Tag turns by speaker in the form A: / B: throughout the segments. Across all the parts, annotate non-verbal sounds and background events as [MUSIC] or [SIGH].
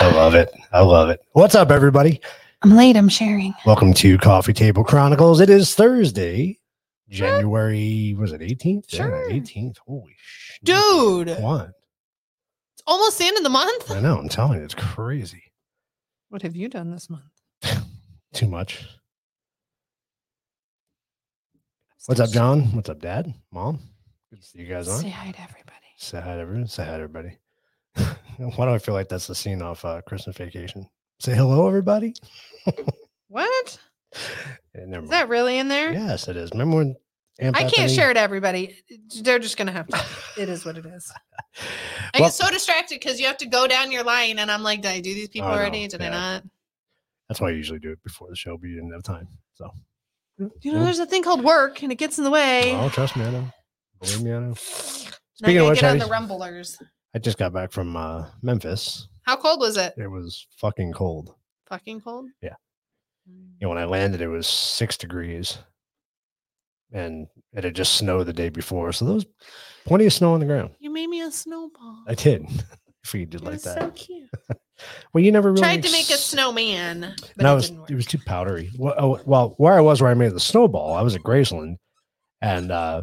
A: love it. [LAUGHS] I love it. What's up, everybody?
B: I'm late. I'm sharing.
A: Welcome to Coffee Table Chronicles. It is Thursday, January, was it 18th?
B: Sure.
A: Yeah, 18th. Holy shit.
B: Dude, it's
A: What?
B: almost the end of the month.
A: I know. I'm telling you, it's crazy.
B: What have you done this month?
A: Too much. What's up, John? What's up, Dad? Mom? Good to see you guys
B: Say
A: on.
B: hi to everybody.
A: Say hi to everyone. Say hi to everybody. [LAUGHS] Why do I feel like that's the scene off uh, Christmas Vacation? Say hello, everybody.
B: What?
A: Eh, never
B: Is
A: mind.
B: that really in there?
A: Yes, it is. Remember when Aunt
B: I can't
A: Bethany-
B: share it to everybody. They're just gonna have [LAUGHS] to. It is what it is. I
A: Well-
B: get so distracted because you have to go down your line, and I'm like, did I do these people
A: Oh, no.
B: already? Did I
A: Yeah.
B: not?
A: That's why I usually do it before the show, but you didn't have time. So
B: Mm, You know, there's a thing called work, and it gets in the way.
A: oh, trust me, I know. Believe me,
B: [LAUGHS]
A: I know.
B: Now I
A: Speaking of
B: gotta
A: which,
B: get on the
A: Heidi,
B: rumblers.
A: I just got back from uh, Memphis.
B: How cold was it?
A: It was fucking cold.
B: Fucking cold.
A: Yeah.
B: Mm.
A: You know, when I landed, it was six degrees, and it had just snowed the day before, so there was plenty of snow on the ground.
B: You made me a snowball.
A: I did. [LAUGHS] if you did
B: It
A: like
B: was
A: that.
B: so cute.
A: well, you never really
B: Tried to make a
A: s-
B: snowman, but
A: no,
B: it
A: it was
B: didn't work.
A: it was too powdery. Well, oh, well, where I was, where I made the snowball, I was at Graceland, and uh,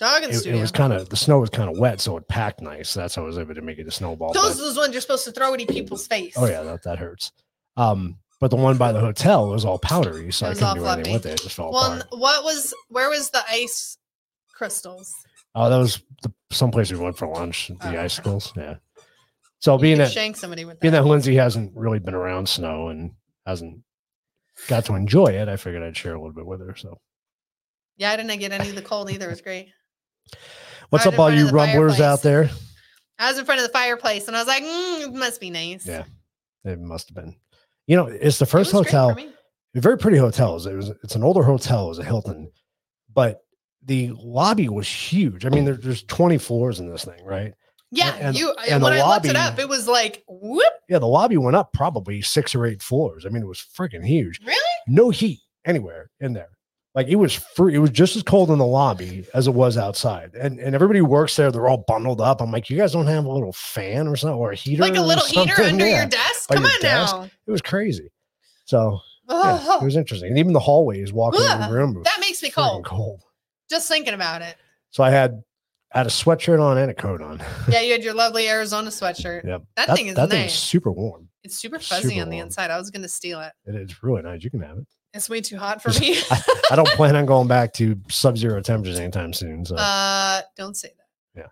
B: Dog in the
A: it,
B: studio.
A: it was kind of the snow was kind of wet, so it packed nice. That's how I was able to make it a snowball. but-
B: Those are those ones you're supposed to throw at people's face.
A: oh yeah, that, that hurts. Um, but the one by the hotel was all powdery, so
B: It
A: I
B: was
A: couldn't
B: all
A: do anything
B: fluffy.
A: with it. It just fell
B: Well,
A: apart.
B: n- what was where was the ice crystals?
A: Oh, that was the someplace we went for lunch. The
B: Oh.
A: icicles, yeah. So
B: You
A: being
B: could
A: that
B: shank somebody with
A: being
B: that.
A: that Lindsay hasn't really been around snow and hasn't got to enjoy it, I figured I'd share a little bit with her. So
B: Yeah, I didn't get any of the cold either. It was great.
A: what's
B: Right
A: up,
B: in
A: all
B: front
A: you
B: of the
A: rumblers out there?
B: I was in front of the fireplace and I was like, mm, it must be nice.
A: Yeah,
B: It
A: It must have been. You know, it's the first
B: was great for
A: hotel.
B: me.
A: a very pretty hotels. It was it's an older hotel, it was a Hilton, but the lobby was huge. I mean, there, there's 20 floors in this thing, right?
B: Yeah,
A: and-
B: you I-
A: and the
B: when I looked it
A: lobby-
B: up, it was like whoop,
A: Yeah, the lobby went up probably six or eight floors. I mean, it was freaking huge.
B: really?
A: No heat anywhere in there. Like it was free. It was just as cold in the lobby as it was outside. And and everybody who works there. They're all bundled up. I'm like, you guys don't have a little fan or something or a heater?
B: Like a
A: or
B: little heater
A: something?"
B: under
A: Yeah.
B: your desk.
A: By
B: Come
A: your
B: on
A: desk.
B: now.
A: It was crazy. So yeah, it
B: Oh,
A: was interesting. And even the hallways walking in
B: Ugh,
A: the room.
B: [LAUGHS]
A: were
B: that makes me
A: freaking
B: cold.
A: cold.
B: Just thinking about it.
A: So I had I had a sweatshirt on and a coat on.
B: Yeah, you had your lovely Arizona sweatshirt.
A: Yep.
B: That, thing is nice.
A: super warm.
B: it's super fuzzy
A: super
B: on the
A: warm.
B: inside. I was gonna steal it.
A: It is really nice. You can have it.
B: It's way too hot for
A: [LAUGHS]
B: me. [LAUGHS]
A: I, I don't plan on going back to sub-zero temperatures anytime soon. So
B: uh, don't say that.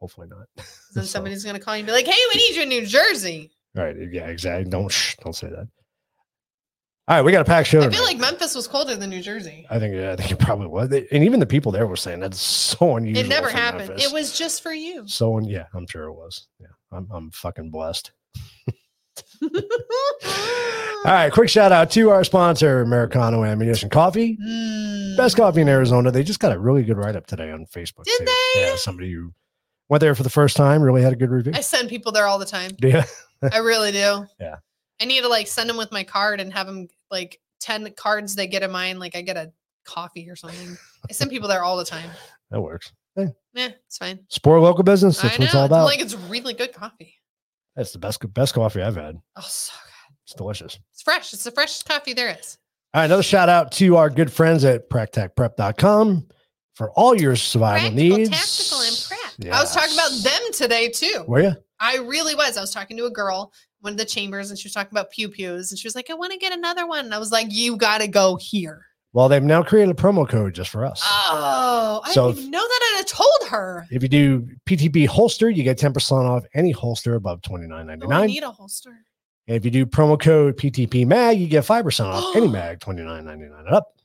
A: hopefully not.
B: 'Cause Then
A: So-
B: somebody's gonna call you and be like, "Hey, we need you in New Jersey."
A: right. Yeah. Exactly. Don't shh, don't say that. All right, we got a packed show.
B: I feel
A: tonight.
B: like Memphis was colder than New Jersey.
A: I think I think it probably was, They- and even the people there were saying that's so unusual.
B: It never
A: for
B: happened.
A: Memphis."
B: It was just for you.
A: [LAUGHS] so. un- Yeah, I'm sure it was. Yeah, I'm I'm fucking blessed.
B: [GASPS]
A: All right, quick shout out to our sponsor, Americano Ammunition Coffee.
B: Mm.
A: Best coffee in Arizona. They just got a really good write up today on Facebook.
B: Did
A: too.
B: they?
A: Yeah, somebody who went there for the first time really had a good review.
B: I send people there all the time.
A: [LAUGHS] yeah,
B: I really do.
A: Yeah.
B: I need to like send them with my card and have them like ten cards they get of mine. Like I get a coffee or something. I send people there all the time.
A: that works.
B: Yeah, it's fine.
A: Support local business. That's
B: I
A: what
B: know.
A: it's all
B: it's- I'm
A: about.
B: like it's really good coffee.
A: That's the best best coffee I've had.
B: Oh, so good.
A: It's delicious.
B: It's fresh. It's the freshest coffee there is.
A: All right, another shout out to our good friends at practacprep.com for all your survival
B: Practical,
A: needs.
B: tactical, and prep. I was talking about
A: Yes.
B: them today too.
A: Were you?
B: I really was. I was talking to a girl, one of the chambers, and she was talking about pew pews, and she was like, "I want to get another one." And I was like, "You got to go here."
A: Well, they've now created a promo code just for us.
B: Oh, I
A: So-
B: didn't even know that. And I told her.
A: If you do PTB holster, you get 10% off any holster above
B: Oh, I
A: $29.99.
B: need a holster.
A: And if you do promo code PTP mag, you get
B: [GASPS]
A: 5% off any mag, $29.99 and up.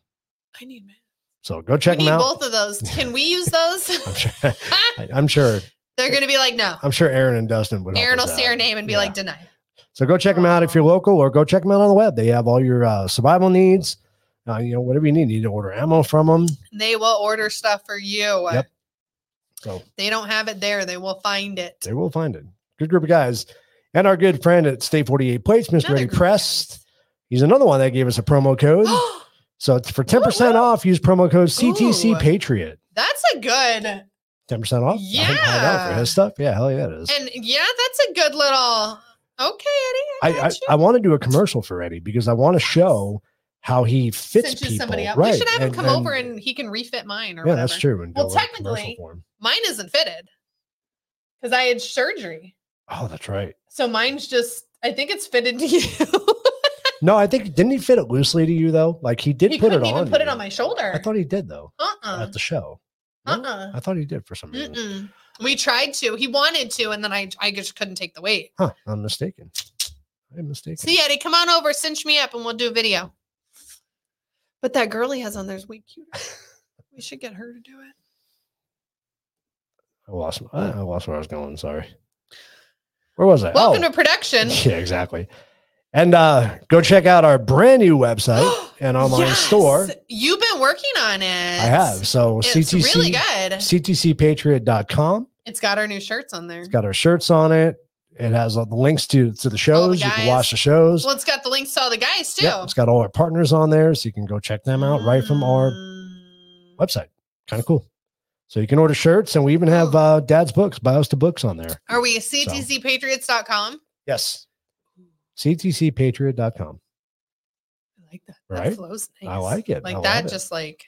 B: I need. mine.
A: So go
B: We
A: check
B: need
A: them out.
B: both of those.
A: [LAUGHS]
B: Can we use those?
A: I'm sure, [LAUGHS] I- I'm sure,
B: [LAUGHS] They're gonna be like, "No."
A: I'm sure Aaron and Dustin would. help
B: Aaron will
A: us
B: see
A: out.
B: her name and be
A: Yeah.
B: like, "Deny."
A: so go check them out if you're local or go check them out on the web. They have all your uh, survival needs, uh, you know, whatever you need. You need to order ammo from them.
B: They will order stuff for you.
A: Yep. So
B: They don't have it there. They will find it.
A: they will find it. Good group of guys. And our good friend at State 48 Plates, Mr.
B: Another
A: Eddie
B: group of
A: Press.
B: [GASPS]
A: He's another one that gave us a promo code.
B: guys.
A: So it's for 10%
B: Woo-woo.
A: off, use promo code CTC
B: Ooh.
A: Patriot.
B: That's a good and
A: ten percent off. I think I know,
B: Yeah.
A: for his stuff. Yeah, hell yeah, it is.
B: yeah, that's a good little Okay, Eddie. I,
A: I I,
B: got you.
A: I want to do a commercial for Eddie because I want to show how he fits
B: Cinches
A: people.
B: somebody up.
A: Right.
B: We should have him
A: and-
B: come
A: and-
B: over and he can refit mine or
A: yeah,
B: whatever.
A: that's true. And
B: Well,
A: go in commercial
B: technically-
A: form.
B: Mine isn't fitted because I had surgery.
A: Oh, that's right.
B: So mine's just, I think it's fitted to [LAUGHS] you.
A: No, I think didn't he fit it loosely to you though? Like he did
B: he
A: put it
B: couldn't
A: on.
B: even put it
A: you.
B: on my shoulder.
A: I thought he did though
B: uh-uh.
A: at the show. No?
B: Uh-uh.
A: I thought he did for some reason.
B: Mm-mm. We tried to. He wanted to, and then I, I just couldn't take the weight.
A: Huh? I'm mistaken. I'm mistaken.
B: See, Eddie, come on over, cinch me up, and we'll do a video. But that girl he has on there's way cuter. we should get her to do it.
A: I lost. my- I lost where I was going. Sorry. Where was I?
B: Welcome
A: Oh,
B: to production.
A: [LAUGHS] yeah, exactly. And uh, go check out our brand new
B: [GASPS]
A: website and online
B: Yes!
A: store.
B: You've been working on it.
A: I have. So
B: It's
A: CTC,
B: really good.
A: ctcpatriot.com.
B: It's got our new shirts on there.
A: It's got our shirts on it. It has all the links to to the shows. You can
B: Oh, guys.
A: watch the shows.
B: well, it's got the links to all the guys too.
A: Yep, it's got all our partners on there, so you can go check them out right from our
B: Mm.
A: website. Kind of cool. So you can order shirts, and we even have
B: Oh.
A: uh, Dad's books, bios to books on there.
B: Are we ctcpatriots.com?
A: Yes. ctcpatriot.com.
B: I like that.
A: Right?
B: That flows nice.
A: I like it. I
B: Like
A: love
B: that,
A: it.
B: just like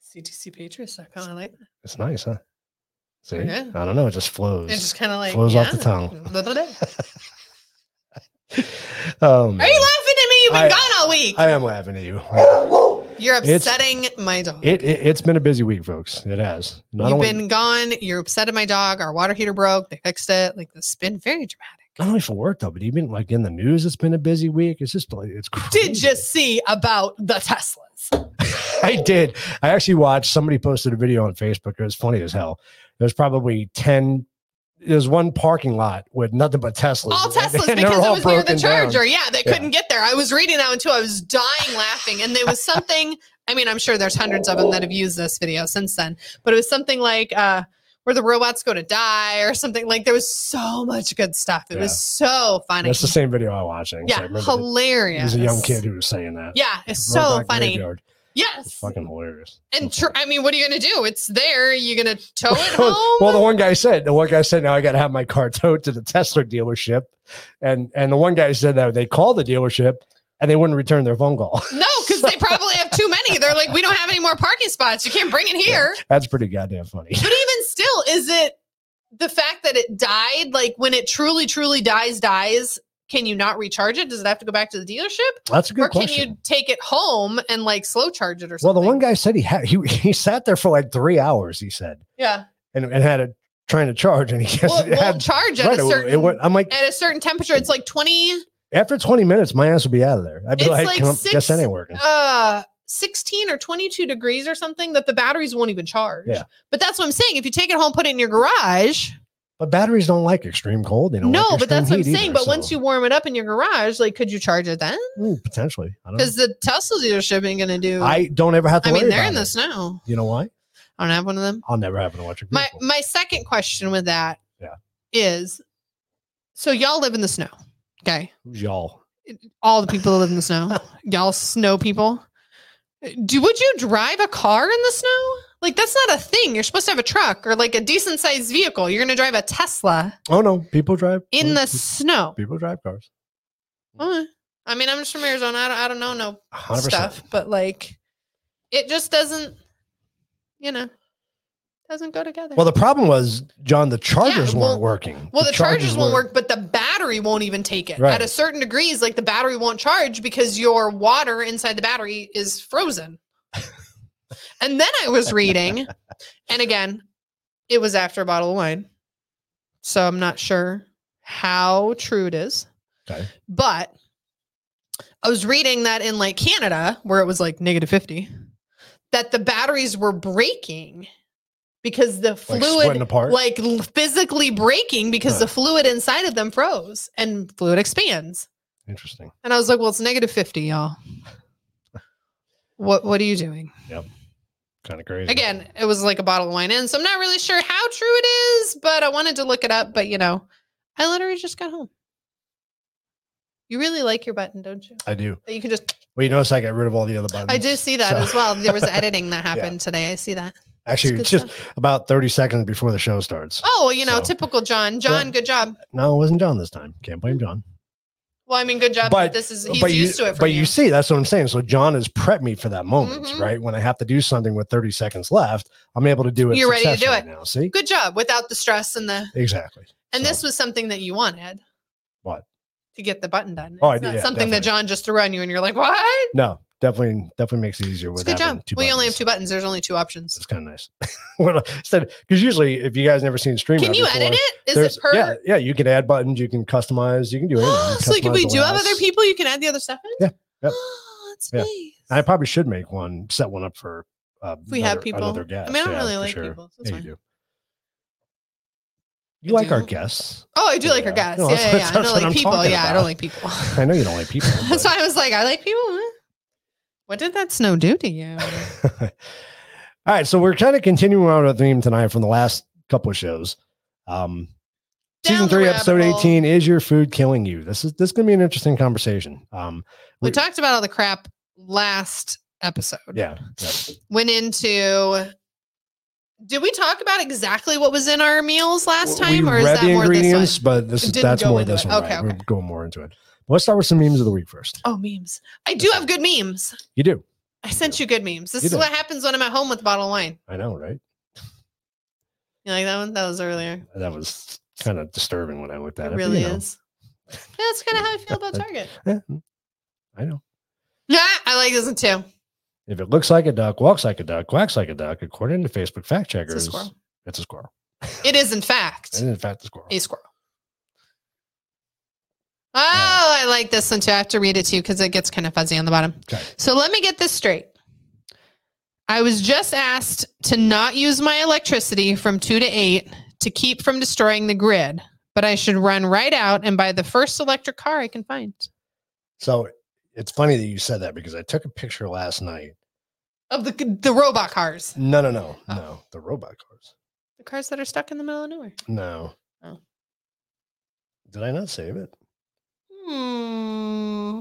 B: ctcpatriots.com. I like that.
A: It's nice, huh? See,
B: Yeah.
A: I don't know. It just flows.
B: It's just kind of like
A: flows off the tongue.
B: [LAUGHS] Are
A: um,
B: you laughing at me? You've been
A: I-
B: gone all week.
A: I am laughing at you.
B: You're
A: It's-
B: upsetting my dog.
A: It, it it's been a busy week, folks. It has. Not
B: You've
A: only
B: been gone. You're upset at my dog. Our water heater broke. They fixed it. Like this has been very dramatic.
A: not only for work though, but even like in the news, it's been a busy week. It's just like it's crazy.
B: Did you see about the Teslas?
A: [LAUGHS] I did. I actually watched somebody posted a video on Facebook. It was funny as hell. There's probably 10 there's one parking lot with nothing but Teslas.
B: All
A: and-
B: Teslas
A: [LAUGHS] and they're
B: because it
A: all
B: was near the
A: broken down.
B: charger. Yeah, they
A: Yeah.
B: couldn't get there. I was reading that one too. I was dying laughing. And there [LAUGHS] was something, I mean, I'm sure there's hundreds of them that have used this video since then, but it was something like uh, where the robots go to die or something. Like there was so much good stuff. It
A: Yeah.
B: was so funny.
A: That's the same video I watched. actually. I
B: yeah,
A: remember it. It
B: hilarious.
A: was a young kid who was saying that.
B: Yeah, it's so
A: Robot
B: funny.
A: graveyard. It's
B: Yes.
A: fucking hilarious.
B: And
A: It's
B: tr- I mean, what are you going to do? It's there. You're going to tow it
A: [LAUGHS] Well,
B: home.
A: Well, the one guy said, the one guy said, now I got to have my car towed to the Tesla dealership. And and the one guy said that they called the dealership and they wouldn't return their phone call. [LAUGHS]
B: no, because they probably have too many. They're like, we don't have any more parking spots. You can't bring it here.
A: That's pretty goddamn funny.
B: But even still, is it the fact that it died? Like when it truly, truly dies, dies. Can you not recharge it? Does it have to go back to the dealership,
A: That's a good
B: or can
A: question.
B: you take it home and like slow charge it or
A: well,
B: something?
A: the one guy said he had he, he sat there for like three hours, he said, [LAUGHS]
B: yeah,
A: and, and had it trying to charge and he just
B: well, it won't
A: had
B: charge at
A: right,
B: a
A: it-
B: certain
A: it went- I'm like,
B: at a certain temperature. It's like twenty.
A: after 20 minutes, my ass would be out of there. I'd be
B: It's
A: like,
B: like
A: "Come on, guess that
B: six-
A: ain't working.
B: uh 16 or 22 degrees or something that the batteries won't even charge.
A: Yeah.
B: But that's what I'm saying. If you take it home, put it in your garage.
A: But batteries don't like extreme cold. They don't
B: No,
A: like
B: but that's what
A: extreme
B: I'm
A: heat
B: saying.
A: either,
B: but once
A: so-
B: you warm it up in your garage, like could you charge it then?
A: Mm, potentially, I don't. know.
B: Because the Tesla dealership ain't gonna do I,
A: I don't ever have to.
B: mean,
A: worry
B: they're
A: about
B: in the
A: it.
B: snow.
A: You know why?
B: I don't have one of them.
A: I'll never have an electric
B: My
A: vehicle.
B: my second question with that is,
A: Yeah.
B: so y'all live in the snow. Okay.
A: Who's y'all?
B: All the people that live in the
A: [LAUGHS]
B: snow. y'all snow people. Do would you drive a car in the snow? Like that's not a thing. You're supposed to have a truck or like a decent sized vehicle. You're gonna drive a Tesla
A: Oh no, people drive
B: in
A: mm,
B: the
A: pe-
B: snow.
A: people drive cars.
B: Uh, I mean, I'm just from Arizona. I don't, I don't know no
A: A Hundred percent.
B: stuff, but like, it just doesn't, you know, doesn't go together.
A: Well, the problem was John. The chargers
B: well-
A: weren't working.
B: Well, the, chargers, won't work, but the battery won't even take it.
A: Right.
B: At a certain degrees, like the battery won't charge because your water inside the battery is
A: [LAUGHS]
B: frozen. and then I was reading, and again, it was after a bottle of wine. So I'm not sure how true it is.
A: Okay.
B: But I was reading that in like Canada, where it was like negative 50, that the batteries were breaking because the
A: Like
B: fluid
A: splitting apart.
B: like l- physically breaking because
A: Huh.
B: the fluid inside of them froze and fluid expands.
A: Interesting.
B: And I was like, well, it's negative 50, y'all. What what are you doing?
A: Kind of crazy.
B: Again, it was like a bottle of wine in, so I'm not really sure how true it is, but I wanted to look it up. But you know, I literally just got home. You really like your button, don't you?
A: I do.
B: That You can just
A: Well, you notice I got rid of all the other buttons.
B: I do see that
A: So- [LAUGHS]
B: as well. There was editing that
A: Yeah.
B: happened today. I see that.
A: Actually,
B: It's
A: it's
B: good
A: just about 30 seconds before the show starts.
B: Oh, well, you know,
A: So-
B: typical John. John, good job.
A: No, it wasn't John this time. Can't blame John.
B: Well, I mean, good job. But,
A: But- uh,
B: this is he's
A: but
B: used
A: you,
B: to it. From
A: but
B: you.
A: you see, that's what I'm saying. So John has prepped me for that moment,
B: Mhm.
A: right? When I have to do something with 30 seconds left, I'm able to do it.
B: You're ready to do
A: successfully
B: it.
A: now. See,
B: good job without the stress and the
A: exactly.
B: and
A: So-
B: this was something that you wanted.
A: What?
B: To get the button done.
A: Oh, I
B: It's
A: did-
B: not
A: yeah,
B: something that
A: definitely.
B: John just threw on you, and you're like, what?
A: No, definitely, definitely makes it easier with
B: It's a good
A: having
B: job.
A: two
B: We only have
A: buttons.
B: two buttons. There's only two options.
A: It's kind of nice. [LAUGHS] well, instead, because usually, if you guys never seen stream,
B: Can you edit it? Is it per? [GASPS]
A: yeah, yeah, you can add buttons, you can customize, you can do anything. You can
B: so like if
A: customize
B: we
A: the
B: do have other
A: layouts.
B: people, you can add the other stuff in.
A: Yeah, yep.
B: [GASPS] That's
A: Yeah.
B: nice.
A: I probably should make one, set one up for. Uh,
B: If we have
A: another-
B: people.
A: Another guest.
B: I mean, I don't
A: yeah,
B: really
A: for
B: like
A: sure.
B: people. That's
A: Yeah,
B: fine.
A: you do. You
B: I
A: like our
B: don't.
A: guests.
B: Oh, I do like her
A: Yeah.
B: guests.
A: No,
B: yeah, yeah,
A: that's-
B: yeah. I
A: that's
B: don't
A: what
B: like
A: I'm
B: people.
A: talking
B: Yeah, I
A: about.
B: don't like people.
A: I know you don't like [LAUGHS] people.
B: [LAUGHS] That's
A: but-
B: why I was like, I like people. huh? What did that snow do to you?
A: All [LAUGHS] right, so we're kind of continuing on our theme tonight from the last couple of shows. Um,
B: Down the
A: season three,
B: rabbit
A: episode
B: hole.
A: eighteen: Is your food killing you? This is this is gonna be an interesting conversation. Um,
B: We
A: We-
B: talked about all the crap last episode.
A: yeah, yeah.
B: Went into. Did we talk about exactly what was in our meals last
A: W-
B: time,
A: we
B: or is
A: read
B: that
A: the
B: more
A: ingredients,
B: this one?
A: but this
B: We
A: is
B: didn't
A: that's
B: go
A: more
B: into
A: this
B: it.
A: one.
B: Okay,
A: right?
B: okay.
A: We're going more into it. But let's start with some memes of the week first.
B: Oh, memes! I do have good memes.
A: You do,
B: I sent you good memes. This
A: You
B: is
A: did.
B: what happens when I'm at home with a bottle of wine.
A: I know, right?
B: You like that one? That was earlier.
A: That was kind of disturbing when I looked
B: It
A: at it. but,
B: really
A: you know,
B: is. That's kind of how I feel about
A: [LAUGHS]
B: Target.
A: eh, I know.
B: Yeah, I like this one too.
A: If it looks like a duck, walks like a duck, quacks like a duck, according to Facebook fact checkers,
B: squirrel.
A: It's a squirrel.
B: It is, in fact,
A: And in fact, a squirrel.
B: a squirrel. Oh, I like this one too. I have to read it to you because it gets kind of fuzzy on the bottom.
A: Okay.
B: So let me get this straight. I was just asked to not use my electricity from 2 to 8 to keep from destroying the grid, but I should run right out and buy the first electric car I can find.
A: So it's funny that you said that because I took a picture last night.
B: Of the the robot cars.
A: No, no, no,
B: Oh.
A: no. The robot cars.
B: The cars that are stuck in the middle of nowhere.
A: No.
B: Oh.
A: Did I not save it?
B: Hmm.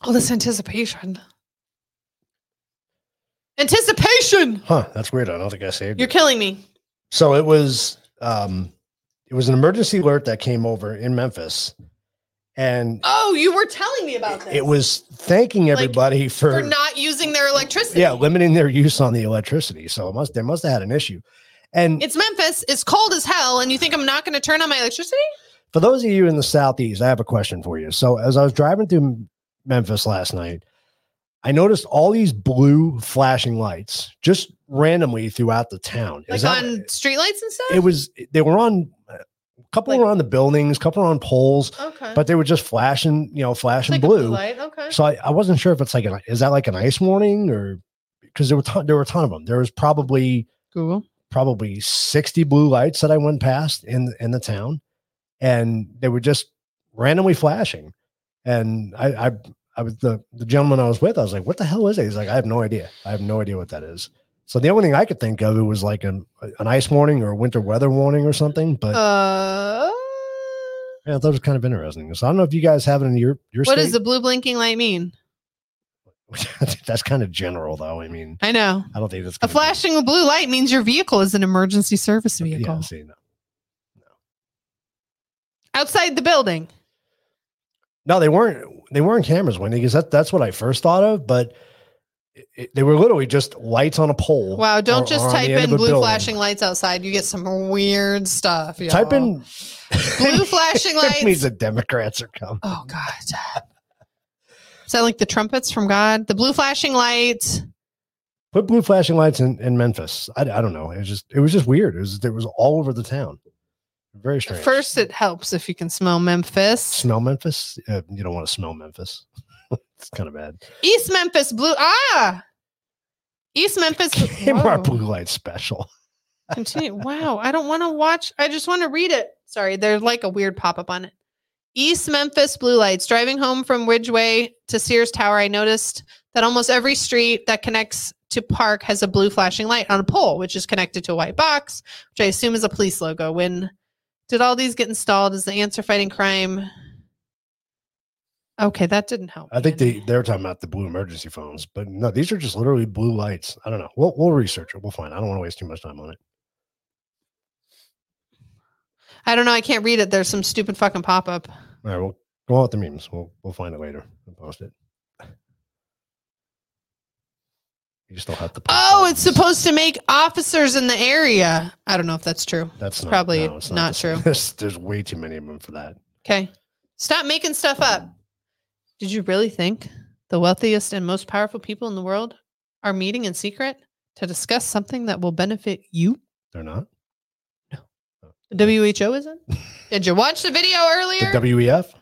B: All this anticipation. Anticipation.
A: Huh. That's weird. I don't think I saved
B: You're
A: it.
B: killing me.
A: So it was um it was an emergency alert that came over in Memphis. And
B: Oh, you were telling me about this.
A: it was thanking
B: Oh, Like,
A: everybody for,
B: for not using their electricity.
A: yeah, limiting their use on the electricity. So it must they must have had an issue. And
B: It's Memphis. It's cold as hell, and you think I'm not going to turn on my electricity?
A: For those of you in the southeast, I have a question for you. So, as I was driving through Memphis last night, I noticed all these blue flashing lights just randomly throughout the town.
B: Like
A: Is that-
B: on streetlights and stuff?
A: it was they were on a couple
B: Like-
A: were on the buildings, couple were on poles,
B: okay.
A: but they were just flashing, you know,
B: It's
A: flashing
B: like a
A: blue.
B: light. Okay.
A: So I, I wasn't sure if it's like an is that like an ice warning or because there were ton, there were a ton of them. There was probably
B: Google.
A: probably 60 blue lights that I went past in in the town and they were just randomly flashing. And I I, I was the, the gentleman I was with, I was like, what the hell is it? He's like, I have no idea. I have no idea what that is. So the only thing I could think of it was like an an ice warning or a winter weather warning or something. But
B: Uh,
A: yeah, I thought it was kind of interesting. So I don't know if you guys have it in your your
B: what
A: state.
B: does the blue blinking light mean?
A: [LAUGHS] that's kind of general though. I mean,
B: I know.
A: I don't think that's
B: A
A: gonna be-
B: flashing blue light means your vehicle is an emergency service vehicle
A: Yeah, see, no.
B: outside the building.
A: No, they weren't. They weren't cameras, Wendy, because that, that's what I first thought of. But it, it- they were literally just lights on a pole.
B: Wow, don't
A: or- or
B: just
A: on
B: type
A: the end
B: in
A: of a
B: blue
A: building.
B: flashing lights outside. You get some weird stuff.
A: Type
B: y'all.
A: in
B: blue
A: [LAUGHS]
B: flashing
A: That means
B: lights.
A: the Democrats are coming.
B: oh god. Is that like the trumpets from God? The blue flashing lights.
A: Put blue flashing lights in, in Memphis. I, I don't know. It was just it was just weird. It was it was all over the town. Very strange.
B: First, it helps if you can smell Memphis.
A: smell Memphis. Uh, you don't want to smell Memphis. [LAUGHS] it's kind of bad.
B: East Memphis blue. Ah, East
A: [LAUGHS]
B: Memphis.
A: Kmart
B: Whoa.
A: blue light special.
B: Continue. Wow, I don't want to watch. I just want to read it. Sorry, there's like a weird pop up on it. East Memphis blue lights. Driving home from Ridgeway to Sears Tower, I noticed that almost every street that connects to Park has a blue flashing light on a pole, which is connected to a white box, which I assume is a police logo. When did all these get installed? Is the answer fighting crime? Okay, that didn't help.
A: I think
B: man.
A: they they're talking about the blue emergency phones, but no, these are just literally blue lights. I don't know. We'll we'll research it. We'll find. I don't want to waste too much time on it.
B: I don't know. I can't read it. There's some stupid fucking pop up.
A: All right, we'll go on with the memes. We'll we'll find it later and post it. You still have to. post
B: Oh,
A: that.
B: it's supposed to make officers in the area. I don't know if that's true.
A: That's not,
B: probably
A: no, it's
B: not
A: the same. [LAUGHS]
B: true.
A: There's, there's way too many of them for that.
B: Okay. Stop making stuff up. Did you really think the wealthiest and most powerful people in the world are meeting in secret to discuss something that will benefit you?
A: They're not.
B: The WHO
A: [LAUGHS]
B: isn't? Did you watch the video
A: The E
B: earlier?
A: WEF.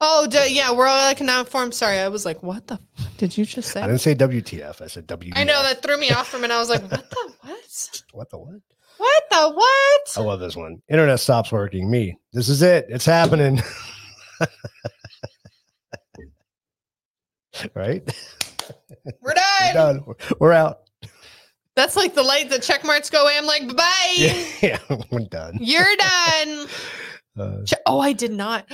B: oh, d- yeah, World Economic Forum. Sorry, I was like, what the f- did you just
A: I
B: say?
A: didn't say WTF. I said WEF.
B: I know that threw
A: [LAUGHS]
B: me off from it. I was like, what the what?
A: What the what?
B: What the
A: I
B: what?
A: love this one. Internet stops working. Me. This is it. It's happening. [LAUGHS] right?
B: We're
A: We're
B: done.
A: done. We're out.
B: That's like the light that check marks go away. I'm like, bye bye.
A: Yeah, [LAUGHS] yeah we're done.
B: You're done.
A: Uh,
B: Che- oh, I did not. [GASPS]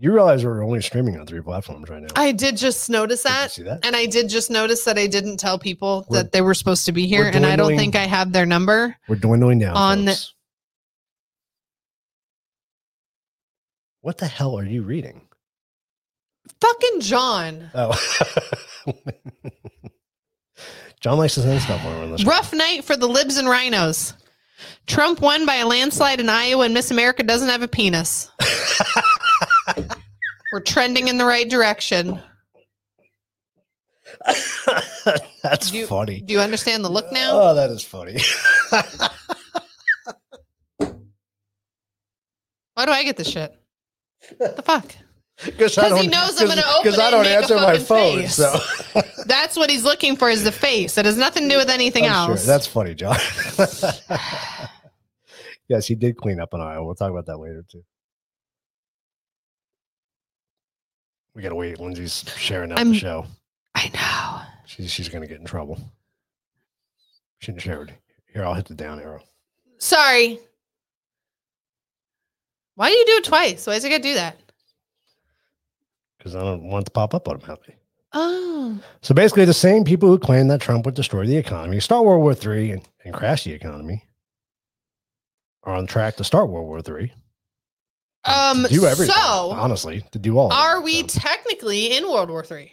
A: you realize we're only streaming on three platforms right now. Did
B: I did just notice
A: you
B: that.
A: see that?
B: And I did just notice that I didn't tell people
A: We're-
B: that they were supposed to be
A: we're
B: here. And I don't
A: dwindling-
B: think I have their number.
A: We're dwindling down.
B: On the-
A: folks. What the hell are you reading?
B: Fucking John.
A: Oh. [LAUGHS] John likes to send stuff when we're on this.
B: Rough night for the libs and rhinos. Trump won by a landslide in Iowa, and Miss America doesn't have a
A: [LAUGHS]
B: penis. We're trending in the right direction.
A: [LAUGHS] That's
B: You-
A: funny.
B: Do you understand the look now?
A: Oh, that is funny.
B: Why do I get this shit? The fuck?
A: Because
B: Because he knows I'm gonna open it
A: I
B: and
A: don't
B: make a
A: answer my
B: fucking
A: phone.
B: face. [LAUGHS]
A: So
B: That's what he's looking for is the face. It has nothing to do with anything
A: I'm sure.
B: else.
A: That's
B: [SIGHS]
A: funny, John. yes, he did clean up in Iowa. We'll talk about that later too. We gotta wait. Lindsay's sharing out
B: I'm-
A: the show.
B: I know.
A: She's she's gonna get in trouble. Shouldn't share it. Here, I'll hit the down arrow.
B: Sorry. Why do you do it twice? Why is it gonna do that?
A: Because I don't want it to pop up automatically.
B: Oh.
A: So basically, the same people who claim that Trump would destroy the economy, start World War III, and, and crash the economy are on track to start World War III.
B: Um
A: to do everything,
B: so
A: honestly, to do all. of
B: are
A: it,
B: we
A: so.
B: technically in World War Three?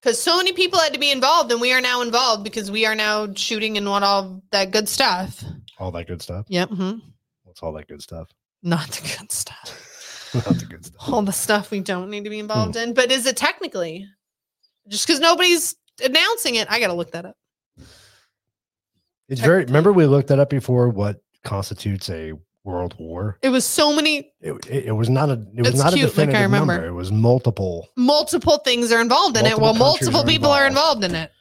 B: Because so many people had to be involved, and we are now involved because we are now shooting and want all that good stuff.
A: all that good stuff?
B: Yep. mhm.
A: What's all that good stuff? [LAUGHS]
B: Not the good stuff.
A: Not the good stuff.
B: All the stuff we don't need to be involved
A: Hmm.
B: in. But is it technically? Just because nobody's announcing it, I gotta look that up.
A: It's very. Remember, we looked that up before. What constitutes a world war?
B: It was so many
A: It, it, it was not a. It was
B: That's
A: not
B: cute,
A: a
B: like I
A: definitive
B: remember.
A: number. It was multiple.
B: multiple things are involved in it.
A: Multiple
B: Well,
A: countries
B: multiple
A: are
B: people are
A: involved.
B: involved in it.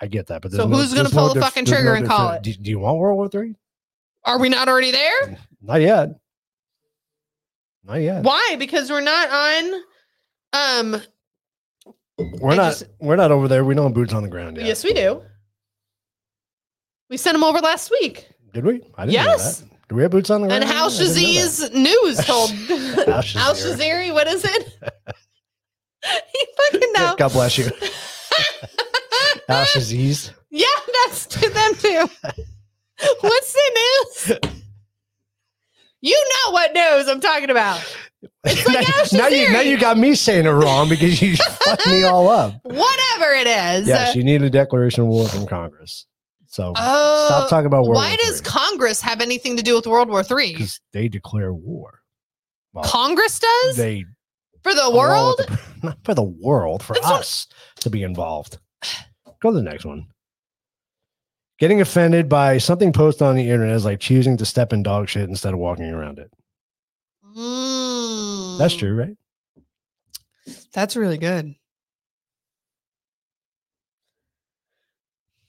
A: I get that, but
B: So
A: there's no-
B: who's gonna
A: there's
B: pull
A: no
B: the
A: def-
B: fucking
A: there's no
B: trigger and call
A: defini- Do, do you want World War Three?
B: Are we not already there?
A: Not yet. Not yet.
B: Why? Because we're not on. Um.
A: We're
B: I
A: not.
B: just-
A: we're not over there. We don't have boots on the ground yet.
B: Yes, we do. We sent him over last week,
A: Did we? I didn't
B: Yes.
A: know that. Do we have boots on the ground?
B: and
A: yet?
B: House
A: I didn't know that.
B: Shaziz News
A: [LAUGHS]
B: told [LAUGHS]
A: Al Shazir.
B: Al Shaziri, what is it? [LAUGHS] he fucking know.
A: God bless
B: [LAUGHS]
A: you. Al Shaziz.
B: yeah, that's to them too.
A: [LAUGHS]
B: What's the news? You know what news I'm talking about. like "Oh,
A: now,
B: Al
A: [LAUGHS] now you now
B: Shazir.
A: you got me saying it wrong because you [LAUGHS] fucked me all up.
B: Whatever it is.
A: Yes, you need a declaration of war from Congress. So
B: Oh,
A: stop talking about World
B: Why
A: War
B: does
A: III,
B: Congress have anything to do with World War Three?
A: 'cause they declare war. Well,
B: Congress does
A: uh, they
B: for the
A: along
B: world.
A: with the- [LAUGHS] not for the world, for
B: That's what-
A: us to be involved. Go to the next one. Getting offended by something posted on the internet is like choosing to step in dog shit instead of walking around it.
B: Mm.
A: That's true, right?
B: That's really good.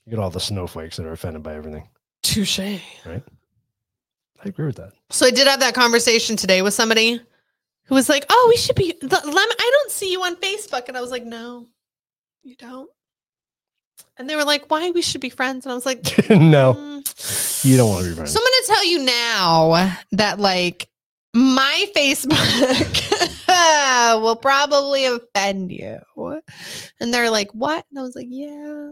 A: You get all the snowflakes that are offended by everything.
B: Touche.
A: I agree with that. [LAUGHS]
B: So I did have that conversation today with somebody who was like, "Oh, we should be the lemon." I don't see you on Facebook, and I was like, "No, you don't." And they were like, "Why we should be friends?" And I was like,
A: no,
B: "Mm."
A: you don't want to be friends.
B: So I'm going to tell you now that like my Facebook [LAUGHS] will probably offend you. And they're like, what? And I was like, yeah.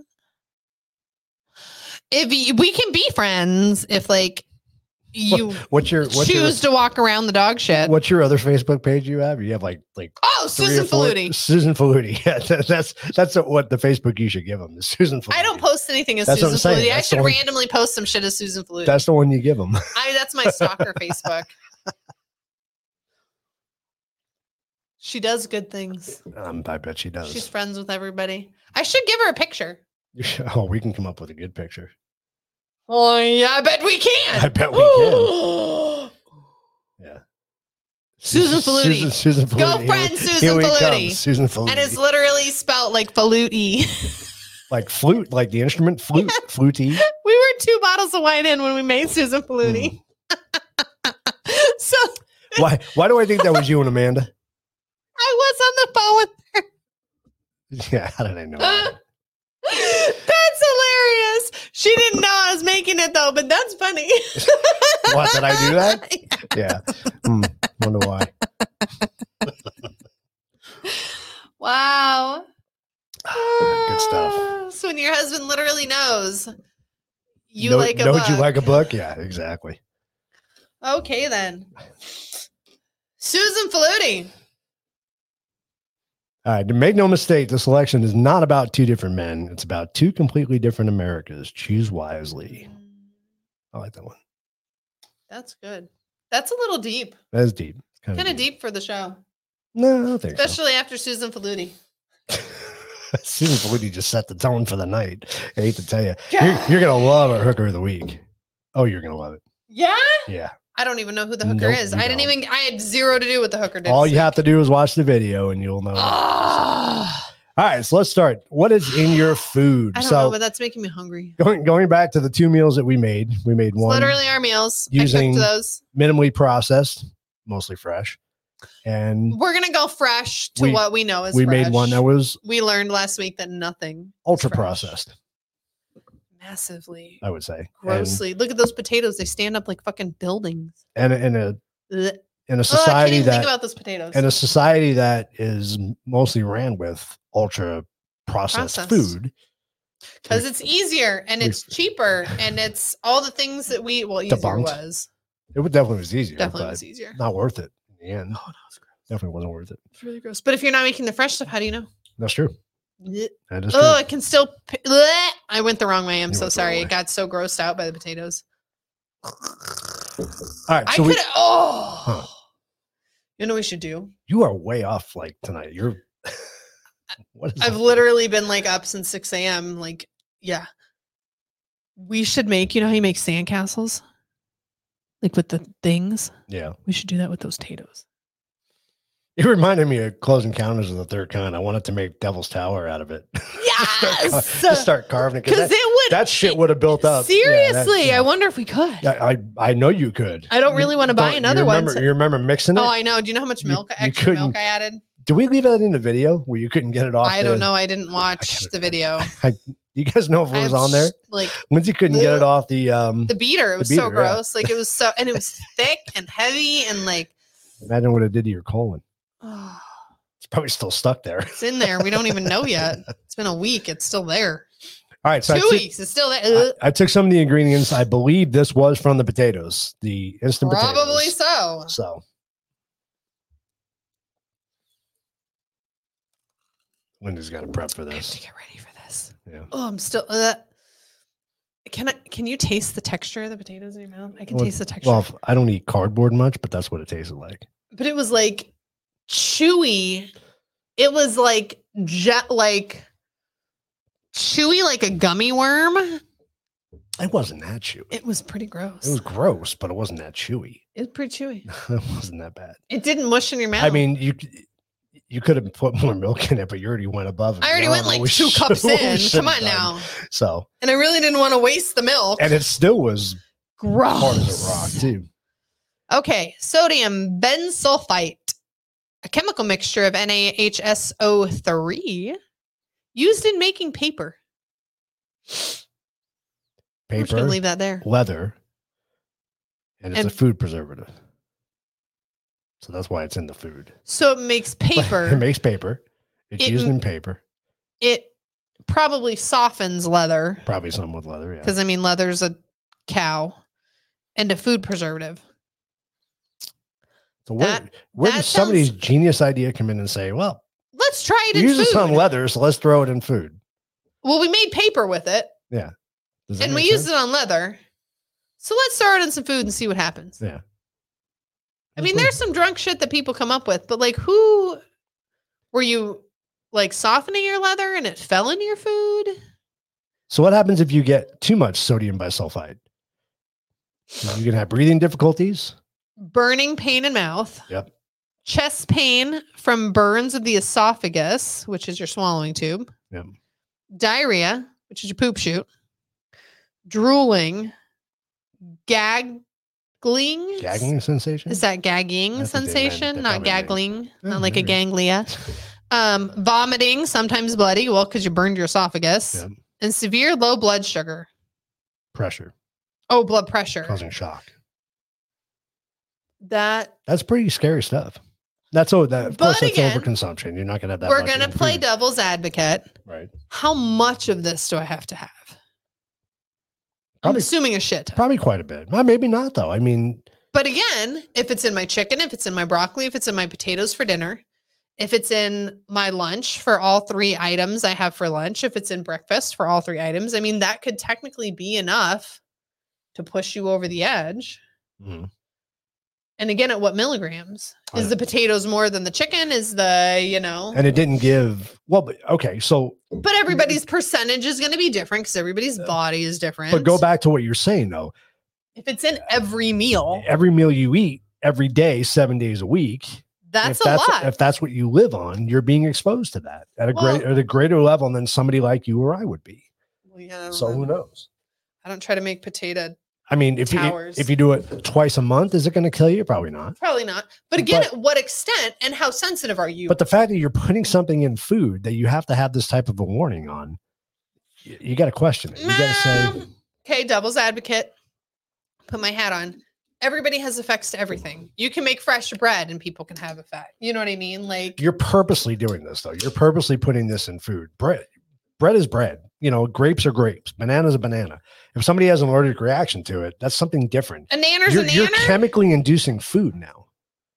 B: If y- we can be friends, if like you
A: What's your what's
B: choose
A: your
B: to walk around the dog shit.
A: what's your other Facebook page you have? You have like like
B: oh,
A: three
B: Uh, Susan
A: or four-
B: Faludi.
A: Susan Faludi. [LAUGHS] Yeah, that- that's that's what the Facebook you should give them is Susan Faludi.
B: I don't post anything as
A: That's what I'm
B: Susan
A: saying.
B: Faludi. I
A: That's the
B: should
A: one-
B: randomly post some shit as Susan Faludi.
A: That's the one you give [LAUGHS] them.
B: I that's my stalker Facebook. She does good things.
A: Um, I bet she does.
B: She's friends with everybody. I should give her a picture.
A: You should- [LAUGHS] oh, we can come up with a good picture.
B: Oh yeah, I bet we can.
A: I bet we can.
B: [GASPS] can.
A: Sus-
B: Susan Faludi.
A: Susan, Susan Faludi.
B: Go
A: Here-
B: friend
A: Here
B: Susan
A: we come,
B: Faludi.
A: Susan Faludi.
B: And it's literally spelt like Faluti.
A: like flute, like the instrument, flute, fluty.
B: [LAUGHS] we were two bottles of wine in when we made Susan Faluti.
A: Hmm.
B: [LAUGHS] so
A: Why? Why do I think that was you and Amanda? [LAUGHS]
B: I was on the phone with
A: Yeah, how did I know?
B: [LAUGHS]
A: that?
B: That's hilarious. She didn't know I was making it though, but that's funny.
A: What, did I do
B: [LAUGHS]
A: that? Yeah. Hmm, wonder why.
B: Wow.
A: Good stuff.
B: So when your husband literally knows you
A: Know-
B: like a
A: know
B: book.
A: what you like a book? Yeah, exactly.
B: Okay then. Susan Faludi.
A: All right. Make no mistake, this election is not about two different men. It's about two completely different Americas. Choose wisely. I like that one.
B: That's good. That's a little deep.
A: That is deep. Kind
B: Kind of deep for the show.
A: No, I don't Mm-hmm. think [LAUGHS] so.
B: Especially after Susan Faludi.
A: Susan Faludi just set the tone for the night. I hate to tell you, you're, you're gonna love our hooker of the week. Oh, you're
B: [LAUGHS]
A: gonna love it.
B: Yeah.
A: Yeah.
B: I don't even know who the hooker
A: Nope,
B: is.
A: you
B: I didn't
A: don't.
B: even I had zero to do with the hooker did.
A: All you have to do is watch the video, and
B: [GASPS]
A: you'll know. All
B: Ah.
A: right, so let's start. What is
B: [SIGHS]
A: in your food?
B: I don't know,
A: So
B: but that's making me hungry.
A: going going back to the two meals that we made, we made
B: It's
A: one
B: literally our meals. I
A: using-
B: cooked those.
A: minimally processed, mostly fresh, and
B: We're gonna go fresh to
A: We-
B: what we know is.
A: we
B: fresh.
A: made one that was
B: we learned last week that nothing
A: ultra
B: fresh.
A: processed.
B: massively
A: I would say And,
B: grossly. Look at those potatoes; they stand up like fucking buildings.
A: and in a
B: Ugh.
A: in
B: Ugh, I
A: a
B: can't
A: society
B: even
A: that
B: think about those potatoes.
A: and a society that is mostly ran with ultra processed,
B: Processed.
A: food
B: because it's easier and it's
A: We've- [LAUGHS]
B: cheaper and it's all the things that we well easier
A: Debunked.
B: was
A: it would definitely was easier
B: definitely
A: but
B: was easier.
A: not worth it in the end
B: Oh no, it's gross.
A: definitely wasn't worth it
B: It's really gross. But if you're not making the fresh stuff, how do you know?
A: that's true
B: Blech.
A: that is
B: Oh,
A: true
B: I can still. p- Blech. I went the wrong way. I'm
A: You
B: so
A: went the wrong
B: sorry. I
A: way.
B: got so grossed out by the potatoes.
A: all right
B: I
A: so
B: could.
A: we,
B: Oh,
A: Huh.
B: you know what we should do?
A: you are way off like tonight you're [LAUGHS] what is
B: I've
A: that?
B: literally been like up since 6 a.m. Like, yeah. We should make, you know how you make sandcastles? Like with the things?
A: yeah
B: We should do that with those potatoes.
A: it reminded me of close encounters of the third kind i wanted to make devil's tower out of it [LAUGHS]
B: Yes!
A: just start carving it
B: Because [LAUGHS]
A: because
B: it
A: that,
B: would.
A: that shit would have built up Yeah, that-
B: seriously, I
A: yeah.
B: wonder if we could.
A: I, I I know you could
B: I don't really
A: You-
B: wanna buy
A: don't- you
B: another one,
A: remember-
B: so-
A: you remember mixing it
B: oh, I know. Do you know how much
A: You-
B: milk,
A: you
B: extra milk
A: couldn't-
B: I added?
A: Did we leave that in the video where you couldn't get it off?
B: I don't
A: the-
B: know. I didn't watch
A: gotta-
B: the video.
A: You guys know if it
B: I
A: was
B: have
A: on there.
B: s- Like
A: Lindsay couldn't get
B: Ugh.
A: it off the um.
B: the beater. It was so
A: beater, yeah.
B: gross. Like it was so, and it was thick and heavy and
A: [SIGHS]
B: like,
A: Imagine what it did to your colon.
B: oh,
A: It's probably still stuck there. [LAUGHS]
B: it's in there. We don't even know yet. It's been a week. It's still there.
A: All right, so I
B: Two
A: took,
B: weeks. It's still there. Uh,
A: I, I took some of the ingredients. I believe this was from the potatoes, the instant
B: Probably
A: potatoes.
B: so.
A: So. Linda's got to prep for
B: I have to
A: this.
B: get ready for this.
A: Yeah.
B: Oh, I'm still. Uh, can I? Can you taste the texture of the potatoes in your mouth? I can
A: Well-
B: taste the texture.
A: Well, I don't eat cardboard much, but that's what it tasted like.
B: but it was like chewy. It was like jet, like chewy, like a gummy worm.
A: It wasn't that chewy.
B: It was pretty gross.
A: It was gross, but it wasn't that chewy. [LAUGHS]
B: It was pretty chewy.
A: it wasn't that bad.
B: It didn't mush in your mouth.
A: I mean, you c- you could have put more milk in it, but you already went above. and
B: I already
A: beyond
B: went like
A: what we [LAUGHS]
B: two
A: should-
B: cups
A: what we
B: in.
A: should
B: Come
A: have
B: on
A: done.
B: now.
A: So,
B: And I really didn't want to waste the milk.
A: and it still was
B: gross.
A: hard as a rock too.
B: Okay, sodium bensulfite, a chemical mixture of NaHSO3 used in making paper. I'm just
A: Paper,
B: going to leave that there.
A: leather, and it's
B: And-
A: a food preservative. So that's why it's in the food. [LAUGHS]
B: So it makes paper.
A: it makes paper. It's
B: It
A: used
B: m-
A: in paper,
B: it probably softens leather
A: probably some with leather. Yeah.
B: because I mean leather's a cow and a food preservative.
A: So where,
B: that-
A: where
B: that
A: does somebody's genius idea come in and say, well,
B: Let's try it
A: it
B: in
A: uses
B: food.
A: some leather, so let's throw it in food.
B: well, we made paper with it
A: Does that
B: and we
A: make
B: used
A: sense?
B: it on leather. So let's throw it in some food and see what happens.
A: Yeah.
B: I
A: That's
B: mean,
A: weird.
B: there's some drunk shit that people come up with, but like, who were you like softening your leather and it fell into your food?
A: So what happens if you get too much sodium bisulfite? You can have breathing difficulties.
B: Burning pain in mouth.
A: Yep.
B: Chest pain from burns of the esophagus, which is your swallowing tube.
A: Yep.
B: Diarrhea, which is your poop shoot. Drooling. Gaggling.
A: gagging sensation.
B: Is that gagging
A: That's what they meant. They
B: sensation, not
A: probably meant-
B: gaggling,
A: Yeah,
B: not like a
A: maybe.
B: ganglia? Um, vomiting, sometimes bloody, well, because you burned your esophagus,
A: Yep.
B: and severe low blood sugar.
A: Pressure
B: Oh, blood pressure.
A: causing shock.
B: That
A: That's pretty scary stuff. That's all. That of
B: But
A: course, that's
B: again,
A: overconsumption. You're not gonna have that.
B: we're
A: much
B: gonna
A: in
B: play
A: food.
B: devil's advocate.
A: right.
B: How much of this do I have to have? I'm
A: Probably-
B: assuming a shit. ton.
A: Probably quite a bit. Well, maybe not though. I mean,
B: But again, if it's in my chicken, if it's in my broccoli, if it's in my potatoes for dinner, if it's in my lunch for all three items I have for lunch, if it's in breakfast for all three items, I mean, that could technically be enough to push you over the edge.
A: mm,
B: And again, at what milligrams?
A: I
B: Is the potatoes more than the chicken? Is the, you know,
A: and it didn't give. Well, but, okay. So,
B: but everybody's percentage is going to be different because everybody's body is different.
A: but go back to what you're saying though.
B: If it's in every meal,
A: Every meal you eat every day, seven days a week.
B: that's
A: if
B: a
A: that's
B: lot.
A: if that's what you live on, you're being exposed to that at a great
B: Well-
A: at a greater level than somebody like you or I would be.
B: Well, yeah, I don't
A: So
B: know.
A: who knows?
B: I don't try to make potato
A: I mean, if you
B: Towers.
A: if you do it twice a month, is it going to kill you? Probably not.
B: Probably not. But again,
A: But-
B: at what extent and how sensitive are you?
A: But the fact that you're putting something in food that you have to have this type of a warning on, y- you got to question it. You got to say,
B: Mm, okay, devil's advocate, put my hat on. Everybody has effects to everything. You can make fresh bread and people can have a fat. You know what I mean? Like,
A: you're purposely doing this though. You're purposely putting this in food. Bread, bread is bread. You know, grapes are grapes. Banana's a banana. If somebody has an allergic reaction to it, that's something different.
B: a nanner's
A: You're,
B: a
A: you're
B: nanner?
A: chemically inducing food now.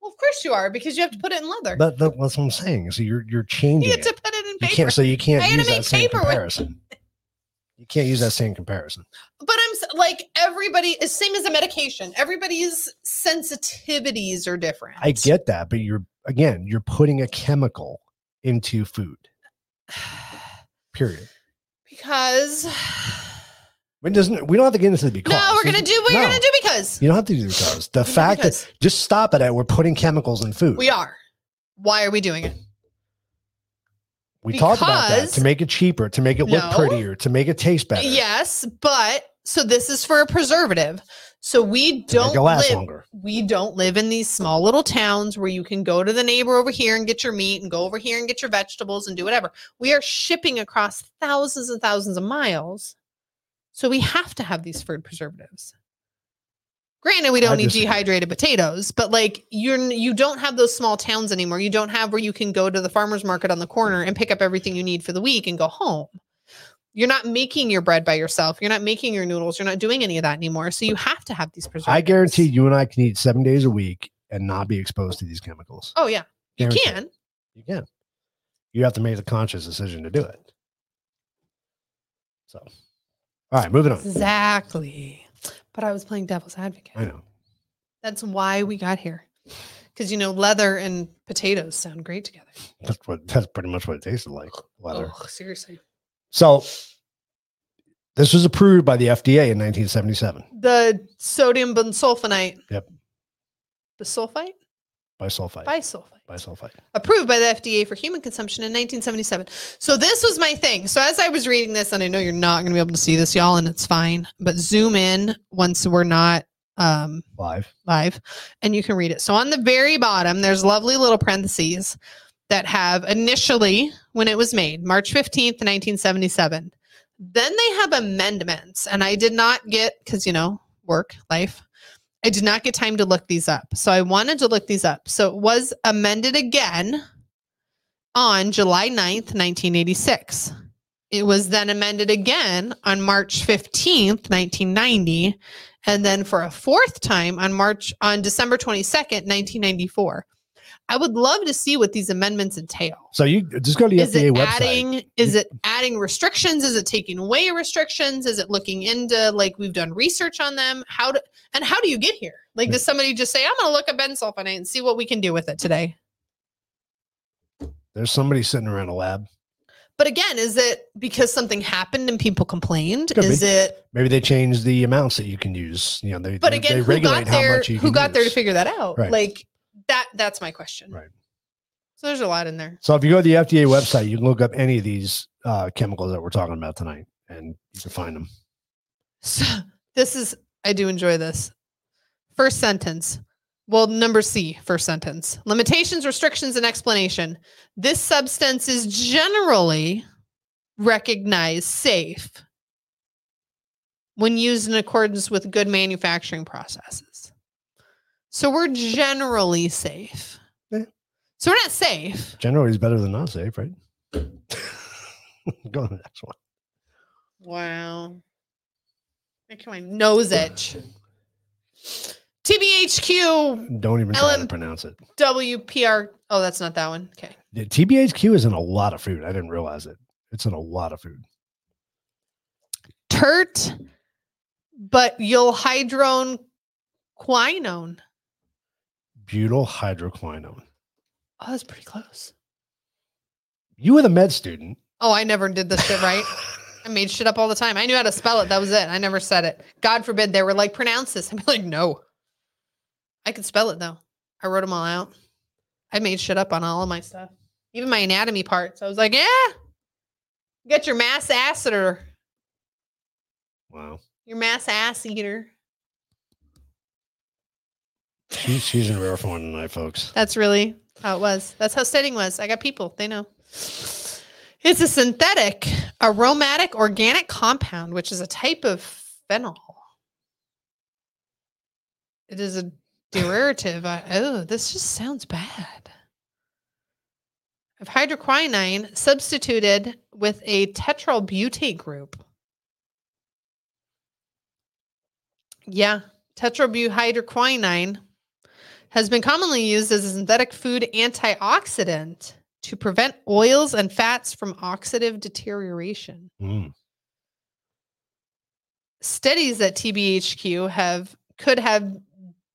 B: well, of course you are because you have to put it in leather.
A: That, that- that's what I'm saying. So you're you're
B: you
A: changing.
B: get
A: It.
B: to put it in
A: You
B: paper.
A: can't. So you can't
B: I had to
A: use that
B: make
A: same
B: paper with-
A: comparison. You can't use that same comparison.
B: But I'm s- like, everybody is same as a medication. Everybody's sensitivities are different.
A: I get that, but you're again, you're putting a chemical
B: [SIGHS]
A: into food. Period.
B: because
A: It doesn't. We don't have to get into the because.
B: no, we're gonna do what you're
A: No.
B: gonna do because
A: You don't have to do the because. The fact
B: because.
A: that just stop it at we're putting chemicals in food.
B: we are. Why are we doing it?
A: We talked about that
B: because-
A: to make it cheaper, to make it look
B: No.
A: prettier, to make it taste better.
B: Yes, but so this is for a preservative. So we
A: to make
B: don't
A: it last
B: live
A: longer.
B: we don't live in these small little towns where you can go to the neighbor over here and get your meat and go over here and get your vegetables and do whatever. We are shipping across thousands and thousands of miles. So we have to have these food preservatives. Granted, we
A: I
B: don't need
A: disagree.
B: dehydrated potatoes, but like you're n- you don't have those small towns anymore. You don't have where you can go to the farmers market on the corner and pick up everything you need for the week and go home. You're not making your bread by yourself. You're not making your noodles. You're not doing any of that anymore. So you have to have these preservatives.
A: I guarantee you and I can eat seven days a week and not be exposed to these chemicals.
B: Oh yeah, you
A: Guarantee.
B: can.
A: You can. You have to make the conscious decision to do it. So, all right, moving on.
B: Exactly. But I was playing devil's advocate.
A: I know.
B: That's why we got here. Because, you know, leather and potatoes sound great together.
A: That's what that's pretty much what it tasted like. Leather.
B: Oh, seriously.
A: So this was approved by the FDA in 1977
B: The sodium bisulfonate.
A: Yep.
B: Bisulfite?
A: bisulfite.
B: Bisulfite.
A: bisulfite.
B: Approved by the FDA for human consumption in 1977. So this was my thing. So as I was reading this, and I know you're not going to be able to see this, y'all, and it's fine, but zoom in once we're not um,
A: Live.
B: live and you can read it. So on the very bottom, there's lovely little parentheses that have initially when it was made, March 15th, 1977. Then they have amendments, and I did not get because you know, work, life. I did not get time to look these up. So I wanted to look these up. So it was amended again on July 9th, 1986. It was then amended again on March 15th, 1990, and then for a fourth time on March on December 22nd, 1994. I would love to see what these amendments entail.
A: So you just go to the
B: Is
A: FDA
B: it
A: website.
B: adding is it adding restrictions? Is it taking away restrictions? Is it looking into like we've done research on them? How do and how do you get here? Like does somebody just say, I'm gonna look up bensulfonate and see what we can do with it today?
A: There's somebody sitting around a lab.
B: But again, is it because something happened and people complained?
A: Could be.
B: is it?
A: Maybe they change the amounts that you can use. You know, they
B: But
A: they,
B: again,
A: they
B: who got
A: regulate how
B: there?
A: much you
B: Who
A: can
B: got there to
A: use.
B: figure that out?
A: Right.
B: Like that. That's my question.
A: Right.
B: So there's a lot in there.
A: So if you go to the FDA website, you can look up any of these uh, chemicals that we're talking about tonight, and you can find them.
B: So this is. I do enjoy this. First sentence. Well, number C, first sentence. Limitations, restrictions, and explanation. This substance is generally recognized safe when used in accordance with good manufacturing processes. So we're generally safe.
A: Yeah.
B: So we're not safe.
A: Generally, is better than not safe, right? [LAUGHS] go to the next one.
B: Wow. Making my nose itch. TBHQ
A: Don't even try to
B: LM
A: pronounce it.
B: WPR. Oh, that's not that one. Okay.
A: The TBHQ is in a lot of food. I didn't realize it. It's in a lot of food.
B: Tert, but hydrone quinone.
A: Butyl hydroquinone.
B: Oh, that's pretty close.
A: You were the med student.
B: Oh, I never did this shit right. I made shit up all the time. I knew how to spell it. That was it. I never said it. God forbid they were like, pronounce this. [LAUGHS] I'd be like, no. I could spell it though. I wrote them all out. I made shit up on all of my stuff, even my anatomy parts. I was like, yeah, get your mass ass eater,
A: Wow.
B: your mass ass eater.
A: She's, she's in rare form tonight, folks.
B: That's really how it was. That's how setting was. I got people. They know. It's a synthetic aromatic organic compound, which is a type of phenol. It is a derivative. I, oh, this just sounds bad. Of hydroquinone substituted with a tetral butane group. Yeah, tetralbuhydroquinone has been commonly used as a synthetic food antioxidant to prevent oils and fats from oxidative deterioration.
A: Mm.
B: Studies at TBHQ have could have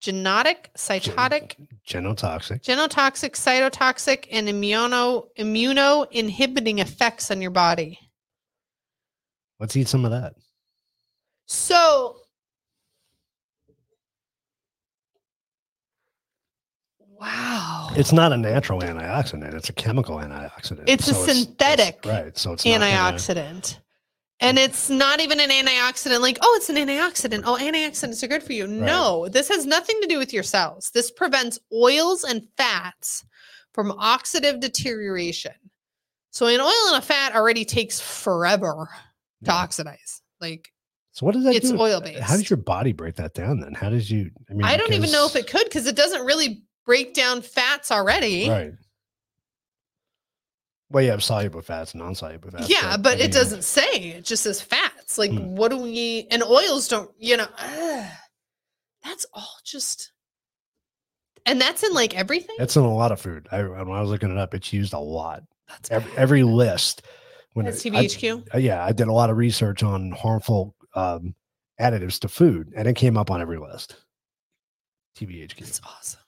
B: genotic, cytotic,
A: Genotoxic.
B: genotoxic, cytotoxic, and immuno immuno inhibiting effects on your body.
A: Let's eat some of that.
B: So Wow.
A: It's not a natural antioxidant. It's a chemical antioxidant.
B: It's a synthetic
A: right. So it's not gonna-
B: antioxidant. And it's not even an antioxidant, like, oh, it's an antioxidant. Oh, antioxidants are good for you. No, this has nothing to do with your cells. This prevents oils and fats from oxidative deterioration. So, an oil and a fat already takes forever to
A: Yeah.
B: oxidize. Like,
A: So what does that
B: it's
A: do?
B: oil-based.
A: How does your body break that down then? How does you? I mean,
B: I don't even know if
A: because-
B: it could because it doesn't really break down fats already.
A: Right. Well, you have soluble fats and non-soluble fats.
B: yeah, but it
A: I mean,
B: doesn't say. It just says fats. Like,
A: Hmm.
B: what do we? And oils don't. You know, ugh. that's all just. And that's in like everything.
A: It's in a lot of food. I, when I was looking it up, it's used a lot.
B: That's
A: Every,
B: bad.
A: every list. When
B: [LAUGHS] That's
A: it- I-
B: TBHQ.
A: uh, yeah, I did a lot of research on harmful um, additives to food, and it came up on every list. TBHQ.
B: That's awesome.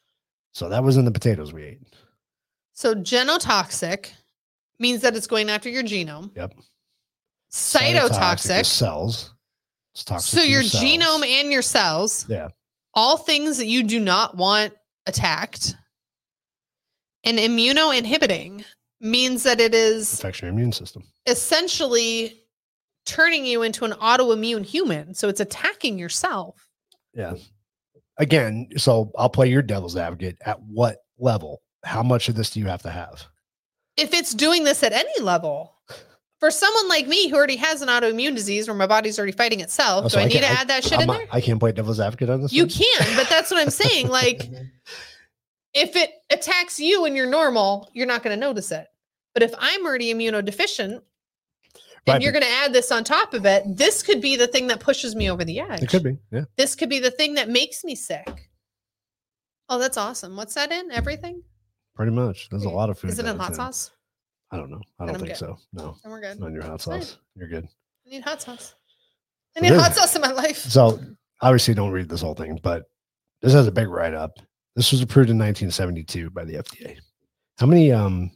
A: So that was in the potatoes we ate.
B: So genotoxic means that it's going after your genome.
A: Yep.
B: Cytotoxic.
A: is cells. It's toxic.
B: so
A: to
B: your
A: cells.
B: genome and your cells
A: Yeah.
B: all things that you do not want attacked and immuno inhibiting means that it is
A: affects your immune system.
B: essentially turning you into an autoimmune human so it's attacking yourself
A: Again, so I'll play your devil's advocate. At what level? How much of this do you have to have?
B: if it's doing this at any level For someone like me who already has an autoimmune disease where my body's already fighting itself,
A: Oh, so
B: do I,
A: I
B: need to
A: can't- I-
B: add that shit
A: I'm
B: in
A: not-
B: there?
A: I can't play devil's advocate on this.
B: You
A: [LAUGHS] one.
B: can, but that's what I'm
A: [LAUGHS]
B: saying. [LAUGHS] Like, if it attacks you and you're normal, you're not going to notice it. But if I'm already immunodeficient and
A: Right,
B: you're going to add this on top of it, this could be the thing that pushes me over the edge.
A: It could be. Yeah.
B: This could be the thing that makes me sick. Oh, that's awesome. What's that in? Everything?
A: Pretty much. There's a lot of food.
B: Is it
A: that
B: in
A: was
B: hot sauce?
A: I don't know. I
B: Then
A: don't
B: I'm
A: think
B: good.
A: so. No.
B: And we're good.
A: Not in your hot
B: fine.
A: sauce. You're good.
B: I need hot sauce. I
A: It
B: need
A: is.
B: hot sauce in my life.
A: So obviously don't read this whole thing, but this has a big write up. This was approved in 1972 by the FDA. How many um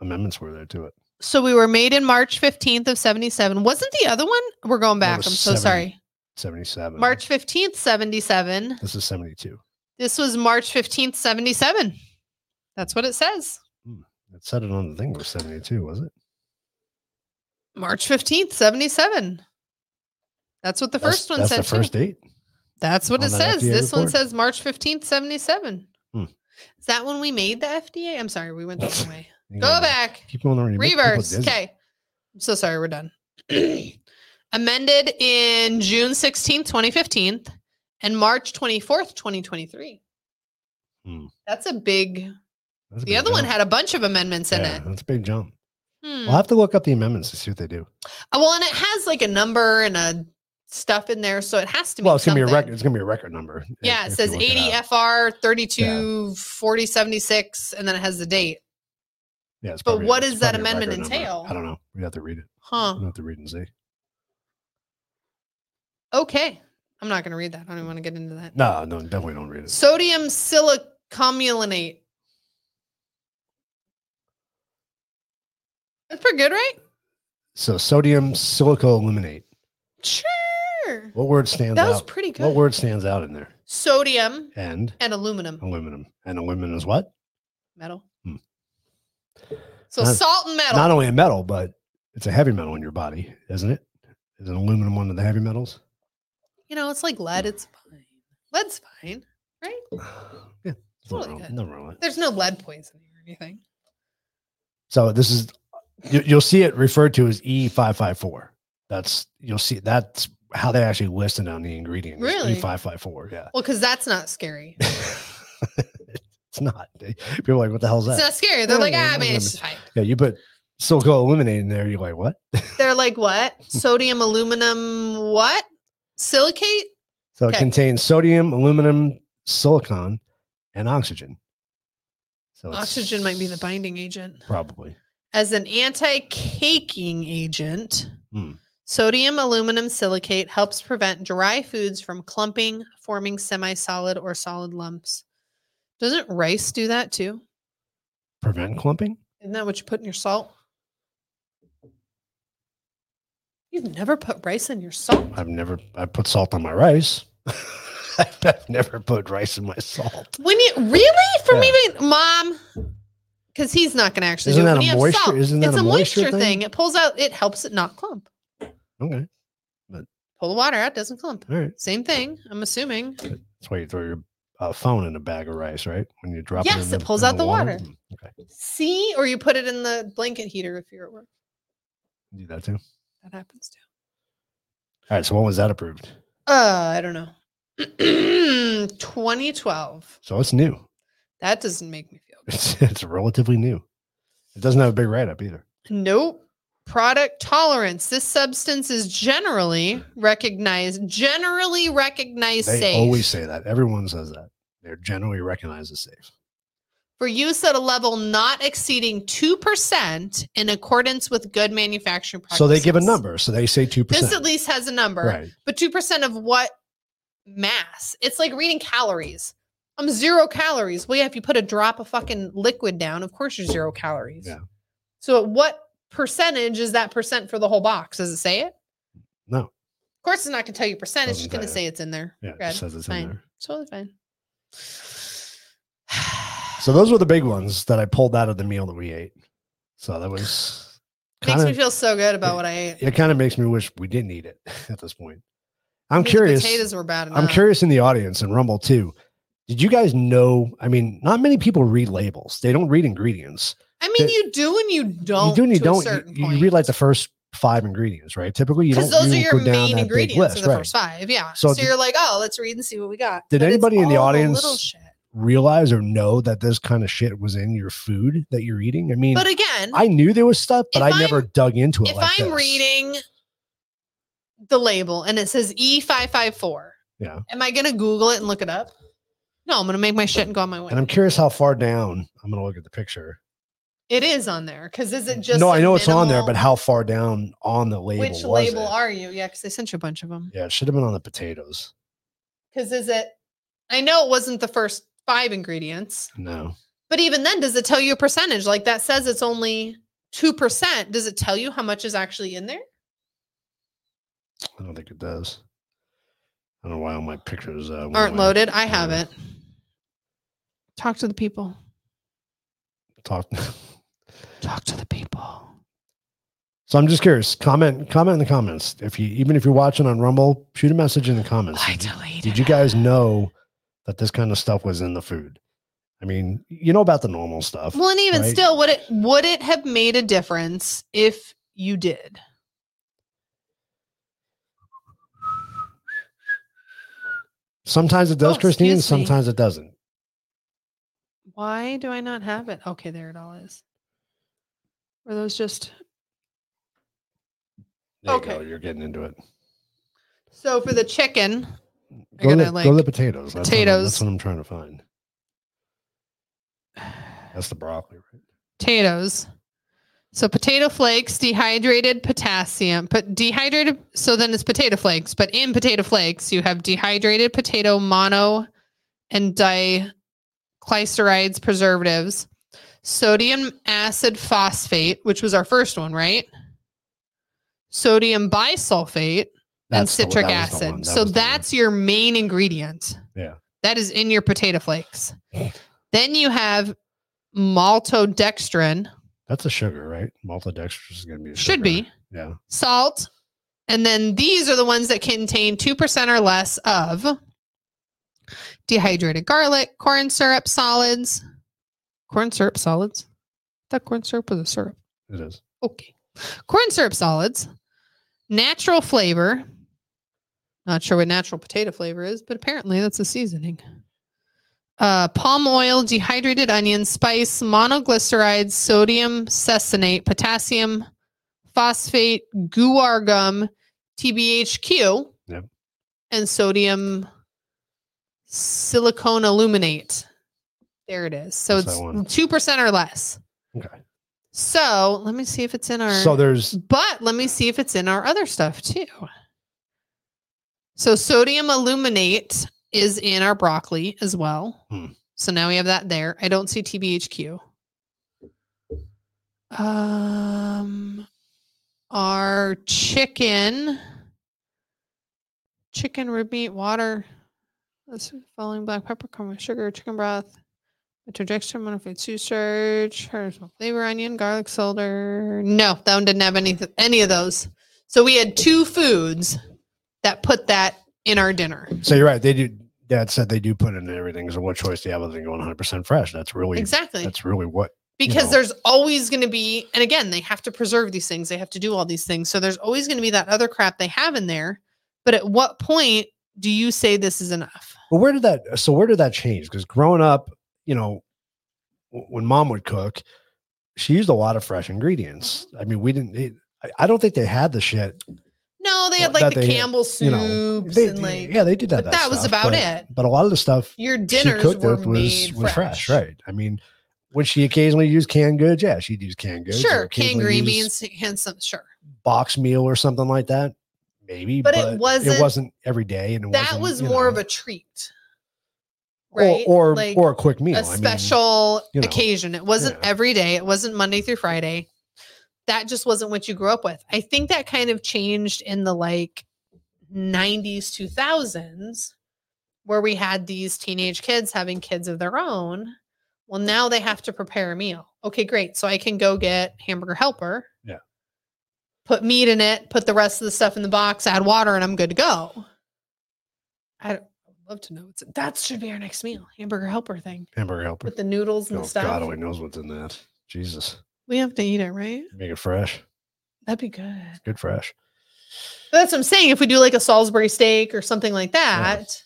A: amendments were there to it?
B: So we were made in March 15th of 77. Wasn't the other one? We're going
A: That
B: back. I'm
A: was
B: so
A: 70.
B: sorry.
A: 77.
B: March 15th, 77.
A: This is 72.
B: This was March 15th, 77. That's what it says.
A: It said it on the thing. It was 72, was it?
B: March 15th, 77. That's what the
A: That's-
B: first one
A: that's
B: said.
A: the first
B: too.
A: date.
B: That's what
A: on
B: it
A: that
B: says.
A: FDA
B: This one
A: report.
B: says March 15th, 77.
A: Hmm.
B: Is that when we made the FDA? I'm sorry, we went the wrong
A: [LAUGHS]
B: way.
A: You
B: Go
A: know,
B: back.
A: Keep on already.
B: Reverse. Okay. I'm so sorry. We're done. [CLEARS THROAT] Amended in June 16th, 2015 and March 24th, 2023.
A: Hmm.
B: That's a big. The other one had a bunch of amendments in it.
A: That's a big jump.
B: Hmm.
A: I'll have to look up the amendments to see what they do.
B: Uh, Well, and it has like a number and a stuff in there, so it has to be.
A: Well, it's gonna be a
B: something.
A: record. It's gonna be a record number. if-
B: Yeah,
A: if
B: it
A: you
B: says
A: look it
B: 80
A: up.
B: FR 32 40 76, and then it has the date.
A: Yeah, it's
B: but
A: probably-
B: what
A: it's
B: does that
A: probably a
B: amendment
A: record number.
B: entail?
A: I don't know. We have to read it.
B: Huh.
A: We have to read and see.
B: Okay. I'm not going to read that. I don't even want to get into that.
A: Mm-hmm. No, no, definitely don't read it.
B: Sodium silicomulinate. That's pretty good, right?
A: So sodium silicoaluminate.
B: Sure.
A: What word stands
B: That was
A: out?
B: pretty good.
A: What word stands out in there?
B: Sodium
A: And
B: and aluminum
A: aluminum. And aluminum is what?
B: metal.
A: Oh. Hmm.
B: So
A: Not-
B: salt and metal.
A: Not only a metal, but it's a heavy metal in your body, isn't it? Is an aluminum one of the heavy metals? [SIGHS]
B: you know, it's like
A: Hmm.
B: lead. It's fine. Lead's fine.
A: Yeah.
B: It's really
A: nothing wrong-
B: good.
A: nothing wrong with it.
B: There's no lead poisoning or anything.
A: So this is you, you'll see it referred to as E five five four. That's you'll see that's how they actually listed on the ingredients.
B: Really?
A: E five five four. Yeah. [LAUGHS]
B: Well, because that's not scary.
A: it's not. People are like, what the hell's
B: It's
A: that?
B: not scary. They're
A: Yeah,
B: like,
A: yeah,
B: ah,
A: I
B: man, it's just fine.
A: Yeah, you put silicoaluminate in there, you're like, what?
B: They're like, what? Sodium, aluminum, what? Silicate?
A: So
B: Okay.
A: it contains sodium, aluminum, silicon, and oxygen. So it's
B: Oxygen might be the binding agent.
A: Probably.
B: As an anti caking agent,
A: Hmm.
B: sodium aluminum silicate helps prevent dry foods from clumping, forming semi solid or solid lumps. Doesn't rice do that too?
A: Prevent clumping?
B: Isn't that what you put in your salt? You've never put rice in your salt.
A: I've never I put salt on my rice. [LAUGHS] I've never put rice in my salt.
B: When you really from
A: Yeah.
B: even mom, because he's not going to actually
A: Isn't
B: do it.
A: that
B: When
A: a
B: you have
A: moisture?
B: salt,
A: Isn't that
B: it's
A: a moisture
B: thing?
A: thing?
B: It pulls out. It helps it not clump.
A: Okay.
B: Pull the water out, doesn't clump.
A: All right.
B: Same thing. I'm assuming.
A: That's why you throw your uh, phone in a bag of rice, right? When you drop it.
B: Yes,
A: in
B: it
A: the-
B: pulls
A: in
B: out the water.
A: Mm, Okay.
B: See, or you put it in the blanket heater if you're at work.
A: Do that too. All
B: That happens too.
A: right. So when was that approved?
B: Uh, I don't know. [CLEARS THROAT] 2012.
A: So it's new. [LAUGHS]
B: That doesn't make me feel
A: It's it's relatively new. It doesn't have a big write up either.
B: Nope. Product tolerance. This substance is generally recognized, generally recognized
A: They
B: safe
A: always say that. Everyone says that. They're generally recognized as safe.
B: for use at a level not exceeding 2% in accordance with good manufacturing practices.
A: So they give a number. So they say two
B: This at
A: percent.
B: least has a number,
A: Right.
B: but 2% of what mass? It's like reading calories. I'm zero calories. Well, yeah, if you put a drop of fucking liquid down, of course you're zero calories.
A: Yeah.
B: So at what percentage is that percent for the whole box? Does it say it?
A: No.
B: Of course, it's not going to tell you percent. It's
A: Doesn't
B: just going to
A: tell you.
B: say it's in there.
A: Yeah. It
B: Good.
A: just says it's
B: Fine.
A: in there.
B: It's totally fine. [SIGHS]
A: So those were the big ones that I pulled out of the meal that we ate. So that was kind
B: Makes me
A: of
B: feel so good about what I ate.
A: it. Kind of makes me wish we didn't eat it [LAUGHS] at this point. I'm
B: These
A: curious.
B: Potatoes were bad enough.
A: I'm curious in the audience and Rumble too. Did you guys know? I mean, not many people read labels. They don't read ingredients.
B: I mean,
A: that-
B: you do and you don't.
A: you do and you
B: to A
A: don't.
B: certain
A: You, you
B: point.
A: read like the first five ingredients, right? Typically, you don't
B: Because those are
A: you
B: your
A: go down
B: main
A: that big
B: ingredients
A: list,
B: in the
A: right?
B: first five. Yeah.
A: So
B: So,
A: did-
B: you're like, oh, let's read and see what we got.
A: Did
B: But it's
A: anybody in the
B: all
A: audience-
B: little shit.
A: Realize or know that this kind of shit was in your food that you're eating. I mean,
B: But again,
A: I knew there was stuff, but
B: if
A: I never dug into it.
B: if
A: like
B: I'm
A: this.
B: reading the label and it says E E554,
A: Yeah.
B: am I going to Google it and look it up? No, I'm going to make my shit and go on my way.
A: and I'm curious how far down I'm going to look at the picture.
B: It is on there because is it just
A: no,
B: I
A: I know it's on there, but how far down on the label?
B: which
A: was
B: label
A: it?
B: are you? Yeah, because they sent you a bunch of them.
A: Yeah, it should have been on the potatoes.
B: Because is it? I know it wasn't the first five ingredients,
A: No,
B: but even then, does it tell you a percentage? Like that says it's only two percent. Does it tell you how much is actually in there?
A: I don't think it does. I don't know why all my pictures uh, went
B: Aren't
A: away.
B: loaded. I
A: Yeah.
B: haven't. Talk to the people.
A: Talk. [LAUGHS]
B: Talk to the people.
A: so I'm just curious. Comment, comment in the comments. If you, even if you're watching on Rumble, shoot a message in the comments.
B: I
A: Did you-
B: deleted.
A: Did you
B: it.
A: guys know that this kind of stuff was in the food? I mean, you know about the normal stuff.
B: Well, and even
A: right?
B: still, would it would it have made a difference if you did?
A: Sometimes it does,
B: Oh,
A: Christine.
B: excuse me.
A: Sometimes it doesn't.
B: Why do I not have it? Okay, there it all is. Were those just
A: There
B: Okay.
A: you go. You're getting into it.
B: so for the chicken? I
A: Go,
B: gotta,
A: to, go to the
B: like-
A: potatoes. That's what I'm-
B: potatoes.
A: That's what I'm trying
B: [SIGHS]
A: to find. That's the broccoli, right?
B: potatoes. So potato flakes, dehydrated potassium, but dehydrated. So then it's potato flakes, but in potato flakes you have dehydrated potato mono and diglycerides preservatives, sodium acid phosphate, which was our first one, right? Sodium bisulfate and
A: That's the-
B: citric
A: that was the one.
B: acid.
A: That
B: so
A: was the one.
B: that's your main ingredient.
A: Yeah.
B: That is in your potato flakes. then you have maltodextrin.
A: that's a sugar, right? Maltodextrin is going to be a
B: should
A: sugar.
B: be
A: Yeah.
B: salt and then these are the ones that contain 2% or less of dehydrated garlic corn syrup solids corn syrup solids that corn syrup was a syrup
A: It is.
B: okay corn syrup solids natural flavor not sure what natural potato flavor is but apparently that's a seasoning uh, palm oil dehydrated onion spice monoglycerides sodium cessonate potassium phosphate guar gum tbhq
A: Yep.
B: and sodium silicone aluminate there it is so
A: What's that one?
B: it's 2% or less
A: Okay.
B: so let me see if it's in our.
A: So there's
B: but let me see if it's in our other stuff too. So sodium aluminate is in our broccoli as well.
A: Hmm.
B: So now we have that there. I don't see TBHQ. Um, our chicken, chicken rib meat, water. That's following black pepper, corn with sugar, chicken broth. Interjection, modified sea surge, herbal flavor, onion, garlic solder. No, that one didn't have any any of those. So we had two foods that put that in our dinner.
A: so you're right. They do that said they do put it in everything. So what choice do you have other than going 100 percent fresh? That's really
B: Exactly.
A: that's really what
B: because
A: know.
B: there's always going to be and again, they have to preserve these things. They have to do all these things. So there's always going to be that other crap they have in there. But at what point do you say this is enough?
A: Well, where did that? So where did that change? Because growing up, you know, w- when mom would cook, she used a lot of fresh ingredients.
B: Mm-hmm.
A: I mean, we didn't. It, I- I don't think they had the shit.
B: No, they had
A: Well,
B: like
A: that
B: the
A: they-
B: Campbell's
A: you know,
B: soups
A: They,
B: and like
A: yeah, they did have
B: but that was
A: stuff,
B: about
A: but-
B: it.
A: But a lot of the stuff
B: your
A: she
B: dinners
A: cooked
B: were
A: with was
B: made
A: was fresh, right? I mean, would she occasionally use canned goods? Yeah, she'd use canned goods. or
B: Sure, canned
A: occasionally
B: green
A: use
B: beans, and some sure.
A: box meal, or something like that. Maybe,
B: But it wasn't-
A: It wasn't every day, and it
B: That
A: wasn't,
B: was
A: you
B: more
A: know,
B: of a treat, right?
A: or or,
B: like
A: or a quick meal,
B: a
A: I mean,
B: special
A: you know,
B: occasion. It wasn't
A: yeah.
B: every day. It wasn't Monday through Friday. That just wasn't what you grew up with. I think that kind of changed in the like 90s, 2000s, where we had these teenage kids having kids of their own. Well, now they have to prepare a meal. Okay, great. So I can go get hamburger helper.
A: Yeah.
B: Put meat in it, put the rest of the stuff in the box, add water, and I'm good to go. I'd love to know. What's, that should be our next meal hamburger helper thing
A: hamburger helper.
B: with the noodles and
A: Oh
B: the stuff.
A: God, only knows what's in that. Jesus,
B: we have to eat it, right?
A: make it fresh.
B: That'd be good.
A: Good fresh.
B: That's what I'm saying. If we do like a Salisbury steak or something like that,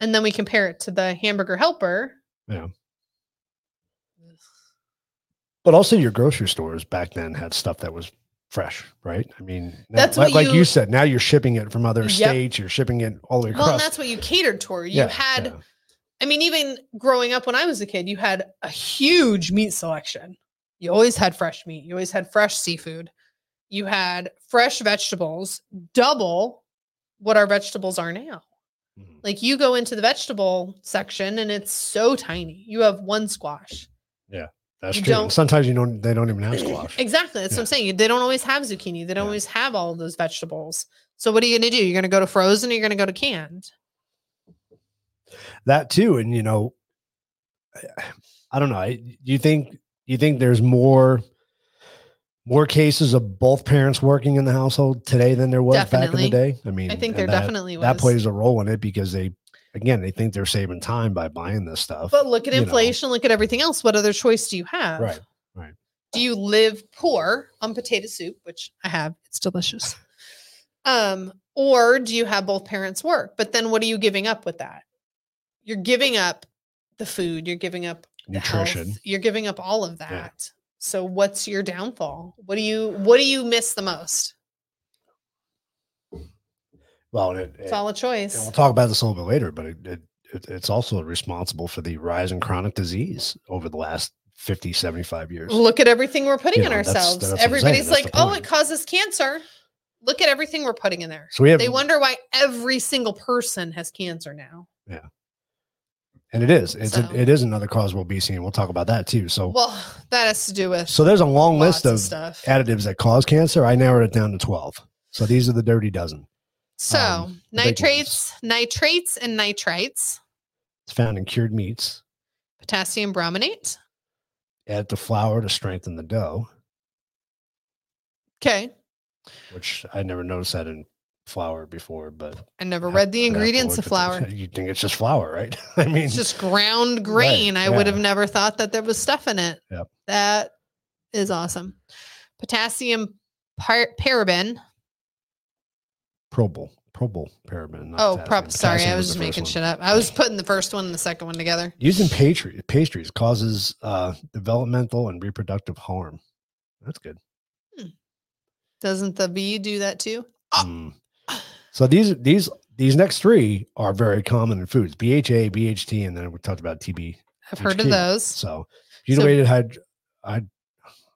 B: and then we compare it to the hamburger helper.
A: Yeah. But also, your grocery stores back then had stuff that was fresh, right? I mean, now-
B: That's
A: like,
B: what
A: like you
B: you-
A: said. Now you're shipping it from other
B: Yep.
A: states. You're shipping it all the way across.
B: Well, and that's what you catered toward. You
A: Yeah,
B: had,
A: yeah.
B: I mean, even growing up when I was a kid, you had a huge meat selection. You always had fresh meat, you always had fresh seafood, you had fresh vegetables, double what our vegetables are now.
A: Mhm.
B: Like you go into the vegetable section and it's so tiny. You have one squash.
A: that's
B: you
A: true.
B: don't-
A: And sometimes you don't. They don't even
B: [CLEARS THROAT]
A: have squash.
B: Exactly. That's what I'm saying. They don't always have zucchini. They don't
A: Yeah.
B: always have all of those vegetables. So what are you going to do? You're going to go to frozen or you're going to go to canned?
A: that too and you know [SIGHS] I- i don't know I, you think you think there's more more cases of both parents working in the household today than there was back in
B: Definitely.
A: the day i mean
B: I think
A: and
B: there
A: that,
B: definitely was.
A: that plays a role in it because they again they think they're saving time by buying this stuff
B: But look at
A: you know.
B: inflation, look at everything else. What other choice do you have?
A: right right
B: Do you live poor on potato soup, which I have, it's delicious. [LAUGHS] Um, or do you have both parents work? But then what are you giving up with that? You're giving up the food, you're giving up the health,
A: nutrition
B: you're giving up all of that. So what's your downfall? What do you what do you miss the most?
A: well and it,
B: It's
A: it-
B: all a choice.
A: and we'll talk about this a little bit later but it, it, it it's also responsible for the rise in chronic disease over the last 50 75 years
B: Look at everything we're putting
A: You
B: in
A: know, that's-
B: ourselves.
A: that's what I'm saying,
B: Everybody's
A: that's
B: like,
A: the
B: "Oh,
A: point."
B: it causes cancer." Look at everything we're putting in there.
A: so we have
B: They wonder why every single person has cancer now.
A: and it is it's
B: So-
A: a, it is another cause of obesity and we'll talk about that too so
B: Well, that has to do with
A: Oh. so there's a long
B: lots
A: list
B: of,
A: of
B: stuff.
A: additives that cause cancer i narrowed it down to 12 so these are the dirty dozen
B: So
A: um, the big
B: nitrates, nitrates, and nitrites,
A: it's found in cured meats
B: potassium brominate.
A: add to flour to strengthen the dough
B: Okay,
A: which i never noticed that in flour before but
B: I never
A: I'd
B: read the
A: have to
B: ingredients
A: look
B: of
A: at
B: flour.
A: [LAUGHS] that. you think it's just flour right [LAUGHS] i mean
B: It's just ground grain. I would
A: yeah.
B: have never thought that there was stuff in it.
A: Yep.
B: That is awesome. Potassium par- paraben.
A: probal probal paraben not
B: Oh,
A: potassium.
B: prop. Sorry,
A: Potassium
B: I was
A: the
B: just
A: first
B: making
A: one.
B: shit up. I was putting the first one and the second one together.
A: using pastry, pastries causes uh, developmental and reproductive harm that's good
B: Doesn't the bee do that too? Ah.
A: Mm. So these these these next three are very common in foods: BHA, BHT, and then we talked about TB.
B: I've heard
A: HQ.
B: of those.
A: So butylated hyd.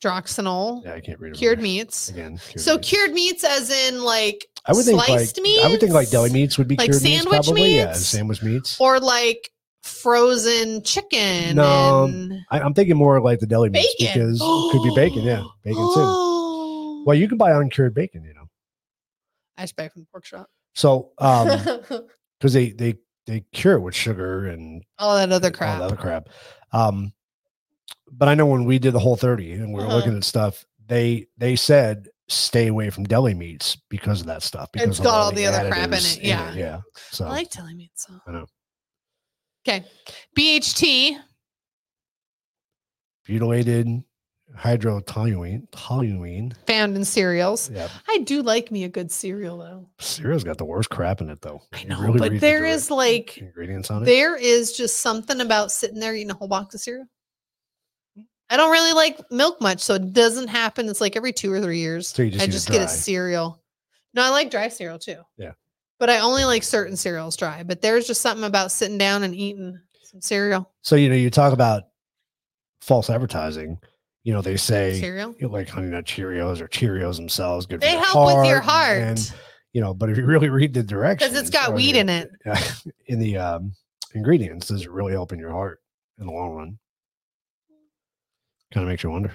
B: Droxanol,
A: Yeah, I can't read it.
B: cured meats.
A: again. Cured
B: So
A: meats.
B: cured meats, as in like
A: I would think
B: sliced
A: like
B: meats.
A: I would think like deli meats would be
B: Like
A: cured meats,
B: sandwich
A: probably. Yeah,
B: meats?
A: sandwich meats.
B: or like frozen chicken.
A: No,
B: and
A: I, I'm thinking more like the deli meats
B: Bacon. [GASPS] Oh.
A: because it could be bacon. Yeah, bacon too.
B: too.
A: Well, you can buy uncured bacon, you know.
B: I just buy it from the pork shop.
A: So,
B: [LAUGHS]
A: um, because they they they cure it with sugar and
B: All that other
A: and all
B: crap.
A: the other crap. Um, but I know when we did the whole 30 and we were
B: Uh-huh.
A: looking at stuff, they they said stay away from deli meats because of that stuff. Because
B: It's
A: of
B: got all the other crap in
A: additives
B: it, yeah.
A: Yeah. So
B: I like telling me so.
A: I know.
B: Okay. BHT,
A: butylated hydrotoluene, toluene.
B: found in cereals.
A: Yeah.
B: I do like me a good cereal though.
A: Cereal's got the worst crap in it though.
B: I
A: You
B: know,
A: really read
B: but
A: the
B: there
A: direct
B: is like
A: ingredients on it.
B: there is just something about sitting there eating a whole box of cereal. I don't really like milk much, so it doesn't happen. It's like every two or three years.
A: So you just
B: I
A: eat it
B: just get a
A: dry.
B: cereal. No, I like dry cereal too.
A: Yeah.
B: But I only like certain cereals dry. But there's just something about sitting down and eating some cereal.
A: So you know, you talk about false advertising. You know, they say
B: Cereal.
A: you know, like Honey Nut Cheerios or Cheerios themselves good. for
B: They
A: your
B: help with your
A: and-
B: heart
A: you know, but if you really read the directions,
B: because it's got
A: or
B: wheat
A: the-
B: in it.
A: in the um, ingredients, does it really help in your heart in the long run? Kind of makes you wonder.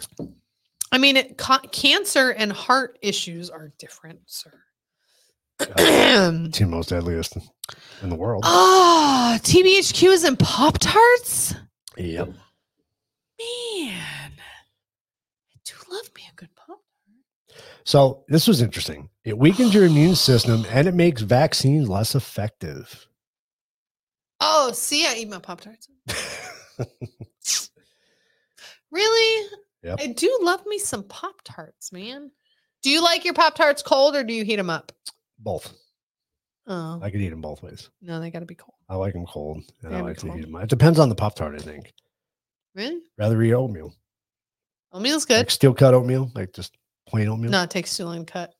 B: I mean, it, ca- cancer and heart issues are different, sir.
A: Two most deadliest in the world.
B: [CLEARS THROAT] Ah, TBHQ is in Pop Tarts?
A: Yep.
B: Man. I do love me a good Pop
A: So this was interesting. It weakens your immune system and it makes vaccines less effective.
B: Oh, see, I eat my Pop
A: [LAUGHS]
B: Tarts. Really?
A: Yep.
B: I do love me some Pop Tarts, man. Do you like your Pop Tarts cold or do you heat them up?
A: Both.
B: Oh,
A: I could eat them both ways.
B: no, they got to be cold.
A: I like them cold, and I
B: Yeah,
A: like
B: cold.
A: to eat them. It depends on the pop tart. I think
B: Really?
A: rather eat oatmeal,
B: Oatmeal's
A: like
B: good.
A: steel cut oatmeal, like just plain oatmeal
B: No, it takes too long to cut.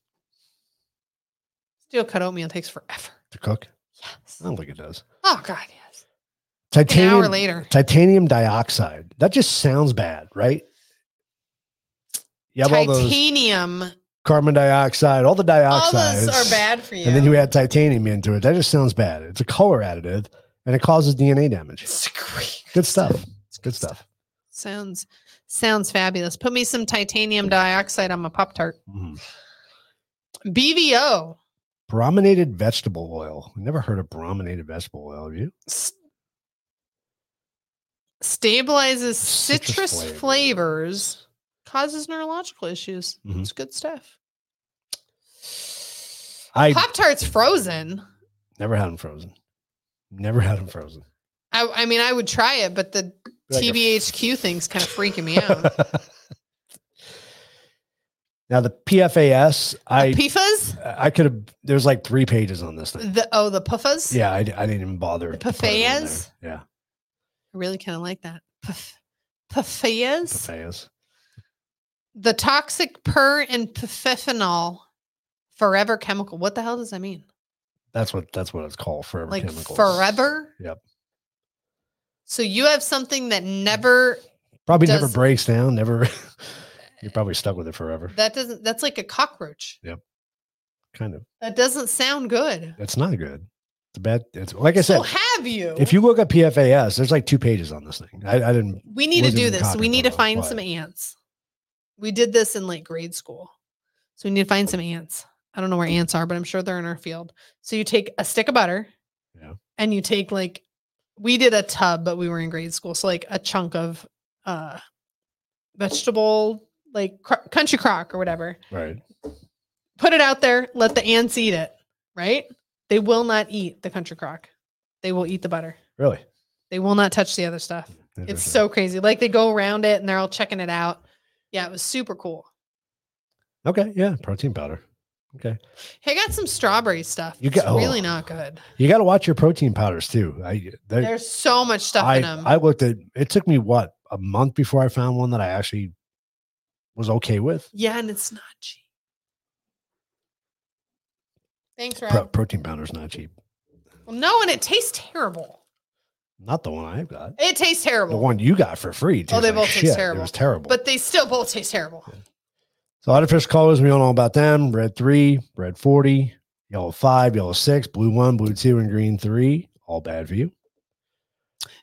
B: Steel cut oatmeal takes forever.
A: to cook.
B: Yes.
A: I don't think it does.
B: Oh, God, yes. An
A: Titanium,
B: hour later.
A: titanium dioxide. That just sounds bad, right? You have all those
B: Titanium.
A: carbon dioxide, all the
B: All
A: dioxides.
B: those are bad for you.
A: And then you add titanium into it. That just sounds bad. It's a color additive and it causes DNA damage. Good stuff. Good stuff.
B: Sounds sounds fabulous. Put me some titanium dioxide on my Pop Tart.
A: Mhm.
B: BVO.
A: Brominated vegetable oil. I Never heard of brominated vegetable oil. Have you?
B: S- stabilizes
A: Citrus
B: citrus,
A: flavor.
B: flavors, causes neurological issues.
A: Mhm.
B: It's good stuff.
A: I
B: Pop Tart's frozen.
A: never had them frozen. Never had them frozen.
B: I, I mean, I would try it, but the
A: Like a- [LAUGHS]
B: TBHQ thing's kind of freaking me out.
A: now the PFAS, I
B: PFAS?
A: I could have. There's like three pages on this thing.
B: The oh, the PFAS?
A: Yeah, I, I didn't even bother. to put it in there.
B: PFAS?
A: Yeah,
B: I really kind of like that. Pf- PFAS?
A: PFAS.
B: The toxic per and polyphenol forever chemical. What the hell does that mean?
A: That's what that's what it's called. Forever
B: like
A: chemicals.
B: forever?
A: Yep.
B: So you have something that never
A: Probably never
B: does- Eh.
A: breaks down. Never. [LAUGHS] You're probably stuck with it forever.
B: that doesn't that's like a cockroach.
A: Kind of.
B: That doesn't sound good.
A: It's not good. It's a bad. It's like I
B: so
A: said.
B: have you?
A: If you look at PFAS, there's like two pages on this thing. I, I didn't.
B: we need to
A: wasn't
B: do
A: even
B: this. We
A: copied
B: need
A: for
B: to
A: those,
B: find
A: but-
B: some ants. We did this in like grade school. So we need to find some ants. I don't know where ants are, but I'm sure they're in our field. So you take a stick of butter.
A: Yeah.
B: And you take like we did a tub, but we were in grade school. So like a chunk of uh vegetable like cr- country crock or whatever.
A: Right.
B: put it out there, let the ants eat it, right? They will not eat the country crock. They will eat the butter.
A: Really.
B: They will not touch the other stuff. It's
A: Interesting.
B: so crazy. Like they go around it and they're all checking it out. Yeah, it was super cool.
A: Okay. Yeah. Protein powder. Okay.
B: Hey, I got some strawberry stuff.
A: You
B: You
A: got-
B: got, really
A: oh.
B: not good.
A: You got to watch your protein powders too. I. They're,
B: There's so much stuff
A: I,
B: in them.
A: I looked at it took me what a month before I found one that I actually was okay with.
B: yeah, and it's not cheap. Thanks, Rob.
A: Pro- protein powder's not cheap.
B: Well, no, and it tastes terrible.
A: Not the one I got.
B: It tastes terrible.
A: The one you got for free.
B: Oh, they
A: tastes like
B: both taste
A: shit. It
B: terrible.
A: was terrible.
B: But they still both taste terrible.
A: so artificial colors, we all know about them. Red three, red forty, yellow five, yellow six, blue one, blue two, and green three. All bad for you.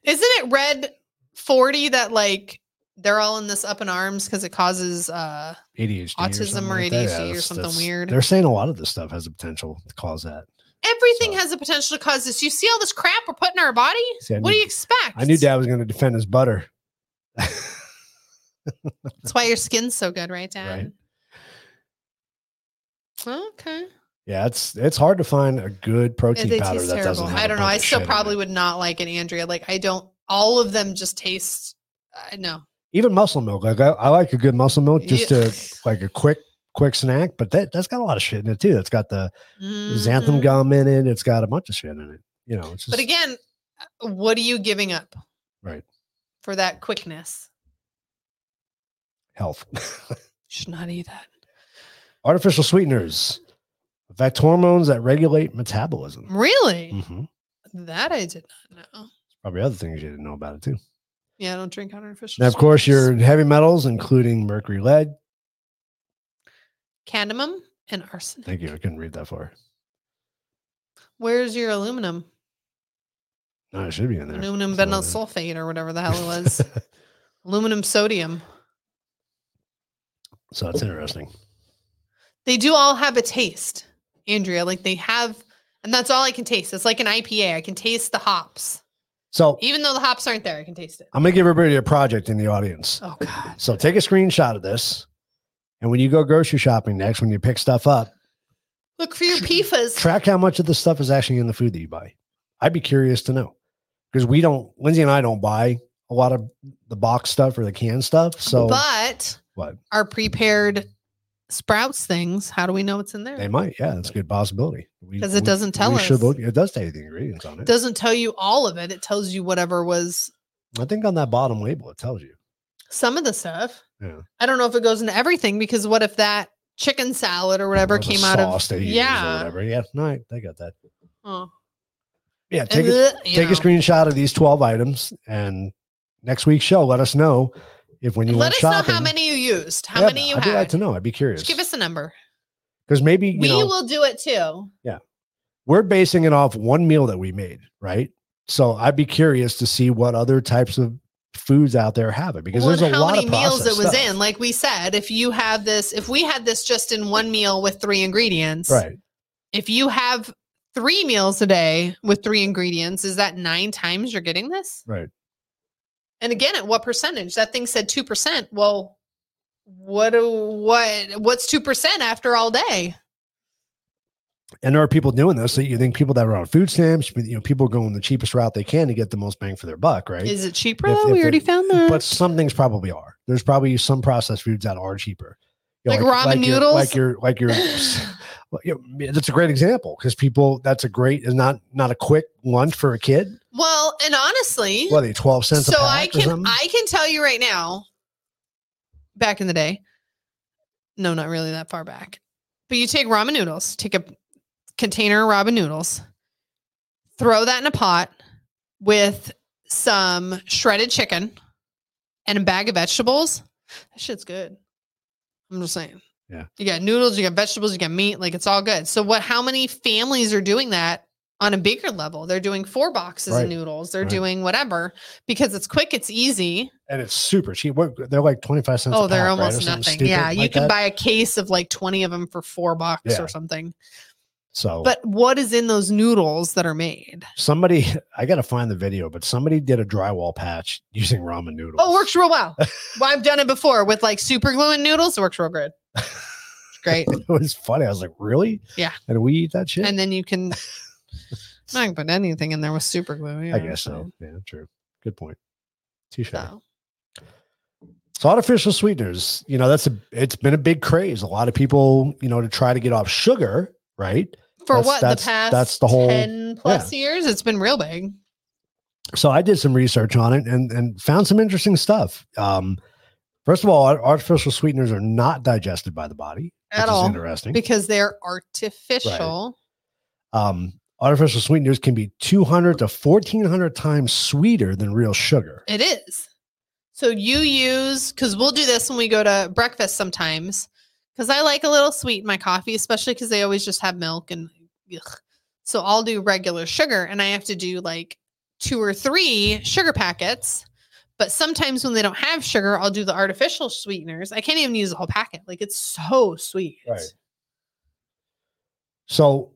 B: Isn't it red 40 that like they're all in this up in arms because it causes uh
A: ADHD, or
B: Autism
A: something
B: or
A: like that.
B: ADHD or
A: that's-
B: something
A: that's-
B: weird.
A: They're saying a lot of this stuff has the potential to cause that.
B: everything
A: So-
B: has the potential to cause this. You see all this crap we're putting in our body?
A: See, I
B: What do
A: knew-
B: you expect?
A: I knew Dad was going to defend his butter.
B: That's why your skin's so good, right,
A: Right.
B: Dad? Okay.
A: Yeah, it's it's hard to find a good protein
B: They
A: powder
B: taste
A: that
B: terrible.
A: doesn't. Have
B: I
A: a
B: don't know.
A: bunch
B: I
A: of
B: still
A: shit in
B: probably
A: it.
B: would not like it, Andrea. Like I don't all of them just taste uh, I know.
A: even muscle milk. Like I, I like a good muscle milk just
B: Yeah.
A: to like a quick quick snack, but that that's got a lot of shit in it too. That's got the xanthan
B: Mhm.
A: gum in it. It's got a bunch of shit in it. You know, it's
B: Mm-hmm.
A: just
B: But again, uh, what are you giving up?
A: Right.
B: For that quickness.
A: health. [LAUGHS]
B: Should not eat that.
A: Artificial sweeteners affect hormones that regulate metabolism.
B: Really?
A: hmm
B: That I did not know.
A: Probably other things you didn't know about it too.
B: Yeah, I don't drink artificial.
A: Now, of course,
B: sweeteners.
A: your heavy metals, including mercury, lead.
B: cadmium and arsenic.
A: Thank you. I couldn't read that far.
B: Where's your aluminum?
A: No, it should be in there.
B: Aluminum
A: It's not
B: benzyl
A: in
B: sulfate
A: there.
B: or whatever the hell it
A: [LAUGHS]
B: was. aluminum sodium.
A: so it's interesting.
B: They do all have a taste, Andrea. Like they have, and that's all I can taste. It's like an IPA. I can taste the hops,
A: So
B: even though the hops aren't there. I can taste it.
A: I'm gonna give everybody a project in the audience.
B: Oh God.
A: So take a screenshot of this. And when you go grocery shopping next, when you pick stuff up,
B: Look for your
A: Tr-
B: PFAS.
A: track how much of the stuff is actually in the food that you buy. I'd be curious to know because we don't, Lindsay and I don't buy a lot of the box stuff or the canned stuff. So
B: But
A: What?
B: our prepared sprouts things, how do we know it's in there?
A: They might. Yeah, that's a good possibility.
B: 'Cause it doesn't tell
A: we Should
B: us.
A: look, it does tell you the ingredients on it.
B: It doesn't tell you all of it. It tells you whatever was
A: I think on that bottom label, it tells you.
B: some of the stuff.
A: Yeah.
B: I don't know if it goes into everything because what if that chicken salad or whatever
A: Or the
B: came out of
A: sauce they use Or
B: yeah.
A: whatever. Yeah. No, I- they got that.
B: Oh.
A: Yeah.
B: And
A: Take a,
B: bleh, you
A: take a
B: know.
A: screenshot of these 12 items and next week's show, let us know if when you
B: Let
A: went
B: us
A: shopping.
B: know how many you used, how
A: Yeah,
B: many you
A: I'd be
B: had.
A: like to know. I'd be curious.
B: Just give us a number.
A: Because maybe, you
B: we
A: know,
B: will do it too.
A: we're basing it off one meal that we made, right? So I'd be curious to see what other types of foods out there have it because
B: Well, and
A: there's a
B: how
A: lot
B: many
A: of
B: meals
A: processed
B: it was
A: stuff.
B: in. Like we said, if you have this, if we had this just in one meal with three ingredients,
A: Right.
B: if you have three meals a day with three ingredients, is that nine times you're getting this?
A: Right.
B: And again, at what percentage? That thing said two percent. Well, what do what what's two percent after all day?
A: And there are people doing this that you think people that are on food stamps, but, you know, people going the cheapest route they can to get the most bang for their buck, right?
B: Is it cheaper
A: If-
B: though?
A: if
B: we
A: it-
B: already found that.
A: but some things probably are. There's probably some processed foods that are cheaper. You
B: Like ramen
A: your-
B: noodles?
A: like your like your well, you know, [LAUGHS] that's a great example because people that's a great is not not a quick lunch for a kid.
B: [LAUGHS] well, and honestly,
A: What are they, 12 cents a
B: so
A: pack
B: I
A: or
B: can
A: something?
B: I can tell you right now. Back in the day, no, not really that far back, but you take ramen noodles, take a container of ramen noodles, throw that in a pot with some shredded chicken and a bag of vegetables. That shit's good. I'm just saying.
A: Yeah.
B: You got noodles, you got vegetables, you got meat, like it's all good. So what how many families are doing that on a bigger level? They're doing four boxes
A: Right.
B: of noodles. They're
A: Right.
B: doing whatever because it's quick, it's easy.
A: and it's super cheap. What, they're like 25 cents.
B: oh,
A: a
B: they're
A: pack, right, or
B: almost
A: something
B: nothing.
A: stupid
B: Yeah, you
A: like
B: can
A: that.
B: buy a case of like 20 of them for 4 bucks
A: Yeah.
B: or something.
A: So, but
B: But what is in those noodles that are made?
A: somebody, [LAUGHS] I got to find the video, but somebody did a drywall patch using ramen noodles.
B: Oh, it
A: [LAUGHS]
B: works real well. well, I've done it before with like super glue and noodles. It works real good. It's
A: [LAUGHS]
B: Great.
A: It was funny. I was like, really?
B: Yeah.
A: And we eat that shit?
B: And then you can. I can put anything in there with super glue. you
A: I
B: know,
A: guess so. Yeah, true. Good point. Touche.
B: So.
A: So artificial sweeteners, you know, that's a it's been a big craze. A lot of people, you know, to try to get off sugar, right?
B: For
A: That's-
B: what
A: that's-
B: the past
A: that's the whole-
B: ten plus years, it's been real big.
A: so I did some research on it and and found some interesting stuff. Um, first of all, ar- artificial sweeteners are not digested by the body,
B: At
A: which
B: all.
A: is interesting.
B: Because they're artificial.
A: Um, artificial sweeteners can be 200 to 1400 times sweeter than real sugar.
B: It is. So you use because we'll do this when we go to breakfast sometimes. Because I like a little sweet in my coffee, especially because they always just have milk and. Ugh. So I'll do regular sugar, and I have to do like two or three sugar packets. But sometimes when they don't have sugar, I'll do the artificial sweeteners. I can't even use the whole packet. Like it's so sweet.
A: Right. So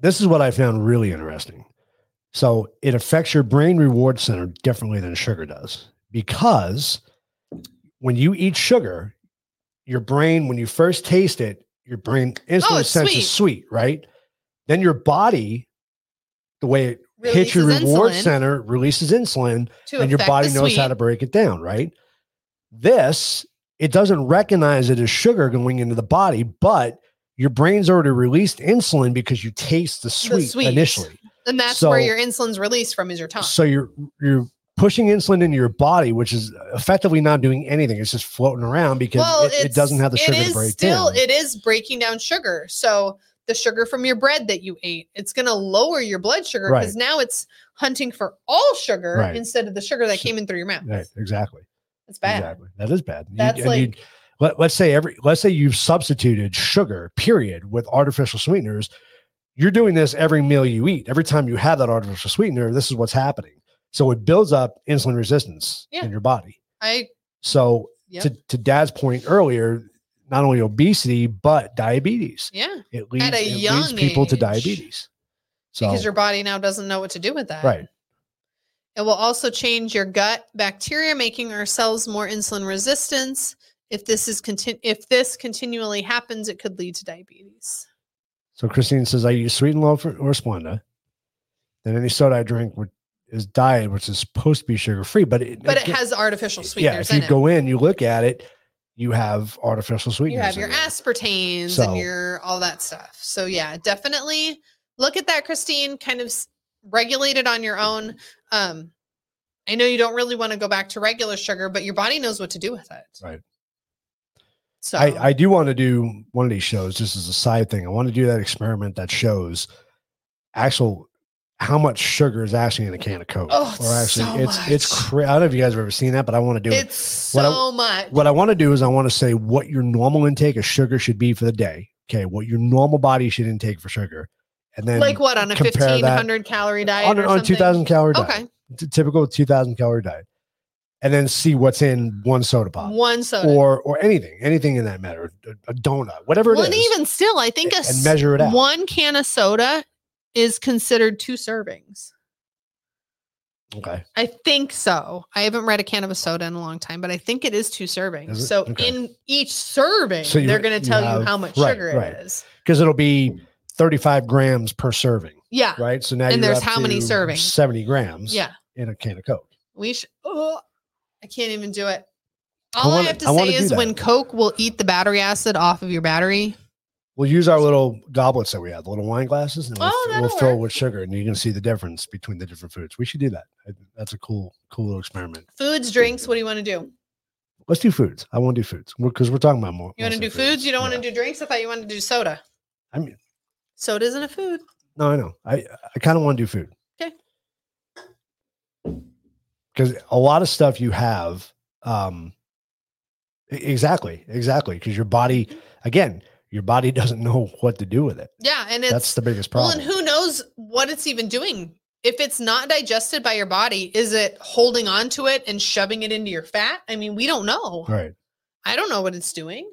A: this is what I found really interesting. So it affects your brain reward center differently than sugar does because when you eat sugar, your brain, when you first taste it, your brain instantly
B: Oh, it's
A: senses sweet, right? Then your body, the way it hits your
B: Releases
A: reward
B: insulin
A: center, releases insulin,
B: to
A: and your
B: affect the
A: body knows how
B: sweet.
A: to break it down, right? This, it doesn't recognize it as sugar going into the body, but your brain's already released insulin because you taste the sweet,
B: sweet.
A: initially.
B: And that's where
A: So-
B: your insulin's released from is your tongue.
A: So you're you're pushing insulin into your body, which is effectively not doing anything. It's just floating around because it, it
B: it's-
A: doesn't have the
B: it
A: sugar
B: is
A: to break
B: still,
A: down.
B: It is breaking down sugar. So the sugar from your bread that you ate, it's going to lower your blood sugar because
A: Right.
B: now it's hunting for all sugar
A: Right.
B: instead of the sugar that
A: So-
B: came in through your mouth.
A: right, exactly.
B: It's bad.
A: Exactly. That is bad. You-
B: That's
A: and you-
B: like-
A: let, let's say every let's say you've substituted sugar, period, with artificial sweeteners. You're doing this every meal you eat. Every time you have that artificial sweetener, this is what's happening. So it builds up insulin resistance
B: Yeah.
A: in your body.
B: I
A: So
B: yep.
A: to, to Dad's point earlier, not only obesity, but diabetes.
B: yeah,
A: It leads,
B: a
A: it leads
B: young
A: people to
B: age.
A: diabetes. So
B: because your body now doesn't know what to do with that.
A: right.
B: It will also change your gut bacteria, making our cells more insulin resistance. If this is contin- if this continually happens, it could lead to diabetes.
A: So Christine says, I use sweet and low for, or Splenda. Then any soda I drink would, is diet, which is supposed to be sugar free, but it,
B: But it
A: again-
B: has artificial
A: yeah,
B: sweeteners
A: if you
B: in it.
A: go in, you look at it, you have artificial
B: you
A: sweeteners.
B: have your
A: in there.
B: aspartames
A: So-
B: and your all that stuff. So yeah, definitely look at that, Christine. Kind of s- regulate it on your own. Um, I know you don't really want to go back to regular sugar, but your body knows what to do with it.
A: Right.
B: So
A: I, I do want to do one of these shows. This is a side thing. I want to do that experiment that shows actual how much sugar is actually in a can of Coke.
B: Oh, it's
A: or actually,
B: so
A: it's it's.
B: much.
A: Cra- I don't know if you guys have ever seen that, but I want to do it.
B: it's
A: What I-
B: so much.
A: What I want to do is I want to say what your normal intake of sugar should be for the day. Okay, what your normal body should intake for sugar, and then
B: like what on a
A: compare that
B: fifteen hundred calorie diet
A: on,
B: or
A: on
B: something?
A: two thousand calorie diet,
B: Okay,
A: t- typical two thousand calorie diet, and then see what's in one soda pop
B: one soda.
A: or or anything, anything in that matter, a, a donut, whatever
B: well,
A: it
B: and
A: is,
B: even still, I think a
A: and,
B: s-
A: measure it out.
B: one can of soda is considered two servings.
A: okay,
B: I think so. I haven't read a can of a soda in a long time, but I think it is two servings.
A: Is it?
B: So
A: Okay.
B: in each serving,
A: So you-
B: they're going
A: you
B: to tell you
A: have-
B: how much
A: right,
B: sugar
A: right.
B: it is.
A: because it'll be thirty five grams per serving,
B: Yeah.
A: right? So now
B: And
A: you're
B: there's
A: up
B: how many
A: to
B: servings?
A: Seventy grams,
B: Yeah.
A: in a can of Coke.
B: We should. Oh, I can't even do it.
A: I
B: All I,
A: wanna-
B: have to
A: I wanna
B: say
A: do
B: is
A: that.
B: when Coke will eat the battery acid off of your battery.
A: We'll use our little goblets that we have, the little wine glasses, and we'll,
B: Oh,
A: we'll
B: that'll
A: fill
B: work.
A: with sugar, and you can see the difference between the different foods. We should do that. I- That's a cool, cool little experiment.
B: Foods, drinks. What do you want to do?
A: Let's do foods. I want to do foods because we're, talking about more.
B: You want to do foods? You don't want to do drinks? I thought you wanted to do soda.
A: I mean,
B: Soda isn't a food.
A: no, I know. I I kind of want to do food.
B: Okay.
A: Because a lot of stuff you have, um, e- exactly, exactly. Because your body, again, your body [LAUGHS] doesn't know what to do with it.
B: Yeah. And it's
A: That's the biggest
B: Well,
A: problem.
B: and who knows what it's even doing? If it's not digested by your body, is it holding on to it and shoving it into your fat? I mean, we don't know.
A: right.
B: I don't know what it's doing.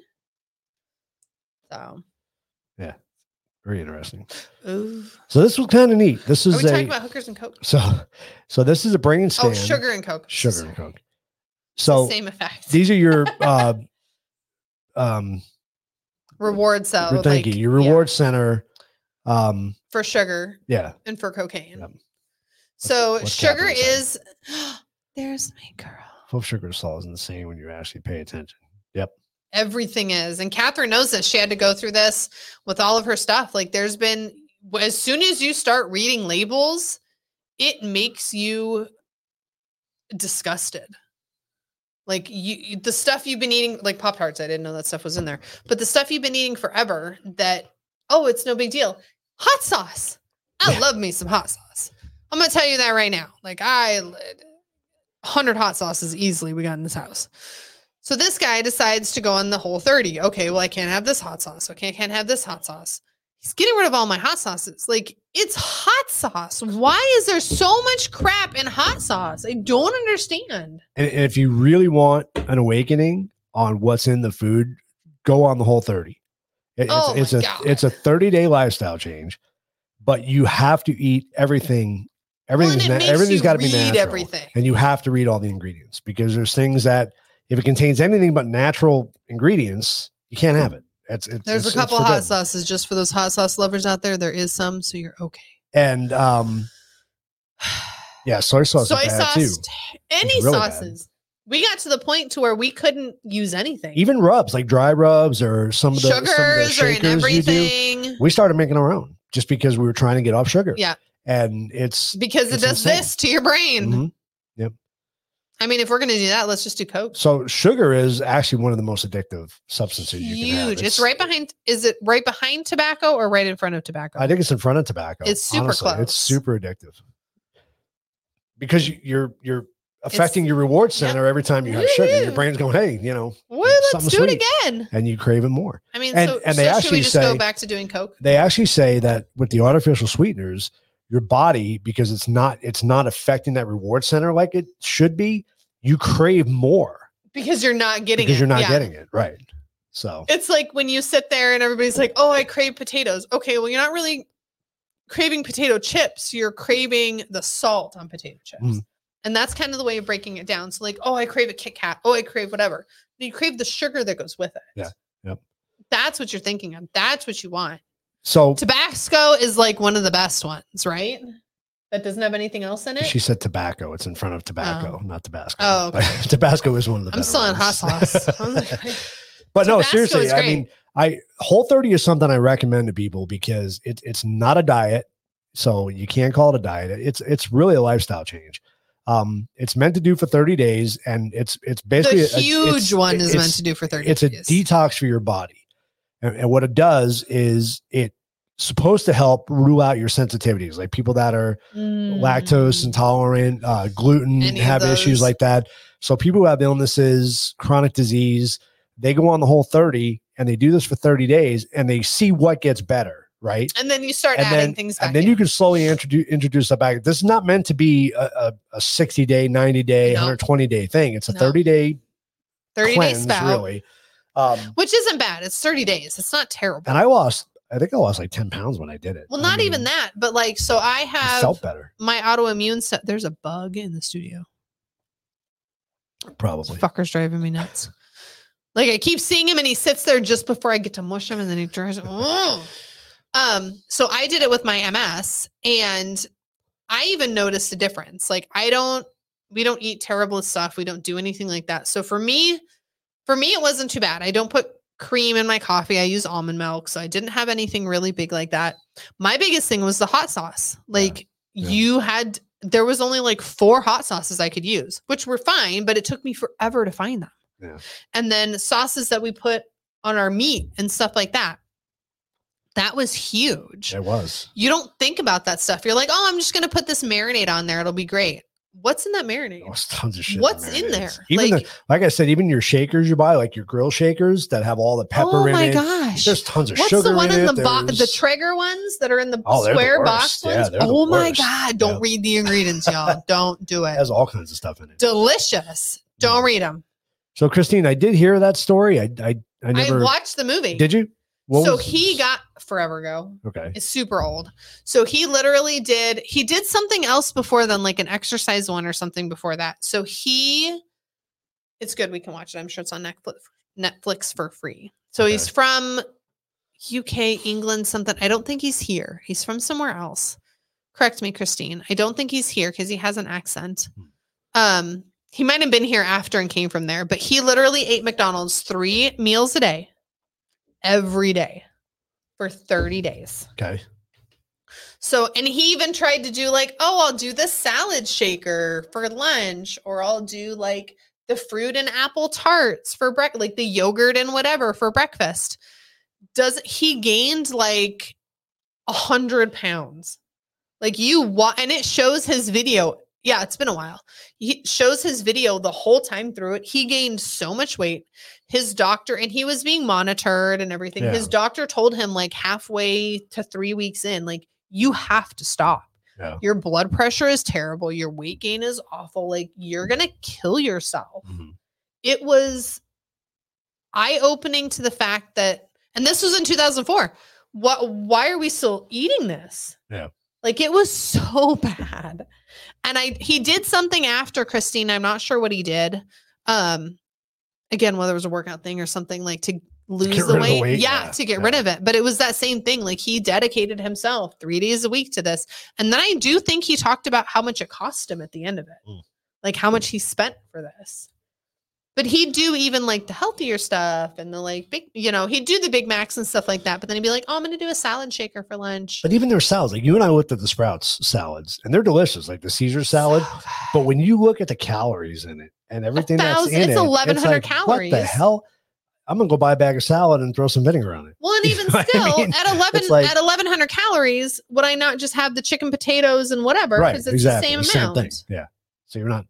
B: So,
A: Very interesting.
B: ooh.
A: So this was kind of neat. This
B: are
A: is
B: we
A: a
B: talking about hookers and coke?
A: So, so this is a brain
B: Oh,
A: stand.
B: sugar and coke.
A: sugar,
B: It's
A: and coke.
B: the
A: So
B: same effect.
A: these
B: [LAUGHS]
A: are your uh, um,
B: reward cell.
A: your- thank
B: like,
A: you. Your
B: yeah,
A: reward center. Um,
B: for sugar
A: yeah,
B: and for cocaine.
A: Yep.
B: So
A: what's
B: sugar
A: caffeine
B: is. [GASPS] There's my girl.
A: full sugar salt isn't the same when you actually pay attention.
B: everything is. And Catherine knows that she had to go through this with all of her stuff. Like there's been as soon as you start reading labels, it makes you disgusted. Like you you- the stuff you've been eating, like Pop Tarts, I didn't know that stuff was in there. But the stuff you've been eating forever that, oh, it's no big deal. Hot sauce. I
A: Yeah.
B: love me some hot sauce. I'm gonna tell you that right now. Like I 100 hot sauces easily we got in this house. So this guy decides to go on the whole 30. Okay, well, I can't have this hot sauce. Okay, I can't have this hot sauce. He's getting rid of all my hot sauces. Like, it's hot sauce. Why is there so much crap in hot sauce? I don't understand.
A: And, and if you really want an awakening on what's in the food, go on the whole thirty. It- it's,
B: Oh my
A: it's a
B: God.
A: it's a thirty day lifestyle change, but you have to eat everything.
B: and
A: Everything's
B: it
A: na-
B: makes
A: everything's
B: you
A: got to be
B: read
A: natural.
B: everything.
A: and you have to read all the ingredients because there's things that if it contains anything but natural ingredients, you can't have it. It's, it's
B: There's
A: it's-
B: a couple
A: it's
B: hot
A: forbidden.
B: sauces just for those hot sauce lovers out there. There is some, so you're okay. [SIGHS]
A: and um, yeah, soy sauce.
B: Soy
A: Soy is bad
B: sauce,
A: too.
B: t- any
A: It's really bad.
B: sauces. We got to the point to where we couldn't use anything.
A: Even rubs like dry rubs or some of the some of the
B: sugars are in
A: shakers you do,
B: everything.
A: We started making our own just because we were trying to get off sugar.
B: Yeah.
A: and it's
B: because it
A: It's
B: does
A: insane.
B: this to your brain.
A: mhm.
B: I mean, if we're gonna do that, let's just do coke.
A: so sugar is actually one of the most addictive substances you can have.
B: Huge. It's, right behind. Is it right behind tobacco or right in front of tobacco?
A: I think it's in front of tobacco.
B: It's super close.
A: It's super addictive because you, you're you're affecting your reward center every time you have sugar. Your
B: Woohoo.
A: brain's going, hey, you know,
B: Woo, let's
A: something
B: do
A: sweet.
B: it again.
A: and you crave it more.
B: I mean,
A: And-
B: so,
A: and they
B: so should we
A: actually
B: just
A: say-
B: go back to doing coke?
A: They actually say that with the artificial sweeteners, your body because it's not it's not affecting that reward center like it should be. You crave more
B: Because you're not getting
A: because
B: it.
A: you're not
B: Yeah.
A: getting it right. So
B: It's like when you sit there and everybody's like, "Oh, I crave potatoes." Okay, well, you're not really craving potato chips. You're craving the salt on potato chips,
A: Mm.
B: and that's kind of the way of breaking it down. So, like, oh, I crave a Kit Kat. Oh, I crave whatever. You crave the sugar that goes with it.
A: Yeah, yep.
B: That's what you're thinking of. That's what you want.
A: so
B: Tabasco is like one of the best ones, right? that doesn't have anything else in it.
A: She said tobacco. It's in front of tobacco, not Tabasco.
B: Oh, okay.
A: But [LAUGHS] Tabasco is one of the.
B: I'm
A: better
B: still on hot
A: ones.
B: sauce.
A: [LAUGHS]
B: I'm like,
A: but no,
B: Tabasco
A: seriously.
B: is
A: I
B: great.
A: mean, I Whole 30 is something I recommend to people because it, it's not a diet, so you can't call it a diet. It's it's really a lifestyle change. Um, it's meant to do for 30 days, and it's it's basically
B: the
A: a- it's-
B: huge one is
A: it's-
B: meant to do for 30
A: it's a
B: days.
A: detox for your body and, and what it does is it supposed to help rule out your sensitivities like people that are lactose
B: Mm.
A: intolerant uh, gluten
B: Any of
A: have issues
B: those.
A: like that so people who have illnesses chronic disease they go on the whole 30 and they do this for 30 days and they see what gets better right
B: and then you start
A: and
B: adding
A: then-
B: things back
A: and then
B: in.
A: you can slowly introduce introduce that back. This is not meant to be a, a, a 60 day, 90 day,
B: No.
A: 120 day thing. It's a
B: No.
A: 30 day
B: 30
A: cleanse,
B: days spout,
A: really. Um,
B: which isn't bad. It's 30 days. It's not terrible.
A: and I lost. I think I lost like ten pounds when I did it.
B: well,
A: I
B: not
A: mean,
B: even that, but like, so I
A: I
B: have
A: felt better,
B: my autoimmune set. There's a bug in the studio. This
A: probably.
B: fucker's driving me nuts. Like I keep seeing him and he sits there just before I get to mush him and then he drives. Ugh. um, so I did it with my MS and I even noticed a difference. Like I don't we don't eat terrible stuff. We don't do anything like that. So for me, for me it wasn't too bad. I don't put cream in my coffee. I use almond milk. So I didn't have anything really big like that. My biggest thing was the hot sauce. Like
A: yeah.
B: you had there was only like four hot sauces I could use, which were fine, but it took me forever to find them.
A: Yeah.
B: And then sauces that we put on our meat and stuff like that. That was huge.
A: It was.
B: You don't think about that stuff. You're like, oh, I'm just going to put this marinade on there. It'll be great. What's in that marinade?
A: It was tons of Oh, shit. in
B: What's
A: there,
B: in
A: dude.
B: there?
A: Even
B: like,
A: the, like I said, even your shakers you buy, like your grill shakers that have all the pepper
B: oh
A: in
B: my
A: it.
B: gosh.
A: There's tons of
B: What's
A: sugar
B: the one in,
A: it.
B: the box? The
A: There's-
B: Traeger ones that are in the
A: Oh, they're the
B: square box
A: worst. Yeah,
B: ones?
A: they're the
B: oh my
A: worst.
B: God. Don't
A: Yeah.
B: read the ingredients,
A: [LAUGHS]
B: y'all. don't do
A: it
B: it.
A: has all kinds of stuff in it.
B: Delicious.
A: Mm.
B: Don't read them.
A: So Christine, I did hear that story. I I, I never
B: I watched the movie.
A: did you. What
B: so
A: was-
B: he got forever ago.
A: okay.
B: It's super old. So he literally did he did something else before then, like an exercise one or something before that. So he it's good we can watch it. I'm sure it's on Netflix Netflix for free. So he's
A: Okay.
B: from UK, England, something. I don't think he's here. He's from somewhere else. Correct me, Christine. I don't think he's here because he has an accent.
A: Hmm.
B: Um, he might have been here after and came from there, but he literally ate McDonald's three meals a day, every day, for 30 days.
A: Okay.
B: So, and he even tried to do like, oh, I'll do the salad shaker for lunch, or I'll do like the fruit and apple tarts for breakfast, like the yogurt and whatever for breakfast. Does he gained like a hundred pounds? Like you, wa- and it shows his video. Yeah, it's been a while. He shows his video the whole time through it. He gained so much weight. His doctor, and he was being monitored and everything.
A: Yeah.
B: His doctor told him like halfway to three weeks in, like you have to stop.
A: Yeah.
B: Your blood pressure is terrible. Your weight gain is awful. Like you're gonna kill yourself.
A: Mhm.
B: It was eye opening to the fact that, and this was in 2004. What? Why are we still eating this?
A: Yeah.
B: Like it was so [LAUGHS] bad. And I he did something after Christine. I'm not sure what he did. Um, again, whether it was a workout thing or something like to lose
A: rid
B: the
A: of the
B: weight.
A: weight,
B: Yeah,
A: yeah,
B: to get
A: yeah.
B: rid of it. But it was that same thing. Like he dedicated himself three days a week to this. And then I do think he talked about how much it cost him at the end of it.
A: Mm.
B: Like how much he spent for this. But he'd do even like the healthier stuff and the like big, you know, he'd do the Big Macs and stuff like that. But then he'd be like, oh, I'm going to do a salad shaker for lunch.
A: But even their salads, like you and I looked at the Sprouts salads, and they're delicious, like the Caesar salad.
B: So good.
A: But when you look at the calories in it and everything
B: thousand-
A: that's in
B: it's
A: it,
B: 1100
A: What the
B: calories.
A: hell? I'm gonna go buy a bag of salad and throw some vinegar on it.
B: Well, and
A: [LAUGHS]
B: even
A: know what I
B: still,
A: mean?
B: at eleven
A: It's like-
B: at eleven hundred calories, would I not just have the chicken, potatoes, and whatever?
A: right?
B: it's
A: exactly.
B: the same amount.
A: thing. Yeah. So you're not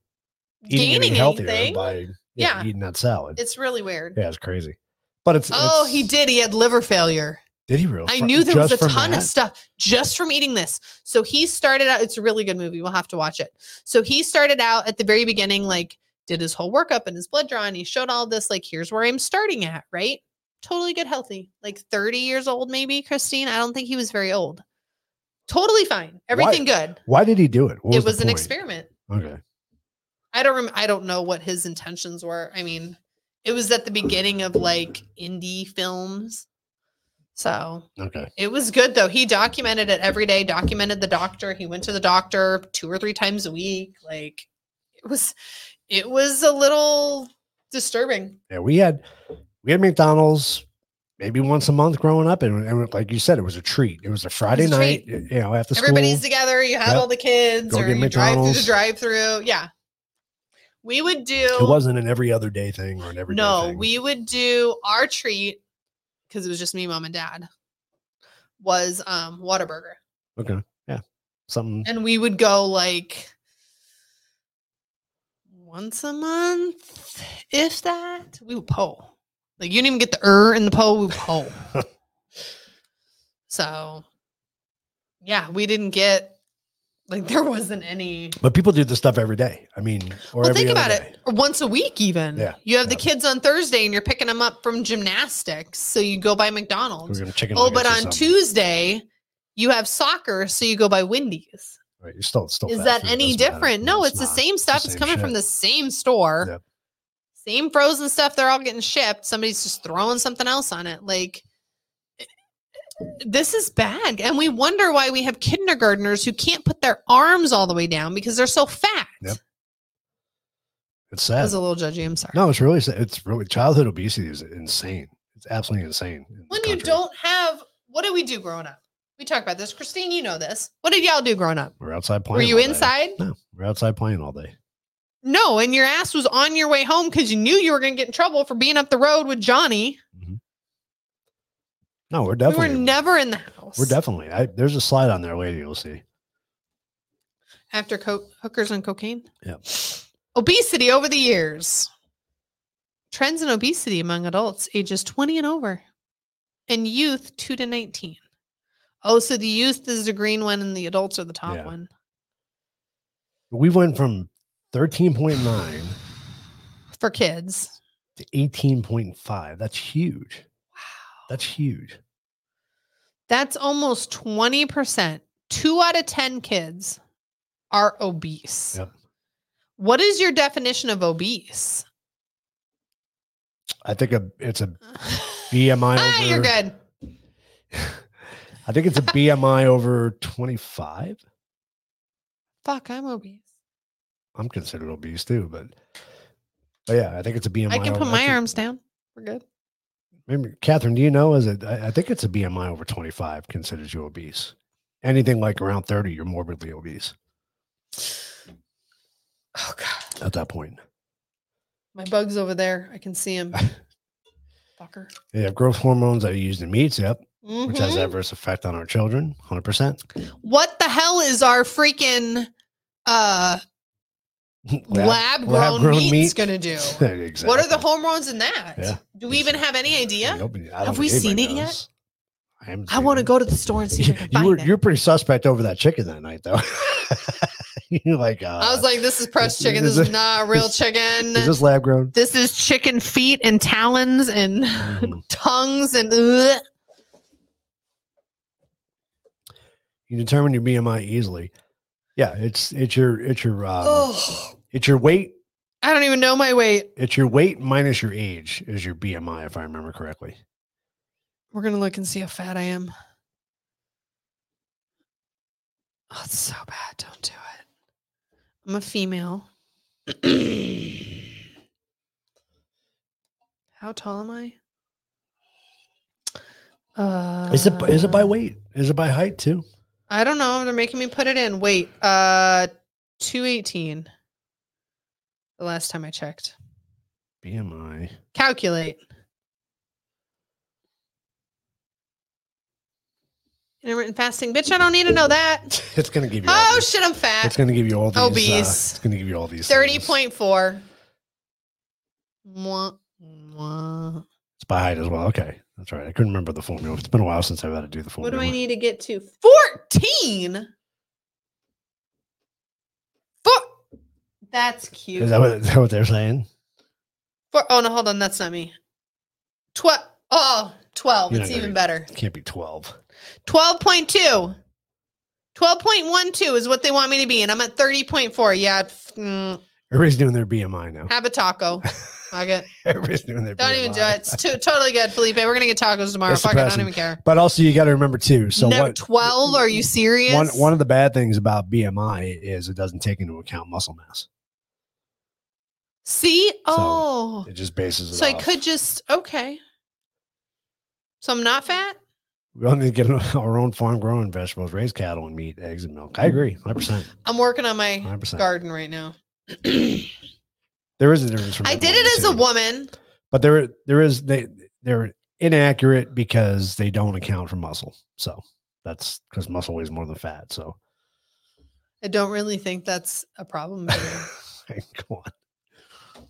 A: eating
B: Gaining
A: anything healthier
B: anything,
A: by yeah,
B: Yeah.
A: eating that salad.
B: it's really weird.
A: yeah, it's crazy. But it's
B: Oh,
A: it's-
B: he did. He had liver failure.
A: Did he really?
B: I
A: Fr-
B: knew there was a
A: just from
B: ton
A: that?
B: of stuff just from eating this. So he started out, it's a really good movie. We'll have to watch it. So he started out at the very beginning, like, did his whole workup and his blood draw, and he showed all this, like, here's where I'm starting at, right? Totally good, healthy, like 30 years old, maybe, Christine. I don't think he was very old. Totally fine. Everything good.
A: Why did he do it? What
B: it
A: the
B: was an
A: point?
B: experiment.
A: Okay.
B: I don't rem- I don't know what his intentions were. I mean, it was at the beginning of like indie films. So
A: Okay.
B: it was good though. He documented it every day, documented the doctor. He went to the doctor two or three times a week. Like it was it was a little disturbing.
A: Yeah, we had we had McDonald's maybe once a month growing up, and, and like you said, it was a treat. It was a Friday
B: was a
A: night, you know, after school.
B: Everybody's together, you have
A: Yep.
B: all the kids,
A: Go
B: or
A: get
B: you drive through the
A: McDonald's.
B: drive through. Yeah. We would do
A: it wasn't an every other day thing or an every
B: No, we would do our treat because it was just me, mom, and dad. Was um Whataburger,
A: okay, yeah, something.
B: and we would go like once a month, if that. We would poll. Like you didn't even get the er in the poll. We would poll. so, yeah, we didn't get like [LAUGHS] there wasn't any
A: [LAUGHS] But people do this stuff every day. I mean, or
B: well,
A: every
B: think
A: other
B: about
A: day.
B: it. Or once a week, even.
A: Yeah,
B: You have the
A: yeah.
B: kids on Thursday and you're picking them up from gymnastics. So you go by McDonald's.
A: We're gonna chicken.
B: Oh,
A: nuggets
B: but
A: or
B: on
A: something.
B: Tuesday, you have soccer. So you go by Wendy's.
A: Right, you're still, still
B: Is
A: fast
B: that
A: food,
B: any
A: doesn't matter.
B: different? No, it's,
A: not.
B: the same stuff. It's,
A: same
B: coming from
A: shit.
B: the same store.
A: Yep.
B: Same frozen stuff. They're all getting shipped. Somebody's just throwing something else on it. Like, this is bad. And we wonder why we have kindergartners who can't put their arms all the way down because they're so fat.
A: Yep. It's
B: That
A: sad.
B: was a little judgy. I'm sorry.
A: no, it's really sad. It's really childhood obesity is insane. It's absolutely insane. in this
B: when you
A: country.
B: don't have what did we do growing up we talk about this christine you know this what did y'all do growing up
A: we're outside playing.
B: were you
A: all day.
B: inside
A: No, we're outside playing all day.
B: no and your ass was on your way home because you knew you were going to get in trouble for being up the road with johnny
A: No, we're definitely
B: we were never in the house
A: We're definitely. I, there's a slide on there later. You'll see.
B: after co- hookers and cocaine
A: Yep.
B: obesity over the years trends in obesity among adults ages 20 and over and youth 2 to 19 oh so the youth is the green one and the adults are the top
A: Yeah.
B: one
A: We went from 13.9
B: for kids
A: to 18.5. That's huge.
B: wow
A: That's huge.
B: That's almost 20%. Two out of 10 kids are obese.
A: Yep.
B: What is your definition of obese?
A: I think a, it's a BMI.
B: [LAUGHS] ah,
A: over,
B: you're good.
A: I think it's a BMI over 25.
B: Fuck, I'm obese.
A: I'm considered obese too, but but yeah, I think it's a BMI.
B: I can put
A: over-
B: my
A: think-
B: arms down. We're good.
A: Maybe, Catherine, do you know? Is it? I, I think it's a BMI over 25 considers you obese. Anything like around 30, you're morbidly obese
B: Oh, God.
A: at that point.
B: My bug's over there. I can see
A: [LAUGHS]
B: him. Fucker.
A: They have growth hormones that are used in meats. Yep. which has
B: Mhm.
A: adverse effect on our children [LAUGHS] 100%
B: What the hell is our freaking uh,
A: [LAUGHS]
B: lab grown
A: lab-grown
B: meats
A: meat?
B: going to
A: [LAUGHS]
B: do?
A: exactly.
B: What are the hormones in that?
A: Yeah,
B: Do we even have any idea? Have we seen it yet?
A: I, haven't
B: I
A: seen
B: want to
A: [LAUGHS] it.
B: go to the store and see if I
A: You,
B: can
A: you
B: find
A: were
B: it.
A: you're pretty suspect over that chicken that night though. [LAUGHS] you're like, uh,
B: I was like, this is pressed
A: is-
B: chicken.
A: is
B: This is
A: it-
B: not
A: [LAUGHS]
B: real
A: is-
B: chicken.
A: is this lab grown?
B: This is chicken feet and talons and
A: Mhm.
B: [LAUGHS] tongues and ugh.
A: You determine your BMI easily. Yeah, it's it's your it's your um,
B: oh,
A: it's your weight
B: I don't even know my weight.
A: it's your weight minus your age is your BMI if I remember correctly.
B: We're gonna look and see how fat I am. Oh, it's so bad. Don't do it. I'm a female. [CLEARS THROAT] how tall am I? Uh,
A: Is it is it by weight? Is it by height too?
B: I don't know. They're making me put it in. Wait, uh, two eighteen. The last time I checked.
A: BMI.
B: Calculate. Intermittent fasting, bitch. I don't need to know
A: [LAUGHS]
B: that.
A: It's gonna give you. all
B: Oh
A: these-
B: shit, I'm
A: It's
B: fat.
A: going to give you all these. uh,
B: Obese.
A: it's going to give you all these.
B: Thirty
A: things.
B: point four. Mwah, mwah.
A: It's by height as well. Okay, that's right. I couldn't remember the formula. It's been a while since I've had to do the
B: What
A: formula.
B: do I need to get to? Fourteen. Four. That's cute.
A: Is that what, is that what they're saying?
B: Four, oh no, hold on, that's not me. Twelve. Oh, 12.
A: You're
B: it's
A: not gonna
B: even
A: read-
B: better.
A: It can't be twelve.
B: 12.2. 12.12 is what they want me to be, and I'm at 30.4. Yeah, f- mm,
A: Everybody's doing their BMI now. [LAUGHS]
B: have a taco. Fuck it.
A: Everybody's doing their
B: Don't
A: beer
B: even do
A: mile.
B: it. It's too, totally good, Felipe. We're gonna get tacos tomorrow.
A: It's
B: Fuck it. I don't
A: depressing.
B: even care.
A: But also, you got to remember too. So
B: Number
A: what?
B: twelve? Are you serious?
A: One one of the bad things about BMI is it doesn't take into account muscle mass.
B: See? Oh,
A: It just bases it.
B: so I
A: off.
B: could just okay. So I'm not fat.
A: We only need to get [LAUGHS] our own farm growing vegetables, raise cattle and meat, eggs and
B: Mm-hmm.
A: milk. I agree, hundred percent,
B: I'm working on my
A: hundred percent.
B: garden right now. I
A: There is a difference. From
B: did it as a
A: one,
B: woman.
A: but there there is they they're inaccurate because they don't account for muscle. So that's because muscle weighs more than fat. So [LAUGHS]
B: I don't really think that's a problem.
A: come
B: anymore.
A: on.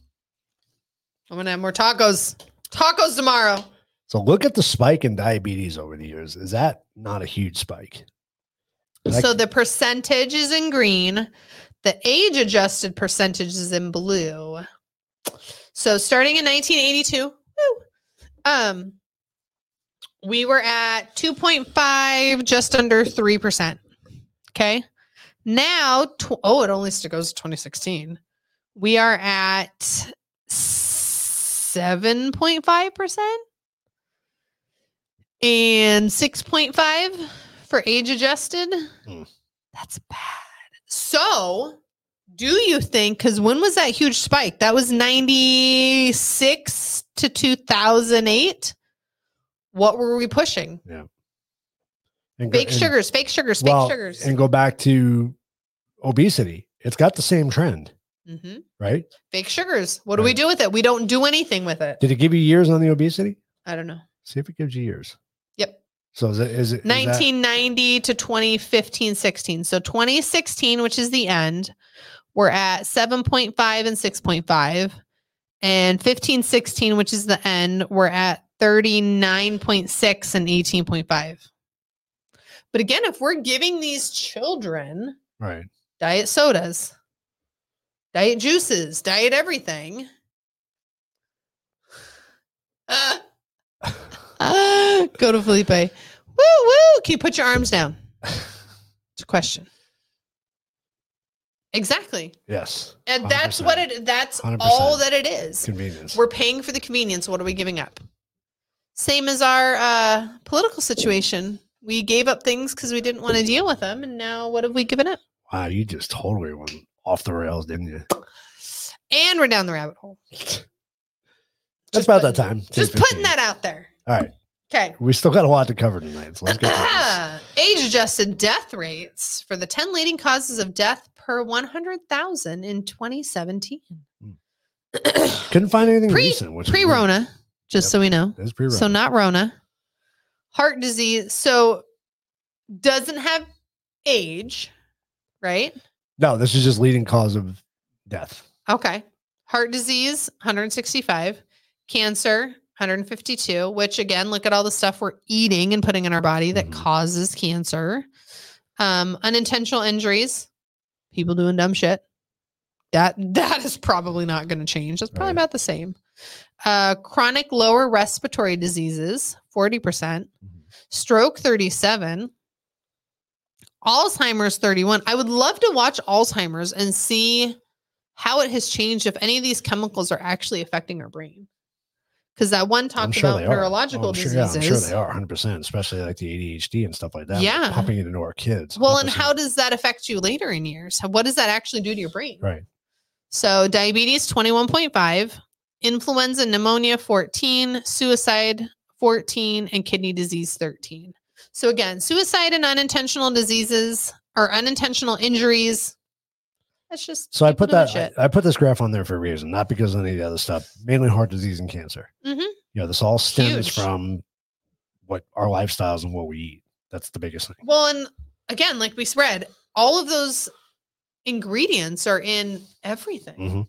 B: I'm gonna have more tacos. Tacos tomorrow.
A: So look at the spike in diabetes over the years. Is that not a huge spike? Like-
B: So the percentage is in green. The age adjusted percentage is in blue. So starting in 1982, woo, um, we were at 2.5, just under 3%. Okay. Now, tw- oh, it only st- goes to 2016. We are at 7.5% and 6.5 for age adjusted.
A: Mm.
B: That's bad. So, do you think cuz when was that huge spike? That was 96 to 2008. What were we pushing?
A: And go-
B: Fake
A: and-
B: sugars, fake sugars,
A: well,
B: fake sugars.
A: And go back to obesity. It's got the same trend,
B: hmm
A: right?
B: Fake sugars. What do we
A: Right.
B: do with it? We don't do anything with it.
A: Did it give you years on the obesity?
B: I don't know.
A: See if it gives you years.
B: Yep.
A: So is it is it is that-
B: 1990 to 2015 16 so 2016 which is the end we're at 7.5 and 6.5 and 15 16 which is the end we're at 39.6 and 18.5 but again if we're giving these children
A: right? [LAUGHS]
B: diet sodas diet juices diet everything Ah. Ah, go to Felipe. Woo woo. Can you put your arms down? It's a question. Exactly.
A: Yes.
B: And that's what
A: 100%.
B: it that's
A: 100%.
B: all that it is.
A: Convenience.
B: We're paying for the convenience. What are we giving up? Same as our uh, political situation. We gave up things because we didn't want to deal with them, and now what have we given up?
A: wow, you just totally went off the rails, didn't you?
B: And we're down the rabbit hole.
A: That's
B: Just
A: about
B: putting-
A: that time.
B: Just
A: 10:15.
B: putting that out there.
A: All right.
B: Okay.
A: We still got a lot to cover tonight. So let's get through
B: [CLEARS THROAT]
A: this.
B: Age adjusted death rates for the 10 leading causes of death per 100,000 in 2017. [CLEARS THROAT]
A: Couldn't find anything
B: Pre-
A: recent. Which is
B: Pre
A: weird.
B: Rona, just
A: Yep.
B: so we know.
A: It's pre-Rona.
B: So, not Rona. Heart disease. So, doesn't have age, right?
A: no, this is just leading cause of death.
B: Okay. Heart disease, 165. Cancer, 152, which again, look at all the stuff we're eating and putting in our body that
A: Mhm.
B: causes cancer. Um, unintentional injuries, people doing dumb shit. That [LAUGHS] that is probably not going to change. That's probably
A: Right.
B: about the same. Uh, chronic lower respiratory diseases, 40%. percent
A: Mhm.
B: Stroke, 37. Alzheimer's, 31. I would love to watch Alzheimer's and see how it has changed if any of these chemicals are actually affecting our brain. Because that one
A: I'm
B: talked
A: sure
B: about
A: they are.
B: neurological
A: Oh, I'm sure-
B: diseases.
A: yeah, I'm sure they are 100, percent especially like the ADHD and stuff like that. like
B: Yeah.
A: pumping it into our kids.
B: Well, and
A: 100%.
B: how does that affect you later in years? How- What does that actually do to your brain?
A: Right.
B: So, diabetes 21.5, influenza pneumonia 14, suicide 14, and kidney disease 13. So, again, suicide and unintentional diseases or unintentional injuries. That's just
A: So I
B: people
A: put
B: doing
A: that I, I put this graph on there for a reason, not because of any of the other stuff, mainly heart disease and cancer.
B: Mhm.
A: You know, this all stems
B: Huge.
A: from what our lifestyles and what we eat. That's the biggest thing.
B: Well, and again, like we spread, all of those ingredients are in everything.
A: Mhm.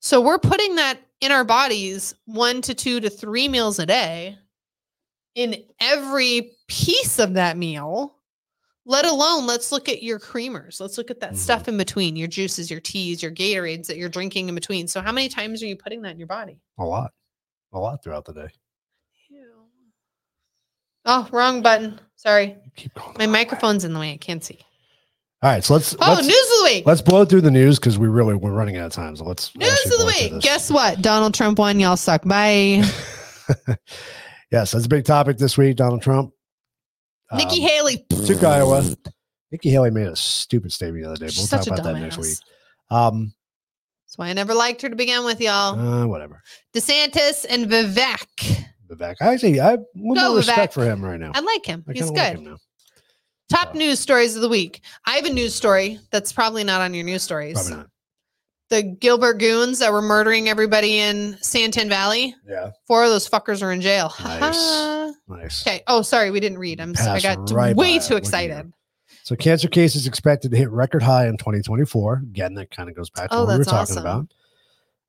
B: So we're putting that in our bodies one to two to three meals a day in every piece of that meal. Let alone, let's look at your creamers. Let's look at that
A: Mhm.
B: stuff in between your juices, your teas, your Gatorades that you're drinking in between. So, how many times are you putting that in your body?
A: A lot, a lot throughout the day.
B: Oh, wrong button. Sorry.
A: You keep going. the
B: My
A: wrong way.
B: microphone's in the way. I can't see.
A: All right, so let's
B: Oh,
A: let's,
B: news of the week.
A: let's blow through the news because we really we're running out of time. So let's
B: News
A: actually
B: of the
A: blow through
B: week.
A: this.
B: Guess what? Donald Trump won. Y'all suck. Bye.
A: [LAUGHS] yes, that's a big topic this week. Donald Trump.
B: Nikki
A: um,
B: Haley.
A: took Iowa. Nikki Haley made a stupid statement the other day. But we'll
B: She's
A: talk
B: such a
A: about that
B: dumbass.
A: next week. Um,
B: That's why I never liked her to begin with, y'all.
A: uh, whatever.
B: DeSantis and Vivek.
A: Vivek. I actually I have a little
B: Go,
A: more respect
B: Vivek.
A: for him right now.
B: I like him.
A: I
B: He's
A: kinda
B: good.
A: like him now.
B: Top
A: So-
B: news stories of the week. I have a news story that's probably not on your news stories.
A: Probably not.
B: The Gilbert goons that were murdering everybody in Santan Valley.
A: Yeah.
B: Four of those fuckers are in jail.
A: Nice. Nice.
B: okay. Oh, sorry, we didn't read. I'm. so- I
A: Passed
B: got
A: right by
B: way
A: it.
B: too
A: Look at you.
B: excited.
A: So cancer cases expected to hit record high in 2024. Again, that kind of goes back to
B: Oh,
A: what we were
B: that's
A: talking
B: awesome.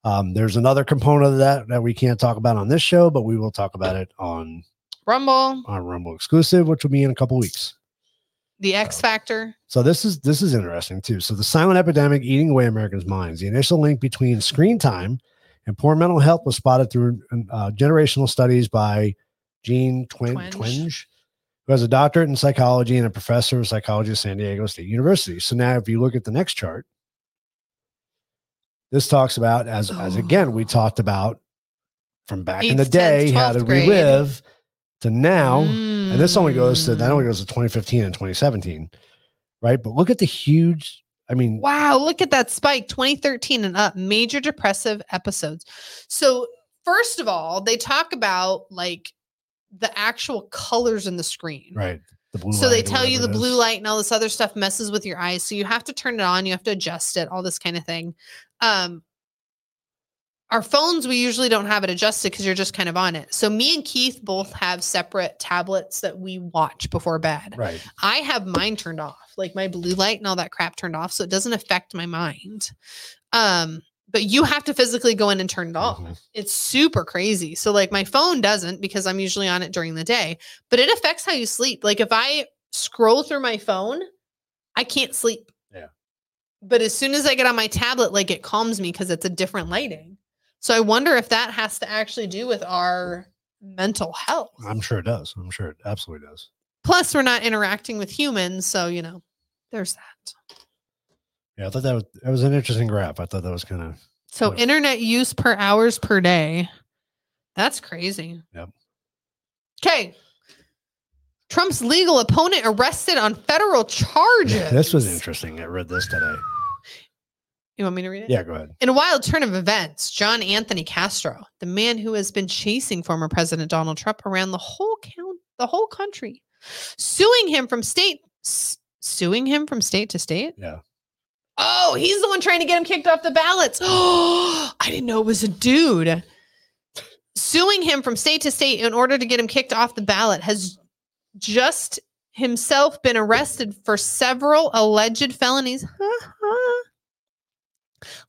A: about. Um, there's another component of that that we can't talk about on this show, but we will talk about it on
B: Rumble,
A: on Rumble exclusive, which will be in a couple weeks.
B: The X Factor.
A: So this is this is interesting too. So the silent epidemic eating away Americans' minds. The initial link between screen time and poor mental health was spotted through uh, generational studies by Gene Twin,
B: Twenge.
A: Twinge. who has a doctorate in psychology and a professor of psychology at San Diego State University. So now, if you look at the next chart, this talks about as as again we talked about from back in the
B: Oh. Eighth, tenth,
A: day how
B: 12th
A: did
B: grade. Mm-hmm.
A: we live to now. And this only goes to that
B: Mm.
A: only goes to 2015 and 2017, right? But look at the huge. I mean,
B: Wow, look at that spike 2013 and up, major depressive episodes. So, first of all, they talk about like the actual colors in the screen.
A: right? The blue.
B: So, they
A: light or
B: tell you the
A: whatever it
B: blue
A: is.
B: light and all this other stuff messes with your eyes. So, you have to turn it on, you have to adjust it, all this kind of thing. Um, our phones, we usually don't have it adjusted because you're just kind of on it. So, me and Keith both have separate tablets that we watch before bed.
A: Right.
B: I have mine turned off, like my blue light and all that crap turned off, so it doesn't affect my mind. Um, but you have to physically go in and turn it off.
A: Mhm.
B: It's super crazy. So like my phone doesn't because I'm usually on it during the day, but it affects how you sleep. Like if I scroll through my phone, I can't sleep.
A: Yeah.
B: But as soon as I get on my tablet, like it calms me because it's a different lighting. So I wonder if that has to actually do with our mental health.
A: I'm sure it does. I'm sure it absolutely does.
B: Plus, we're not interacting with humans, so you know, there's that.
A: Yeah, I thought that was that was an interesting graph. I thought that was kind of
B: So,
A: Yep.
B: internet use per hours per day. That's crazy.
A: Yep.
B: Okay. Trump's legal opponent arrested on federal charges.
A: this was interesting. I read this today.
B: You want me to read it?
A: Yeah, go ahead.
B: In a wild turn of events, John Anthony Castro, the man who has been chasing former President Donald Trump around the whole count, the whole country, suing him from state, s- suing him from state to state.
A: Yeah.
B: Oh, he's the one trying to get him kicked off the ballots. [GASPS] Oh, I didn't know it was a dude. Suing him from state to state in order to get him kicked off the ballot has just himself been arrested for several alleged felonies. [LAUGHS]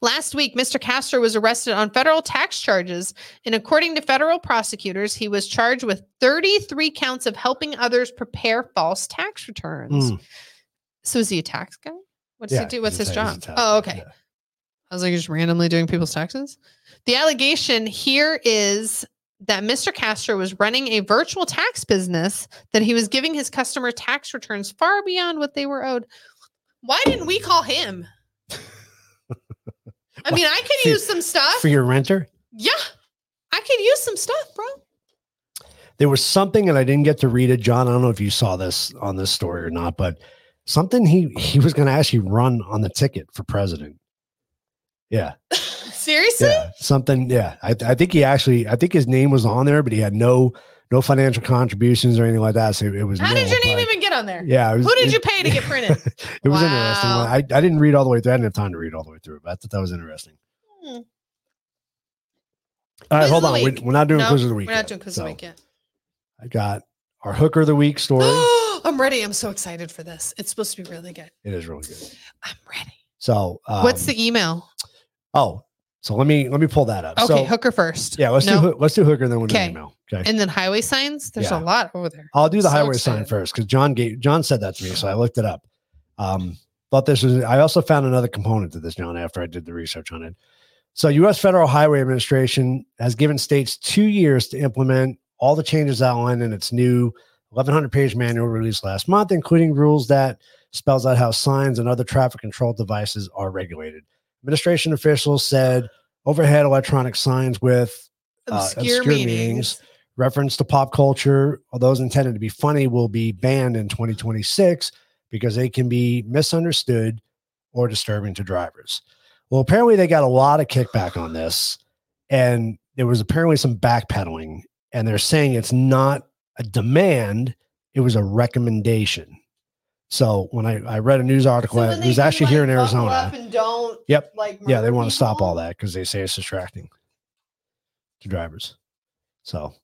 B: Last week, Mr. Castro was arrested on federal tax charges, and according to federal prosecutors, he was charged with 33 counts of helping others prepare false tax returns.
A: Mm,
B: So is he a tax guy? What does
A: yeah,
B: he do? What's
A: he's
B: his
A: a- he's a
B: job?
A: top-
B: Oh, okay.
A: yeah.
B: I was like, you're just randomly doing people's taxes. The allegation here is that Mr. Castro was running a virtual tax business that he was giving his customer tax returns far beyond what they were owed. Why didn't we call
A: [LAUGHS]
B: him? I mean, I could
A: For-
B: use some stuff.
A: For your renter,
B: Yeah, I could use some stuff, bro.
A: there was something, and I didn't get to read it. John, I don't know if you saw this on this story or not, but something he he was going to actually run on the ticket for president. Yeah.
B: Seriously?
A: yeah, something. Yeah, I, I think he actually, I think his name was on there, but he had no no financial contributions or anything like that. So it was.
B: How did
A: nil,
B: your name
A: but-
B: even get on there?
A: Yeah. it was-
B: Who did
A: it-
B: you pay to get printed?
A: [LAUGHS] It was interesting.
B: Wow.
A: I, I didn't read all the way through. I didn't have time to read all the way through, but I thought that was interesting.
B: Hmm.
A: All
B: Quiz
A: right,
B: of
A: hold
B: the
A: on. We,
B: week.
A: we're not doing
B: No,
A: quiz of the
B: We're
A: week.
B: not
A: yet.
B: doing quiz of the
A: So,
B: week yet.
A: I got our hooker of the week story.
B: [GASPS] I'm ready. I'm so excited for this. It's supposed to be really good.
A: it is really good.
B: I'm ready.
A: So um,
B: What's the email?
A: oh? So let me let me pull that up.
B: Okay,
A: so,
B: hooker first.
A: yeah, let's
B: No.
A: do hoo- let's do hooker and then we'll do
B: Okay.
A: email. Okay.
B: And then highway signs. There's
A: Yeah.
B: a lot over there.
A: I'll do
B: So
A: the highway sign
B: excited.
A: first because John gave, John said that to me, so I looked it up. Um, thought this was. I also found another component to this, John, after I did the research on it. So, U.S. Federal Highway Administration has given states two years to implement all the changes outlined in its new 1,100-page manual released last month, including rules that spells out how signs and other traffic control devices are regulated. Administration officials said overhead electronic signs with uh,
B: Obscure,
A: obscure
B: meanings.
A: meanings. reference to pop culture or those intended to be funny will be banned in 2026 because they can be misunderstood or disturbing to drivers. Well, apparently they got a lot of kickback on this, and there was apparently some backpedaling, and they're saying it's not a demand, it was a recommendation. So when I, I read a news article, it was actually here in Arizona.
B: and don't
A: Yep.
B: like
A: Yeah, they want to stop all that because they say it's distracting to drivers. So,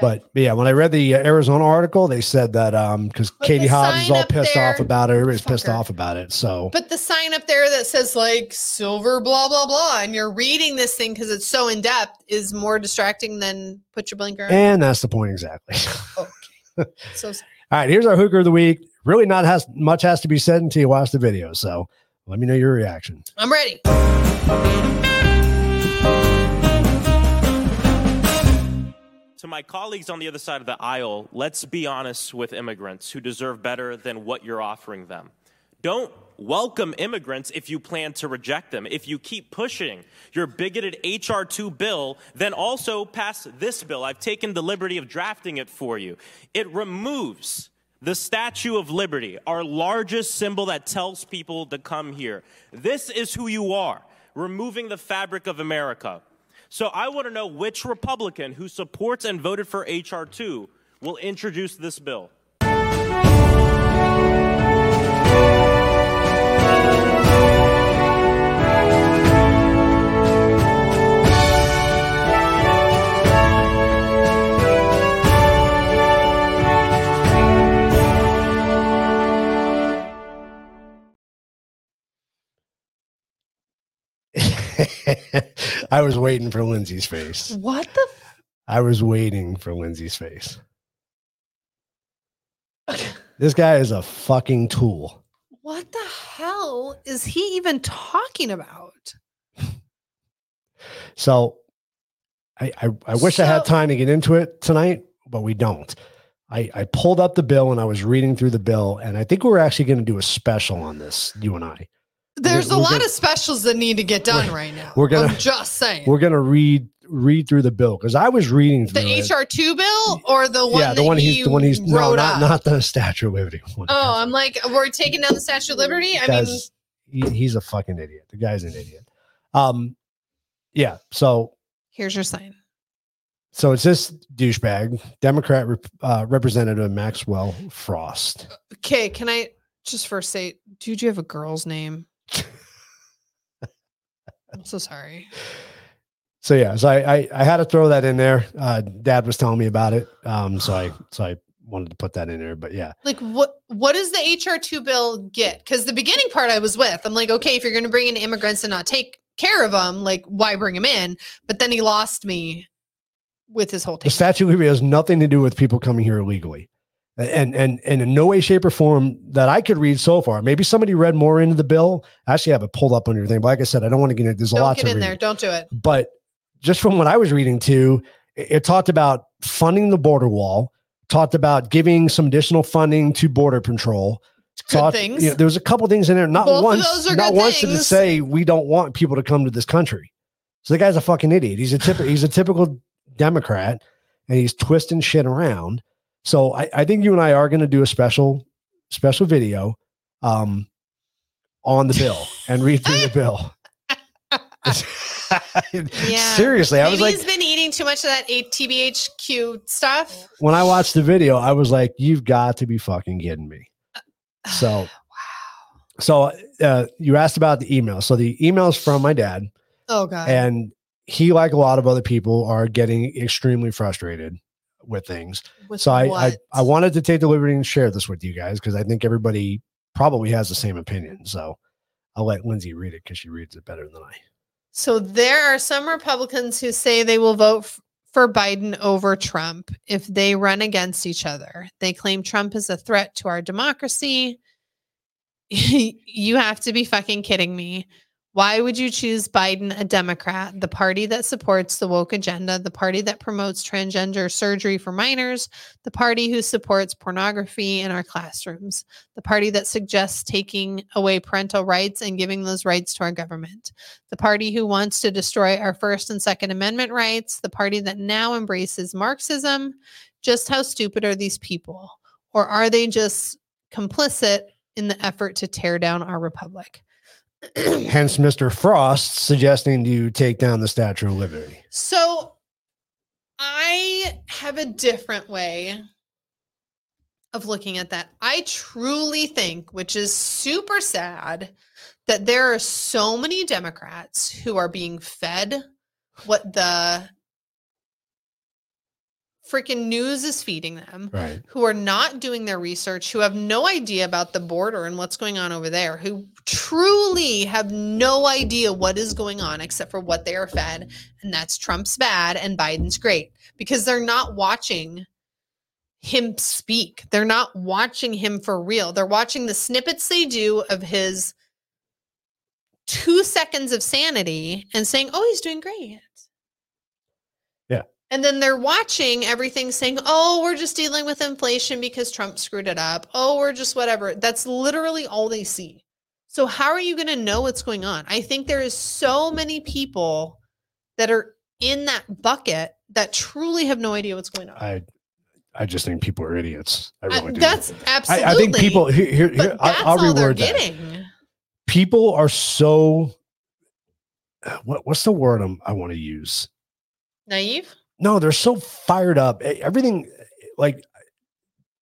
A: but but yeah, when I read the uh, Arizona article, they said that um because
B: Put
A: Katie
B: the
A: Hobbs is
B: sign
A: all
B: up
A: pissed
B: there.
A: off about it. Everybody's pissed
B: Fucker.
A: off about it. So
B: Put the sign up there that says like silver blah blah blah, and you're reading this thing because it's so in depth is more distracting than put your blinker. on.
A: and that's the point exactly. [LAUGHS]
B: so
A: all right, here's our hooker of the week. Really, not has much has to be said until you watch the video. So let me know your reaction. [LAUGHS]
B: I'm ready.
C: To my colleagues on the other side of the aisle, let's be honest with immigrants who deserve better than what you're offering them. Don't welcome immigrants if you plan to reject them. If you keep pushing your bigoted HR2 bill, then also pass this bill. I've taken the liberty of drafting it for you. It removes the Statue of Liberty, our largest symbol that tells people to come here. This is who you are, removing the fabric of America. So I want to know which Republican who supports and voted for H.R. 2 will introduce this bill.
A: I was waiting for Lindsay's face.
B: What the?
A: I was waiting for
B: [LAUGHS]
A: Lindsay's face. This guy is a fucking tool.
B: What the hell is he even talking about?
A: So I I, I wish I had
B: So-
A: time to get into it tonight, but we don't. I, I pulled up the bill and I was reading through the bill, and I think we're actually going to do a special on this, you and I.
B: There's a
A: we're
B: lot
A: gonna-
B: of specials that need to get done
A: We're-
B: right now.
A: we're gonna-
B: I'm just saying.
A: We're going to read read through the bill because I was reading
B: the
A: through it.
B: HR two bill or the one?
A: yeah, the
B: that
A: one
B: he
A: he's the one he's no,
B: wrote
A: not,
B: up.
A: not the Statue of Liberty. one.
B: oh, I'm like we're taking down the Statue of Liberty. I mean,
A: Guys, he- he's a fucking idiot. The guy's an idiot. Um, yeah. So
B: here's your sign.
A: so it's this douchebag Democrat rep, uh, Representative Maxwell Frost.
B: Okay, can I just first say, dude, you have a girl's
A: [LAUGHS]
B: name? I'm so sorry.
A: So yeah, so I, I I had to throw that in there. Uh, Dad was telling me about it, um,
B: [SIGHS]
A: so I so I wanted to put that in there. But yeah,
B: Like, what what does the HR two bill get? Because the beginning part I was with, I'm like, okay, if you're going to bring in immigrants and not take care of them, like, why bring them in? But then he lost me with his
A: [LAUGHS]
B: whole
A: the
B: thing.
A: statute of liberty has nothing to do with people coming here illegally, and and and in no way, shape, or form that I could read so far. Maybe somebody read more into the bill. I actually have it pulled up on your thing, but like I said, I don't want to get into. There's a
B: Don't
A: lot
B: get
A: to
B: in
A: read.
B: there. Don't do it.
A: but just from what I was reading too, it, it talked about funding the border wall, talked about giving some additional funding to border control.
B: Good
A: Talked-
B: things.
A: You know, there was a couple things in there. Not
B: Both of
A: once,
B: those are
A: not
B: good
A: once did it
B: things.
A: say we don't want people to come to this country. So the guy's a fucking idiot. He's a typical he's a typical Democrat, and he's twisting shit around. So I, I think you and I are going to do a special special video um, on the bill and read through the bill. [LAUGHS] Seriously, I was
B: Maybe
A: like,
B: he's been eating too much of that TBHQ stuff.
A: when I watched the video, I was like, you've got to be fucking kidding me. So, so uh, you asked about the email. So the email's from my dad,
B: Oh god.
A: and he, like a lot of other people, are getting extremely frustrated with things.
B: With
A: So I, I,
B: what?
A: I wanted to take the liberty and share this with you guys because I think everybody probably has the same opinion. So I'll let Lindsay read it because she reads it better than I.
B: So there are some Republicans who say they will vote f- for Biden over Trump if they run against each other. They claim Trump is a threat [LAUGHS] to our democracy. you have to be fucking kidding me. Why would you choose Biden, a Democrat, the party that supports the woke agenda, the party that promotes transgender surgery for minors, the party who supports pornography in our classrooms, the party that suggests taking away parental rights and giving those rights to our government, the party who wants to destroy our First and Second Amendment rights, the party that now embraces Marxism? Just how stupid are these people? Or are they just complicit in the effort to tear down our republic? [CLEARS THROAT]
A: Hence, Mr. Frost suggesting you take down the Statue of Liberty.
B: So I have a different way of looking at that. I truly think, which is super sad, that there are so many Democrats who are being fed what the freaking news is feeding them
A: Right.
B: who are not doing their research, who have no idea about the border and what's going on over there, who truly have no idea what is going on except for what they are fed. And that's Trump's bad and Biden's great because they're not watching him speak. They're not watching him for real. They're watching the snippets they do of his two seconds of sanity and saying, oh, he's doing great.
A: Yeah.
B: And then they're watching everything saying, oh, we're just dealing with inflation because Trump screwed it up. Oh, we're just whatever. That's literally all they see. So, how are you going to know what's going on? I think there is so many people that are in that bucket that truly have no idea what's going on.
A: I I just think people are idiots. I
B: I-
A: really do.
B: that's
A: I,
B: absolutely.
A: I think people. Here, here,
B: But
A: here,
B: that's
A: I, I'll
B: all they're
A: reword that.
B: getting.
A: People are so. What what's the word I'm, I want to use?
B: Naive.
A: No, they're so fired up. E- Everything, like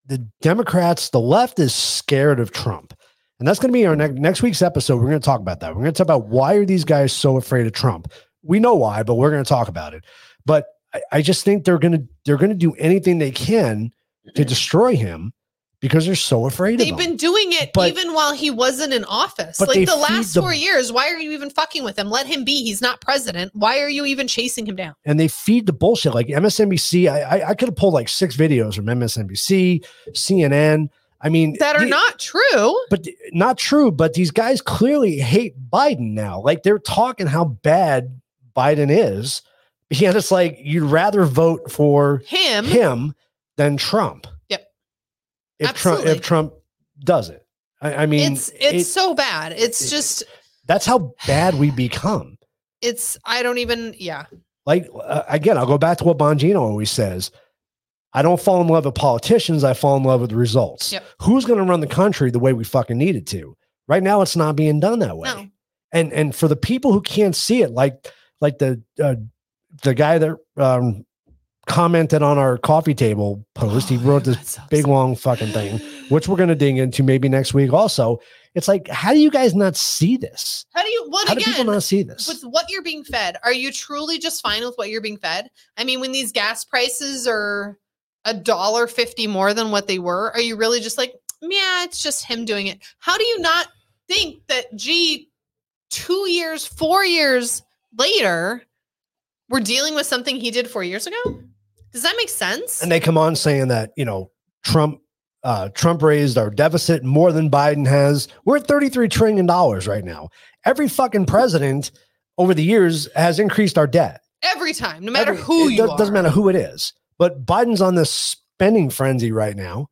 A: the Democrats, the left is scared of Trump, and that's going to be our next next week's episode. We're going to talk about that. We're going to talk about why are these guys so afraid of Trump. We know why, but we're going to talk about it. But I, I just think they're going to they're going to do anything they can to destroy him because they're so afraid
B: Mm-hmm. They've
A: of him.
B: been doing it
A: But-
B: even while he wasn't in office.
A: But they
B: Like the
A: feed
B: last
A: the-
B: four years, why are you even fucking with him? Let him be. He's not president. Why are you even chasing him down?
A: and they feed the bullshit. Like MSNBC, I I, I could have pulled like six videos from MSNBC, CNN. I mean,
B: That are
A: the-
B: not true.
A: but th- not true. But these guys clearly hate Biden now. Like they're talking how bad Biden is. [LAUGHS] Yet it's like you'd rather vote for
B: Him.
A: him than Trump.
B: Yep.
A: If Trump
B: Absolutely.
A: if Trump does it, I, I mean,
B: it's it's
A: it-
B: so bad. It's
A: it-
B: just
A: that's how bad we become.
B: it's I don't even yeah.
A: like uh, again, I'll go back to what Bongino always says. I don't fall in love with politicians. I fall in love with results.
B: Yep.
A: Who's going to run the country the way we fucking need it to? Right now, it's not being done that way.
B: No.
A: And and for the people who can't see it, like like the uh, the guy that um, commented on our coffee table post,
B: Oh,
A: he
B: [LAUGHS]
A: wrote this big long fucking thing, which we're going to dig into maybe next week. Also, it's like, how do you guys not see this?
B: How do you what
A: How do
B: again?
A: people not see this?
B: with what you're being fed are you truly just fine with what you're being fed i mean when these gas prices are a dollar 50 more than what they were are you really just like yeah it's just him doing it how do you not think that gee two years four years later we're dealing with something he did four years ago does that make sense
A: and they come on saying that you know Trump uh, Trump raised our deficit more than Biden has. We're at thirty three trillion dollars right now. Every fucking president over the years has increased our debt.
B: every time no matter
A: Every-
B: who
A: it
B: you
A: do-
B: are
A: doesn't matter who it is. But Biden's on this spending frenzy right now,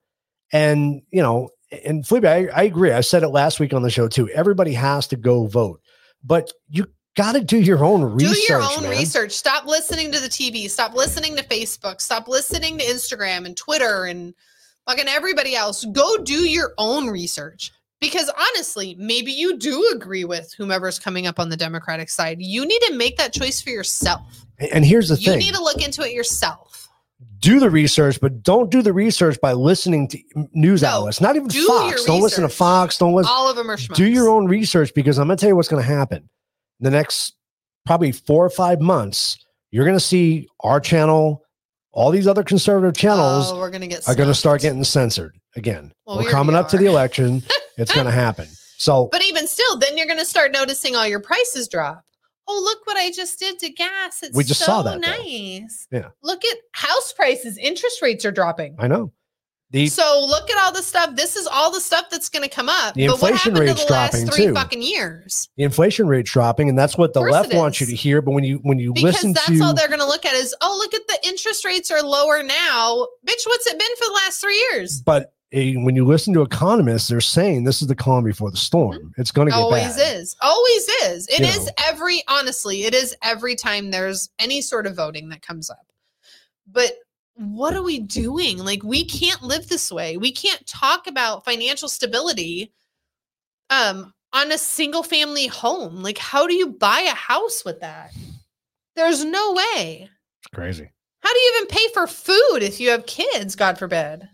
A: and you know, and Felipe, I, I agree. I said it last week on the show too. Everybody has to go vote, but you got to do your own research.
B: do your own
A: man.
B: research. Stop listening to the TV. Stop listening to Facebook. Stop listening to Instagram and Twitter and fucking everybody else. Go do your own research. Because honestly, maybe you do agree with whomever's coming up on the Democratic side. You need to make that choice for yourself.
A: And and here's the
B: You
A: thing:
B: need to look into it yourself.
A: do the research, but don't do the research by listening to news
B: No,
A: outlets. Not even
B: do
A: Fox.
B: your
A: Don't listen to
B: research.
A: Fox. Don't listen.
B: All of them are schmucks.
A: Do your own research because I'm going to tell you what's going to happen. The next probably four or five months, you're going to see our channel, all these other conservative channels
B: Oh, we're gonna get
A: are going to
B: snuffed.
A: start getting censored again.
B: Well, we
A: We're
B: already
A: coming up to
B: are. [LAUGHS]
A: the election. it's going to happen. So
B: But even still, then you're gonna start noticing all your prices drop. Oh, look what I just did to gas. It's
A: We just
B: so
A: saw that, though.
B: nice.
A: Yeah.
B: Look at house prices, interest rates are dropping.
A: I know. The
B: So look at all the stuff. This is all the stuff that's going to come up.
A: The
B: but what
A: inflation
B: happened to
A: rate's
B: the last
A: dropping,
B: three
A: too.
B: fucking years?
A: the inflation rate's dropping, and that's what the
B: Of course
A: left
B: it
A: wants you
B: is.
A: to hear. But when you when you
B: Because
A: listen
B: that's
A: to
B: all they're going to look at is, oh, look at the interest rates are lower now. Bitch, what's it been for the last three years?
A: but eh, when you listen to economists, they're saying this is the calm before the storm. It's going to get
B: Mm-hmm. Always
A: bad.
B: is. Always is. It
A: You
B: is
A: know.
B: every, honestly, it is every time there's any sort of voting that comes up. But what are we doing? Like, we can't live this way. We can't talk about financial stability um, on a single family home. Like, how do you buy a house with that? There's no way.
A: It's crazy.
B: How do you even pay for food if you have kids, God forbid?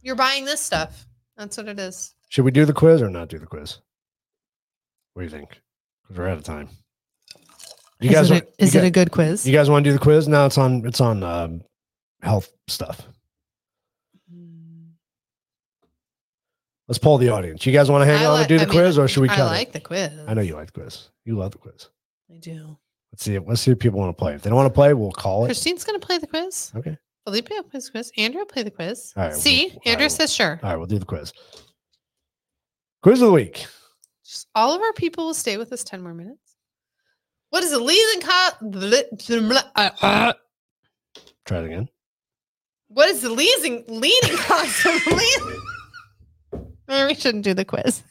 B: You're buying this stuff. That's what it is.
A: Should we do the quiz or not do the quiz? What do you think? 'Cause we're out of time. You guys,
B: is it,
A: want- you guys-
B: a good quiz?
A: You guys want to do the quiz? No, it's on. It's on um, health stuff.
B: Mm.
A: Let's poll the audience. You guys want to hang
B: I
A: on
B: li-
A: and do the
B: I mean,
A: quiz, or should we
B: I
A: cut
B: like
A: it?
B: the quiz.
A: I know you like the quiz. You love the quiz.
B: I do.
A: Let's see. Let's see if people want to play. If they don't want to play, we'll call it.
B: Christine's gonna play the quiz.
A: Oh. Okay.
B: Felipe will play the quiz. Andrew will play the quiz.
A: All right, we'll- Uh,
B: See,
A: all
B: Andrew
A: right,
B: says sure.
A: All right, we'll do the quiz. Quiz of the week.
B: Just all of our people will stay with us ten more minutes. What is the leading cause? uh,
A: Try it again. [LAUGHS]
B: What is the leading leading cause [LAUGHS] of leading? Maybe we shouldn't do the [LAUGHS] quiz.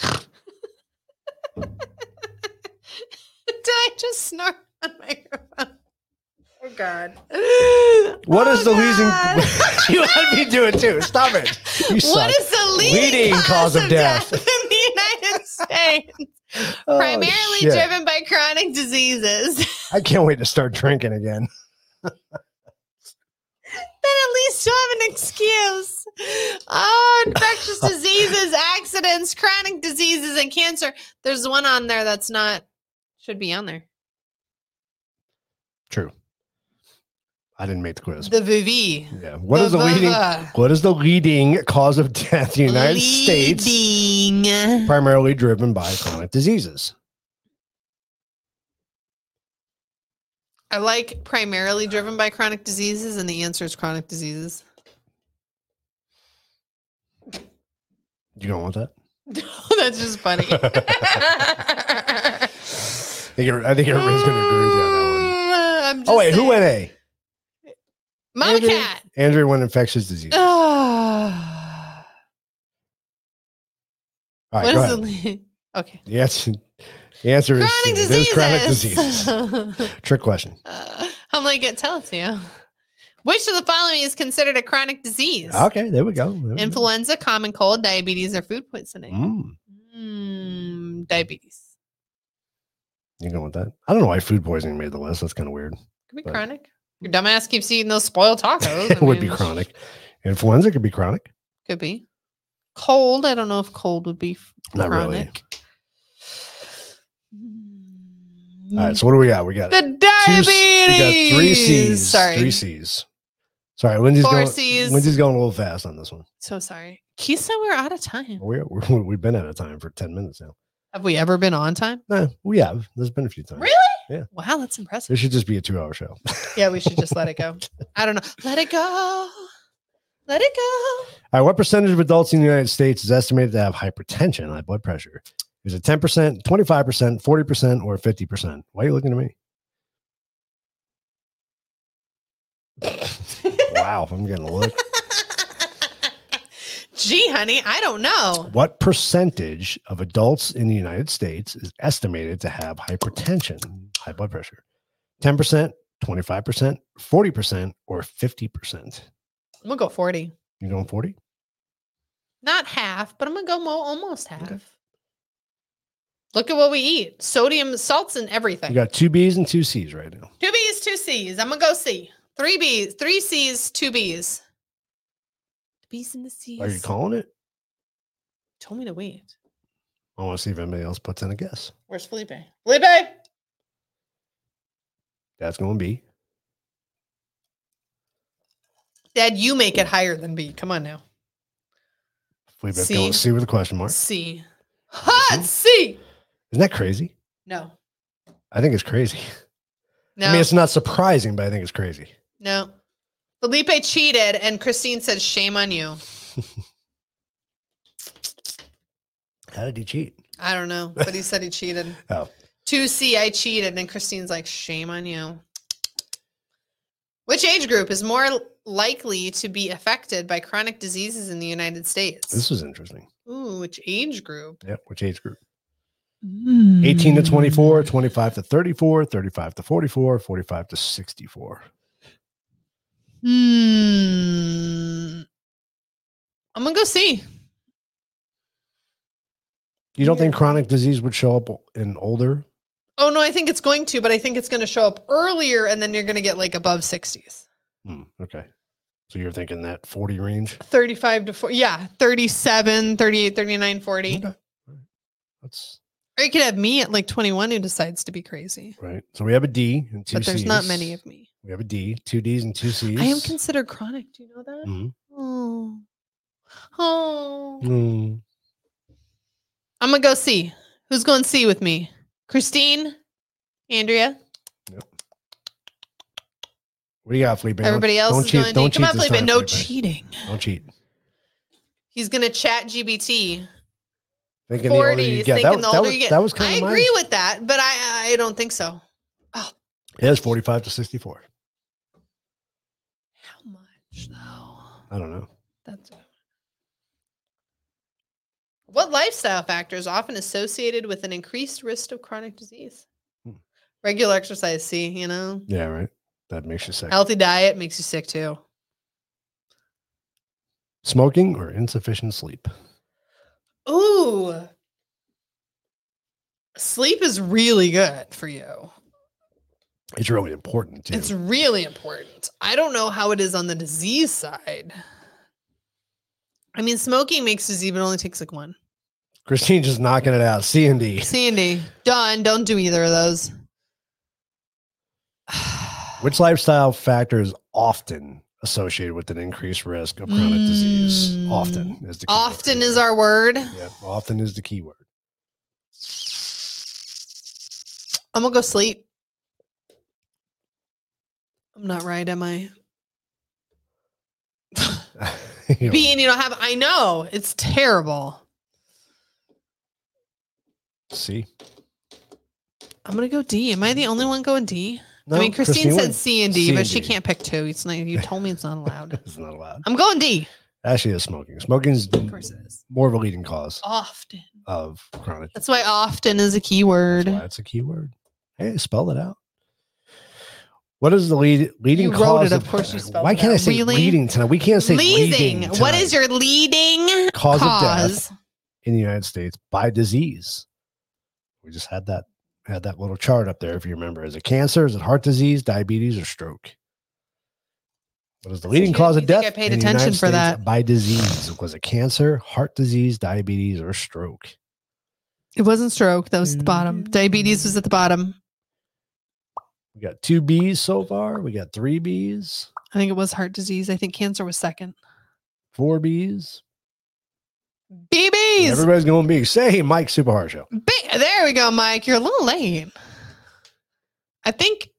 B: Did I just snort on my microphone? Oh [SIGHS] God!
A: What is
B: Oh,
A: the [LAUGHS]
B: God.
A: leasing? you had me do it too. Stop it. You suck.
B: What is the leading,
A: Leading
B: cause, of, death.
A: death.
B: in the
A: [LAUGHS]
B: United States?
A: Oh,
B: Primarily
A: shit.
B: driven by chronic diseases.
A: I can't wait to start drinking again.
B: then at least you'll have an excuse. Oh,
A: [LAUGHS]
B: infectious diseases, accidents, chronic diseases, and cancer. There's one on there that's not should be on there.
A: True. I didn't make the quiz.
B: The Vivi.
A: yeah. What is the leading? What is the leading cause of death in the United States?
B: States?
A: Primarily driven by chronic diseases.
B: I like primarily driven by chronic diseases, and the answer is chronic diseases. [LAUGHS]
A: You don't want that?
B: that's just
A: [LAUGHS]
B: funny.
A: I I think, every- I think everybody's going to agree with you on that one.
B: Mm, I'm
A: Oh
B: just
A: wait, who
B: saying.
A: went A?
B: Mama
A: Andrew?
B: Cat.
A: Andrew went infectious disease.
B: Uh,
A: All
B: Ah.
A: right,
B: What
A: go
B: is
A: ahead.
B: the lead? [LAUGHS] Okay.
A: The answer, the answer is C.
B: Chronic
A: There's
B: diseases.
A: chronic disease. Trick question.
B: [LAUGHS] Uh, I'm like, it tells you. Which of the following is considered a chronic disease?
A: Okay, there we go. There we go.
B: Influenza, common cold, diabetes, or food poisoning?
A: Mm,
B: Mm, diabetes.
A: you go with that. I don't know why food poisoning made the list. That's kind of weird.
B: Could be
A: But-
B: chronic. Your dumbass keeps eating those spoiled tacos.
A: [LAUGHS] it
B: I
A: would be
B: mean,
A: chronic. Influenza could be chronic.
B: Could be. Cold. I don't know if cold would be f-
A: Not really.
B: chronic.
A: All
B: Mm.
A: right, so what do we got? We got
B: the
A: two
B: diabetes.
A: C- We got three C's.
B: Sorry.
A: Three C's. Sorry, Lindsay's
B: Four
A: going,
B: C's.
A: Lindsay's going a little fast on this one.
B: So sorry. Kisa, we're out of time.
A: We're, we're, [LAUGHS] we've been out of time for 10 minutes now.
B: Have we ever been on time?
A: No, we have. There's been a few times.
B: Really?
A: Yeah.
B: Wow, that's impressive.
A: [LAUGHS] This should just be a two hour show.
B: Yeah, we should just let it go. I don't know. Let it go. Let it go. [LAUGHS]
A: All right, Uh, what percentage of adults in the United States is estimated to have hypertension, high blood pressure? Is it 10%, 25%, 40%, or 50%? Why are you looking at
B: [LAUGHS]
A: me? wow, I'm getting a look.
B: Gee, honey, I don't know.
A: What percentage of adults in the United States is estimated to have hypertension, high blood pressure? 10%, 25%, 40%, or 50%?
B: I'm gonna go 40.
A: You going 40?
B: Not half, but I'm gonna go mo- almost half. Look at what we eat. Sodium, salts, and everything.
A: You got two B's and two C's right now.
B: two B's, two C's. I'm gonna go C. Three B's, three C's, two B's. The B's and the C's.
A: Are you calling it?
B: Told me to wait.
A: I want to see if anybody else puts in a guess.
B: Where's Felipe? Felipe!
A: That's going to be
B: Dad, you make it higher than B. Come on now.
A: Felipe
B: C.
A: going C with a question mark.
B: C. Hot C.
A: Isn't that crazy?
B: No.
A: I think it's crazy.
B: No.
A: I mean, it's not surprising, but I think it's crazy.
B: no. Felipe cheated, and Christine says, "Shame on you."
A: How did he cheat?
B: I don't know, but he said he cheated.
A: [LAUGHS] Oh.
B: To see I cheated, and Christine's like, shame on you. Which age group is more likely to be affected by chronic diseases in the United States?
A: This is interesting.
B: Ooh, which age group?
A: Yep. Which age group? 18
B: Mm.
A: to 24, 25 to 34, 35 to 44, 45 to 64.
B: Hmm. I'm gonna go see.
A: You don't think chronic disease would show up in older?
B: Oh no, I think it's going to, but I think it's going to show up earlier, and then you're going to get like above 60s,
A: Hmm, okay. So you're thinking that 40 range?
B: 35 to 40, yeah, 37, 38, 39, 40.
A: Okay. That's
B: Or you could have me at like 21 who decides to be crazy.
A: right. So we have a D and two
B: But there's not many
A: Cs.
B: of me.
A: We have a D, two Ds and two Cs.
B: I am considered chronic. Do you know that?
A: Mhm.
B: Oh. Oh.
A: Hmm.
B: I'm going to go see. Who's going to see with me? Christine? Andrea?
A: What do you got, Felipe? Don't-
B: Everybody else
A: don't
B: is
A: cheat.
B: going
A: Don't
B: to. Come
A: cheat
B: on,
A: this
B: Felipe.
A: time,
B: No
A: Felipe.
B: cheating.
A: Don't cheat.
B: He's going to chat GBT.
A: Thinking the older
B: 40s.
A: you get.
B: thinking
A: That,
B: the
A: that,
B: older
A: was,
B: you get.
A: that was
B: I
A: kind of
B: agree with that, but I, I don't think so.
A: It is 45 to 64.
B: How much, though?
A: I don't know.
B: That's what lifestyle factor is often associated with an increased risk of chronic disease?
A: Hmm.
B: Regular exercise, see, you know,
A: Yeah, right. That makes you sick.
B: healthy diet makes you sick too.
A: Smoking or insufficient sleep.
B: Ooh, sleep is really good for you.
A: It's really important too.
B: It's really important. I don't know how it is on the disease side. I mean, smoking makes disease, but it only takes like one.
A: Christine just knocking it out. C and D.
B: Sandy, done. Don't do either of those. [SIGHS]
A: Which lifestyle factor is often associated with an increased risk of chronic disease?
B: Mm.
A: Often is the key word.
B: Often is our word.
A: yeah. Often is the key word. [LAUGHS]
B: I'm gonna go sleep. I'm not right, am I?
A: You know,
B: Being you don't have I know it's terrible.
A: C.
B: I'm gonna go D. Am I the only one going D? I
A: No,
B: mean Christine, said
A: went-
B: C and D,
A: C
B: but
A: and
B: she
A: D.
B: can't pick two. It's not you told me it's not allowed.
A: [LAUGHS] It's not allowed.
B: I'm going D.
A: Actually, is smoking. Smoking's
B: Of course it is.
A: more of a leading cause
B: Often.
A: of chronic.
B: That's why often is a key word.
A: That's why it's a key word. Hey, spell it out. What is the lead, leading
B: You wrote
A: cause?
B: it, of course you spelled
A: Why
B: it
A: can't I
B: out.
A: say
B: Really?
A: leading tonight? We can't say leading.
B: Leading. What
A: tonight.
B: is your leading
A: cause, of death
B: cause?
A: in the United States by disease? We just had that had that little chart up there. If you remember, is it cancer? Is it heart disease, diabetes, or stroke? What is the
B: That's
A: leading
B: huge.
A: cause
B: You
A: of
B: think
A: death?
B: I paid
A: in the United
B: attention for
A: States
B: that.
A: by disease. Was it cancer, heart disease, diabetes, or stroke?
B: It wasn't stroke. That was at the bottom. Diabetes was at the bottom.
A: We got two B's so far. We got three B's,
B: I think it was heart disease. I think cancer was second.
A: four B's.
B: BBs.
A: Everybody's going to be say Mike Super Hard Show.
B: Ba- there we go, Mike. You're a little late. I think,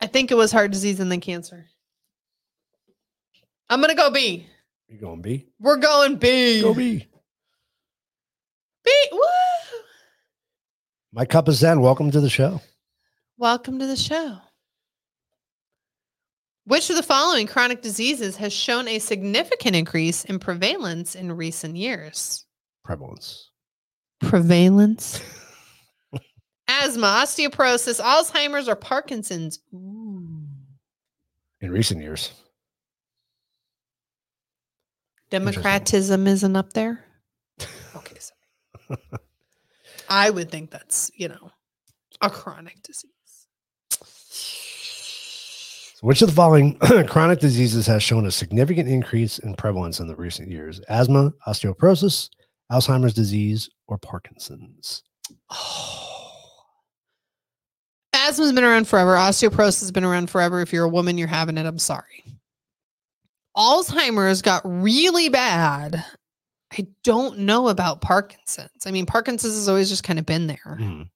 B: I think it was heart disease and then cancer. I'm gonna go B.
A: You going to be?
B: We're going B.
A: Go be.
B: B. Woo!
A: My cup is Zen. Welcome to the show.
B: Welcome to the show. Which of the following chronic diseases has shown a significant increase in prevalence in recent years?
A: Prevalence.
B: Prevalence. [LAUGHS] Asthma, osteoporosis, Alzheimer's, or Parkinson's.
A: In recent years,
B: Democratism isn't up there. Okay, sorry. I would think that's, you know, a chronic disease.
A: Which of the following [CLEARS THROAT] chronic diseases has shown a significant increase in prevalence in the recent years? Asthma, osteoporosis, Alzheimer's disease, or Parkinson's?
B: Oh. Asthma's been around forever. Osteoporosis has been around forever. If you're a woman, you're having it. I'm sorry. Alzheimer's got really bad. I don't know about Parkinson's. I mean, Parkinson's has always just kind of been there.
A: Mhm.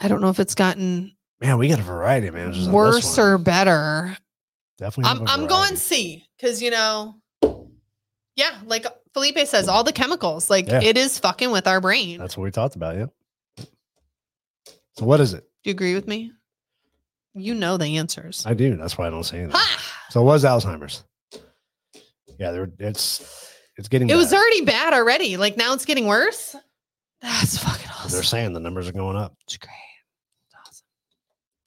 B: I don't know if it's gotten
A: Man, we got a variety of answers. on this
B: worse
A: one.
B: or better.
A: Definitely. have
B: I'm,
A: a
B: I'm
A: variety.
B: going C because you know, yeah, like Felipe says, all the chemicals, like
A: Yeah.
B: it is fucking with our brain.
A: That's what we talked about. Yeah. So what is it?
B: Do you agree with me? You know the answers.
A: I do. That's why I don't say
B: [LAUGHS]
A: anything.
B: Ha!
A: So it was Alzheimer's. Yeah, there it's it's getting.
B: It was
A: bad.
B: already bad already. Like now it's getting worse. That's fucking
A: They're
B: awesome.
A: saying the numbers are going up.
B: It's great. It's awesome.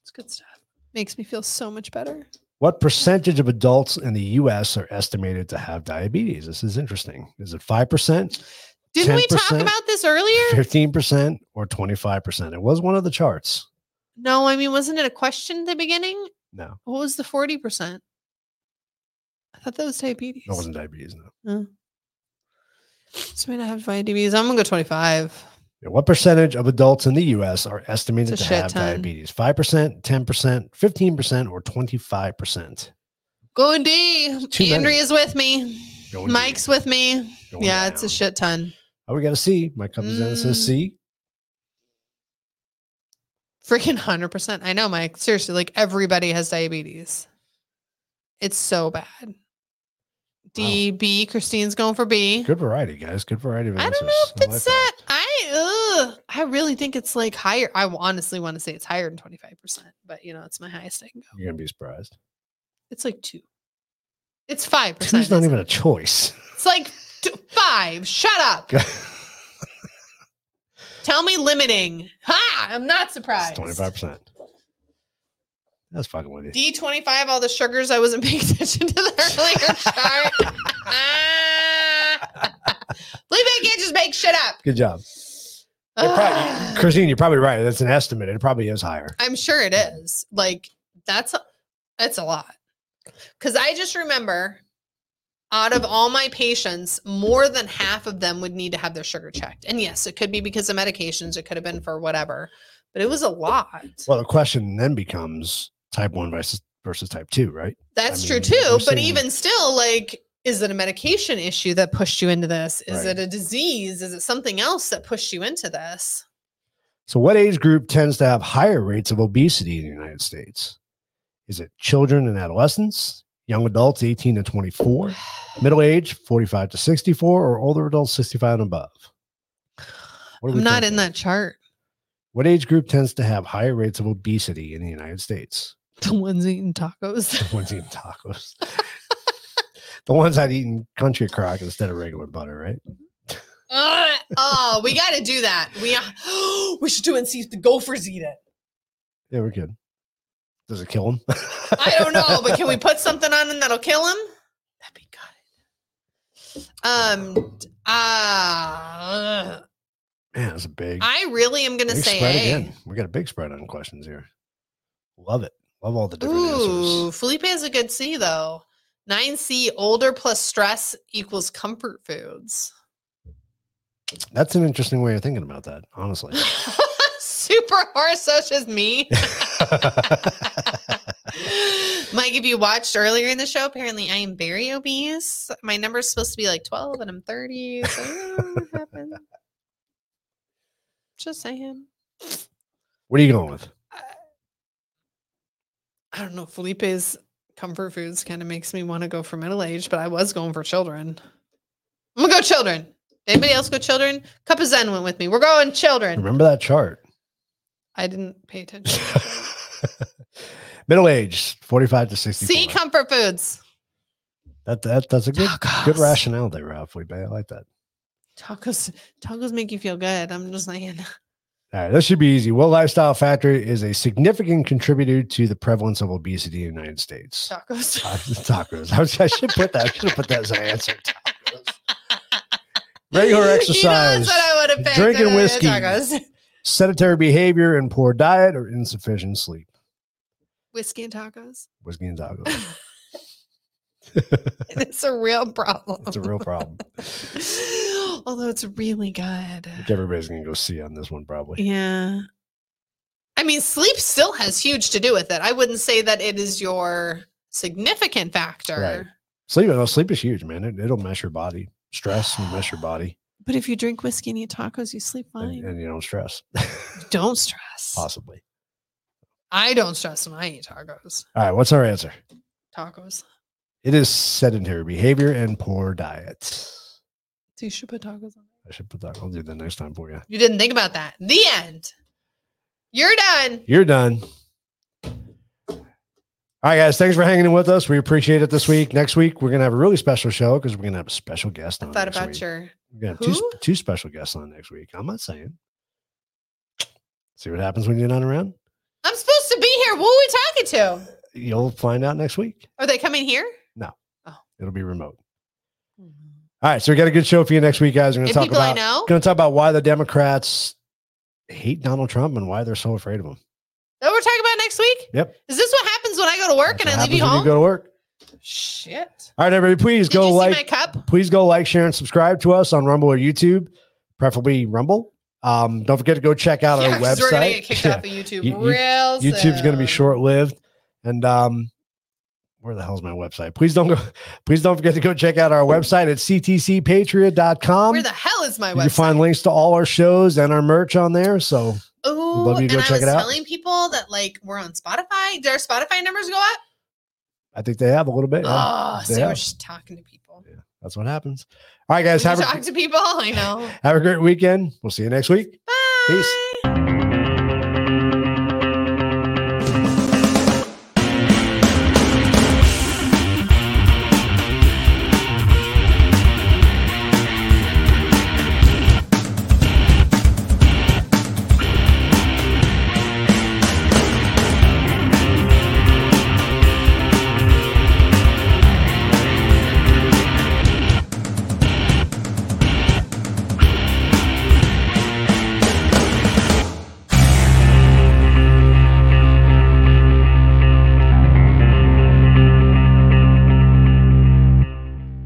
B: It's good stuff. Makes me feel so much better.
A: What percentage of adults in the U.S. are estimated to have diabetes? This is interesting. Is it five percent,
B: Didn't we talk
A: 10%?
B: about this earlier?
A: fifteen percent, or twenty-five percent? It was one of the charts.
B: No, I mean, wasn't it a question at the beginning?
A: No,
B: What was the 40%? I thought that was diabetes.
A: it wasn't diabetes. No.
B: So maybe I have diabetes. I'm gonna go 25.
A: Yeah, What percentage of adults in the U.S. are estimated
B: It's a
A: to
B: shit
A: have
B: ton.
A: diabetes? Five percent, ten percent, fifteen percent, or twenty-five percent?
B: Going D.
A: too many.
B: Andrea's with me.
A: Going
B: Mike's with me. yeah, it's a shit ton.
A: Oh, we got to see. My comes in and says
B: Mm.
A: C.
B: Freaking 100%. I know, Mike. Seriously, like everybody has diabetes. It's so bad. D, B. Christine's going for B.
A: Good variety, guys. Good variety of
B: I
A: answers.
B: don't know if
A: I like
B: it's
A: that.
B: that. I ugh, I really think it's like higher. I honestly want to say it's higher than 25%, but you know, it's my highest I can go.
A: You're gonna be surprised.
B: It's like two. It's five percent.
A: Two's not even a choice.
B: It's like t- five. Shut
A: [LAUGHS]
B: up. Tell me limiting. Ha! I'm not surprised.
A: Twenty-five percent. That's fucking with you.
B: D25, all the sugars. I wasn't [LAUGHS] paying attention to the earlier chart. Ah. Leave it. Can't just make shit up.
A: Good job, You're
B: Ah,
A: Christine. You're probably right. That's an estimate. It probably is higher.
B: I'm sure it is. Like that's a, that's a lot. Because I just remember, out of all my patients, more than half of them would need to have their sugar checked. And yes, it could be because of medications. It could have been for whatever, but it was a lot.
A: Well, the question then becomes type one versus versus type two, right?
B: That's
A: mean,
B: true too.
A: we're
B: But
A: seeing-
B: even still, like, is it a medication issue that pushed you into this? Is
A: Right.
B: it a disease? Is it something else that pushed you into this?
A: So, what age group tends to have higher rates of obesity in the United States? Is it children and adolescents, young adults 18
B: [SIGHS]
A: to 24, middle age 45 to 64, or older adults 65 and above? What are we
B: I'm not in
A: thinking?
B: that chart. [LAUGHS]
A: What age group tends to have higher rates of obesity in the United States?
B: The ones eating tacos. [LAUGHS]
A: The ones eating tacos. the ones I'd eaten country crock instead of regular butter, right?
B: Ugh. oh, we got to do that. We uh, [GASPS] we should do it and see if the gophers eat it.
A: Yeah, we're good. Does it kill them?
B: I don't know, but can we put something on them that'll kill him? That'd be good. Um. Ah.
A: [LAUGHS] Man, that's a big.
B: I really am gonna
A: Big
B: say
A: spread
B: A.
A: again. We got a big spread on questions here. Love it. Love all the different
B: Ooh,
A: answers.
B: Felipe has a good C though. Nine C older plus stress equals comfort
A: [LAUGHS]
B: foods. [LAUGHS]
A: That's an interesting way of thinking about that,
B: [LAUGHS]
A: honestly. [LAUGHS]
B: Super horse such as me. Mike, if you watched earlier in the show, apparently I am very obese. My number's supposed to be like 12 and I'm 30. So yeah, it happened. Just saying.
A: what are you going with?
B: I don't know. Felipe's comfort foods kind of makes me want to go for middle age, but I was going for children. I'm gonna go children. Anybody else go children? Cup of Zen went with me. We're going children.
A: Remember that chart. [LAUGHS]
B: I didn't pay attention.
A: Middle age, 45 to
B: [LAUGHS]
A: 60.
B: See comfort foods.
A: that, that that's a good
B: Tacos.
A: good rationale there, Ralph. We I like that.
B: Tacos. Tacos make you feel good. I'm just saying. [LAUGHS]
A: All right, this should be easy. What lifestyle factor is a significant contributor to the prevalence of obesity in the United States?
B: Tacos.
A: Uh, [LAUGHS] tacos. I, was- I should put that. I should have put that as an
B: [LAUGHS]
A: answer. Tacos.
B: You
A: Regular
B: know, that's
A: exercise,
B: what I would have picked.
A: drinking
B: I would've picked
A: whiskey.
B: Tacos.
A: sedentary behavior, and poor diet or insufficient sleep.
B: Whiskey and tacos. [LAUGHS]
A: Whiskey and tacos.
B: It's a real problem.
A: It's
B: [LAUGHS]
A: a real problem,
B: Although it's really good.
A: which everybody's gonna go see on this one probably.
B: Yeah. I mean, sleep still has huge to do with it. I wouldn't say that it is your significant factor.
A: Sleep, no, sleep is huge, man. It, it'll mess your body. Stress will
B: [SIGHS]
A: mess your body,
B: But if you drink whiskey and eat tacos, you sleep
A: and,
B: fine.
A: and you don't stress.
B: don't stress.
A: Possibly.
B: I don't stress when I eat tacos.
A: All right. What's our answer?
B: tacos.
A: It is sedentary behavior and poor diet.
B: So you should put tacos on.
A: I should put that. I'll do that next time for you.
B: You didn't think about that. The end. You're done.
A: You're done. All right, guys. Thanks for hanging in with us. We appreciate it this week. Next week, we're gonna have a really special show because we're gonna have a special guest.
B: I
A: on
B: thought
A: next
B: about
A: week.
B: your
A: We're gonna have two,
B: Who?
A: sp- two special guests on next week. I'm not saying. See what happens when you're not around.
B: I'm supposed to be here. Who are we talking to?
A: You'll find out next week.
B: Are they coming here?
A: It'll be remote. All right, so we got a good show for you next week, guys. We're gonna
B: And
A: talk
B: people I
A: about
B: know.
A: going to talk about why the Democrats hate Donald Trump and why they're so afraid of him.
B: That we're talking about next week?
A: Yep.
B: Is this what happens when I go to work
A: That's
B: and
A: what
B: I leave
A: happens
B: you
A: when
B: home?
A: go to work.
B: Shit.
A: All right, everybody, please
B: Did
A: go
B: you
A: like,
B: see my cup?
A: please go like, share, and subscribe to us on Rumble or YouTube, preferably Rumble. Um, don't forget to go check out our
B: 'cause We're gonna
A: website.
B: get kicked
A: [LAUGHS] Yeah.
B: off of YouTube
A: You- you-
B: real soon.
A: [LAUGHS] YouTube's going to be short lived. And um, where the hell's my website? Please don't go. [LAUGHS] Please don't forget to go check out our website at ctcpatriot.com.
B: Where the hell is my
A: you can
B: website?
A: find links to all our shows and our merch on there. So
B: Oh,
A: love you
B: and
A: to go
B: I
A: check
B: was
A: it out.
B: telling people that like we're on Spotify. Did our Spotify numbers go up?
A: I think they have a little bit. yeah.
B: Oh, so
A: Yeah.
B: we're just talking to people.
A: That's what happens. All right, guys.
B: We
A: Have
B: talk
A: a,
B: to people. I know.
A: have a great weekend. We'll see you next week.
B: Bye.
A: Peace.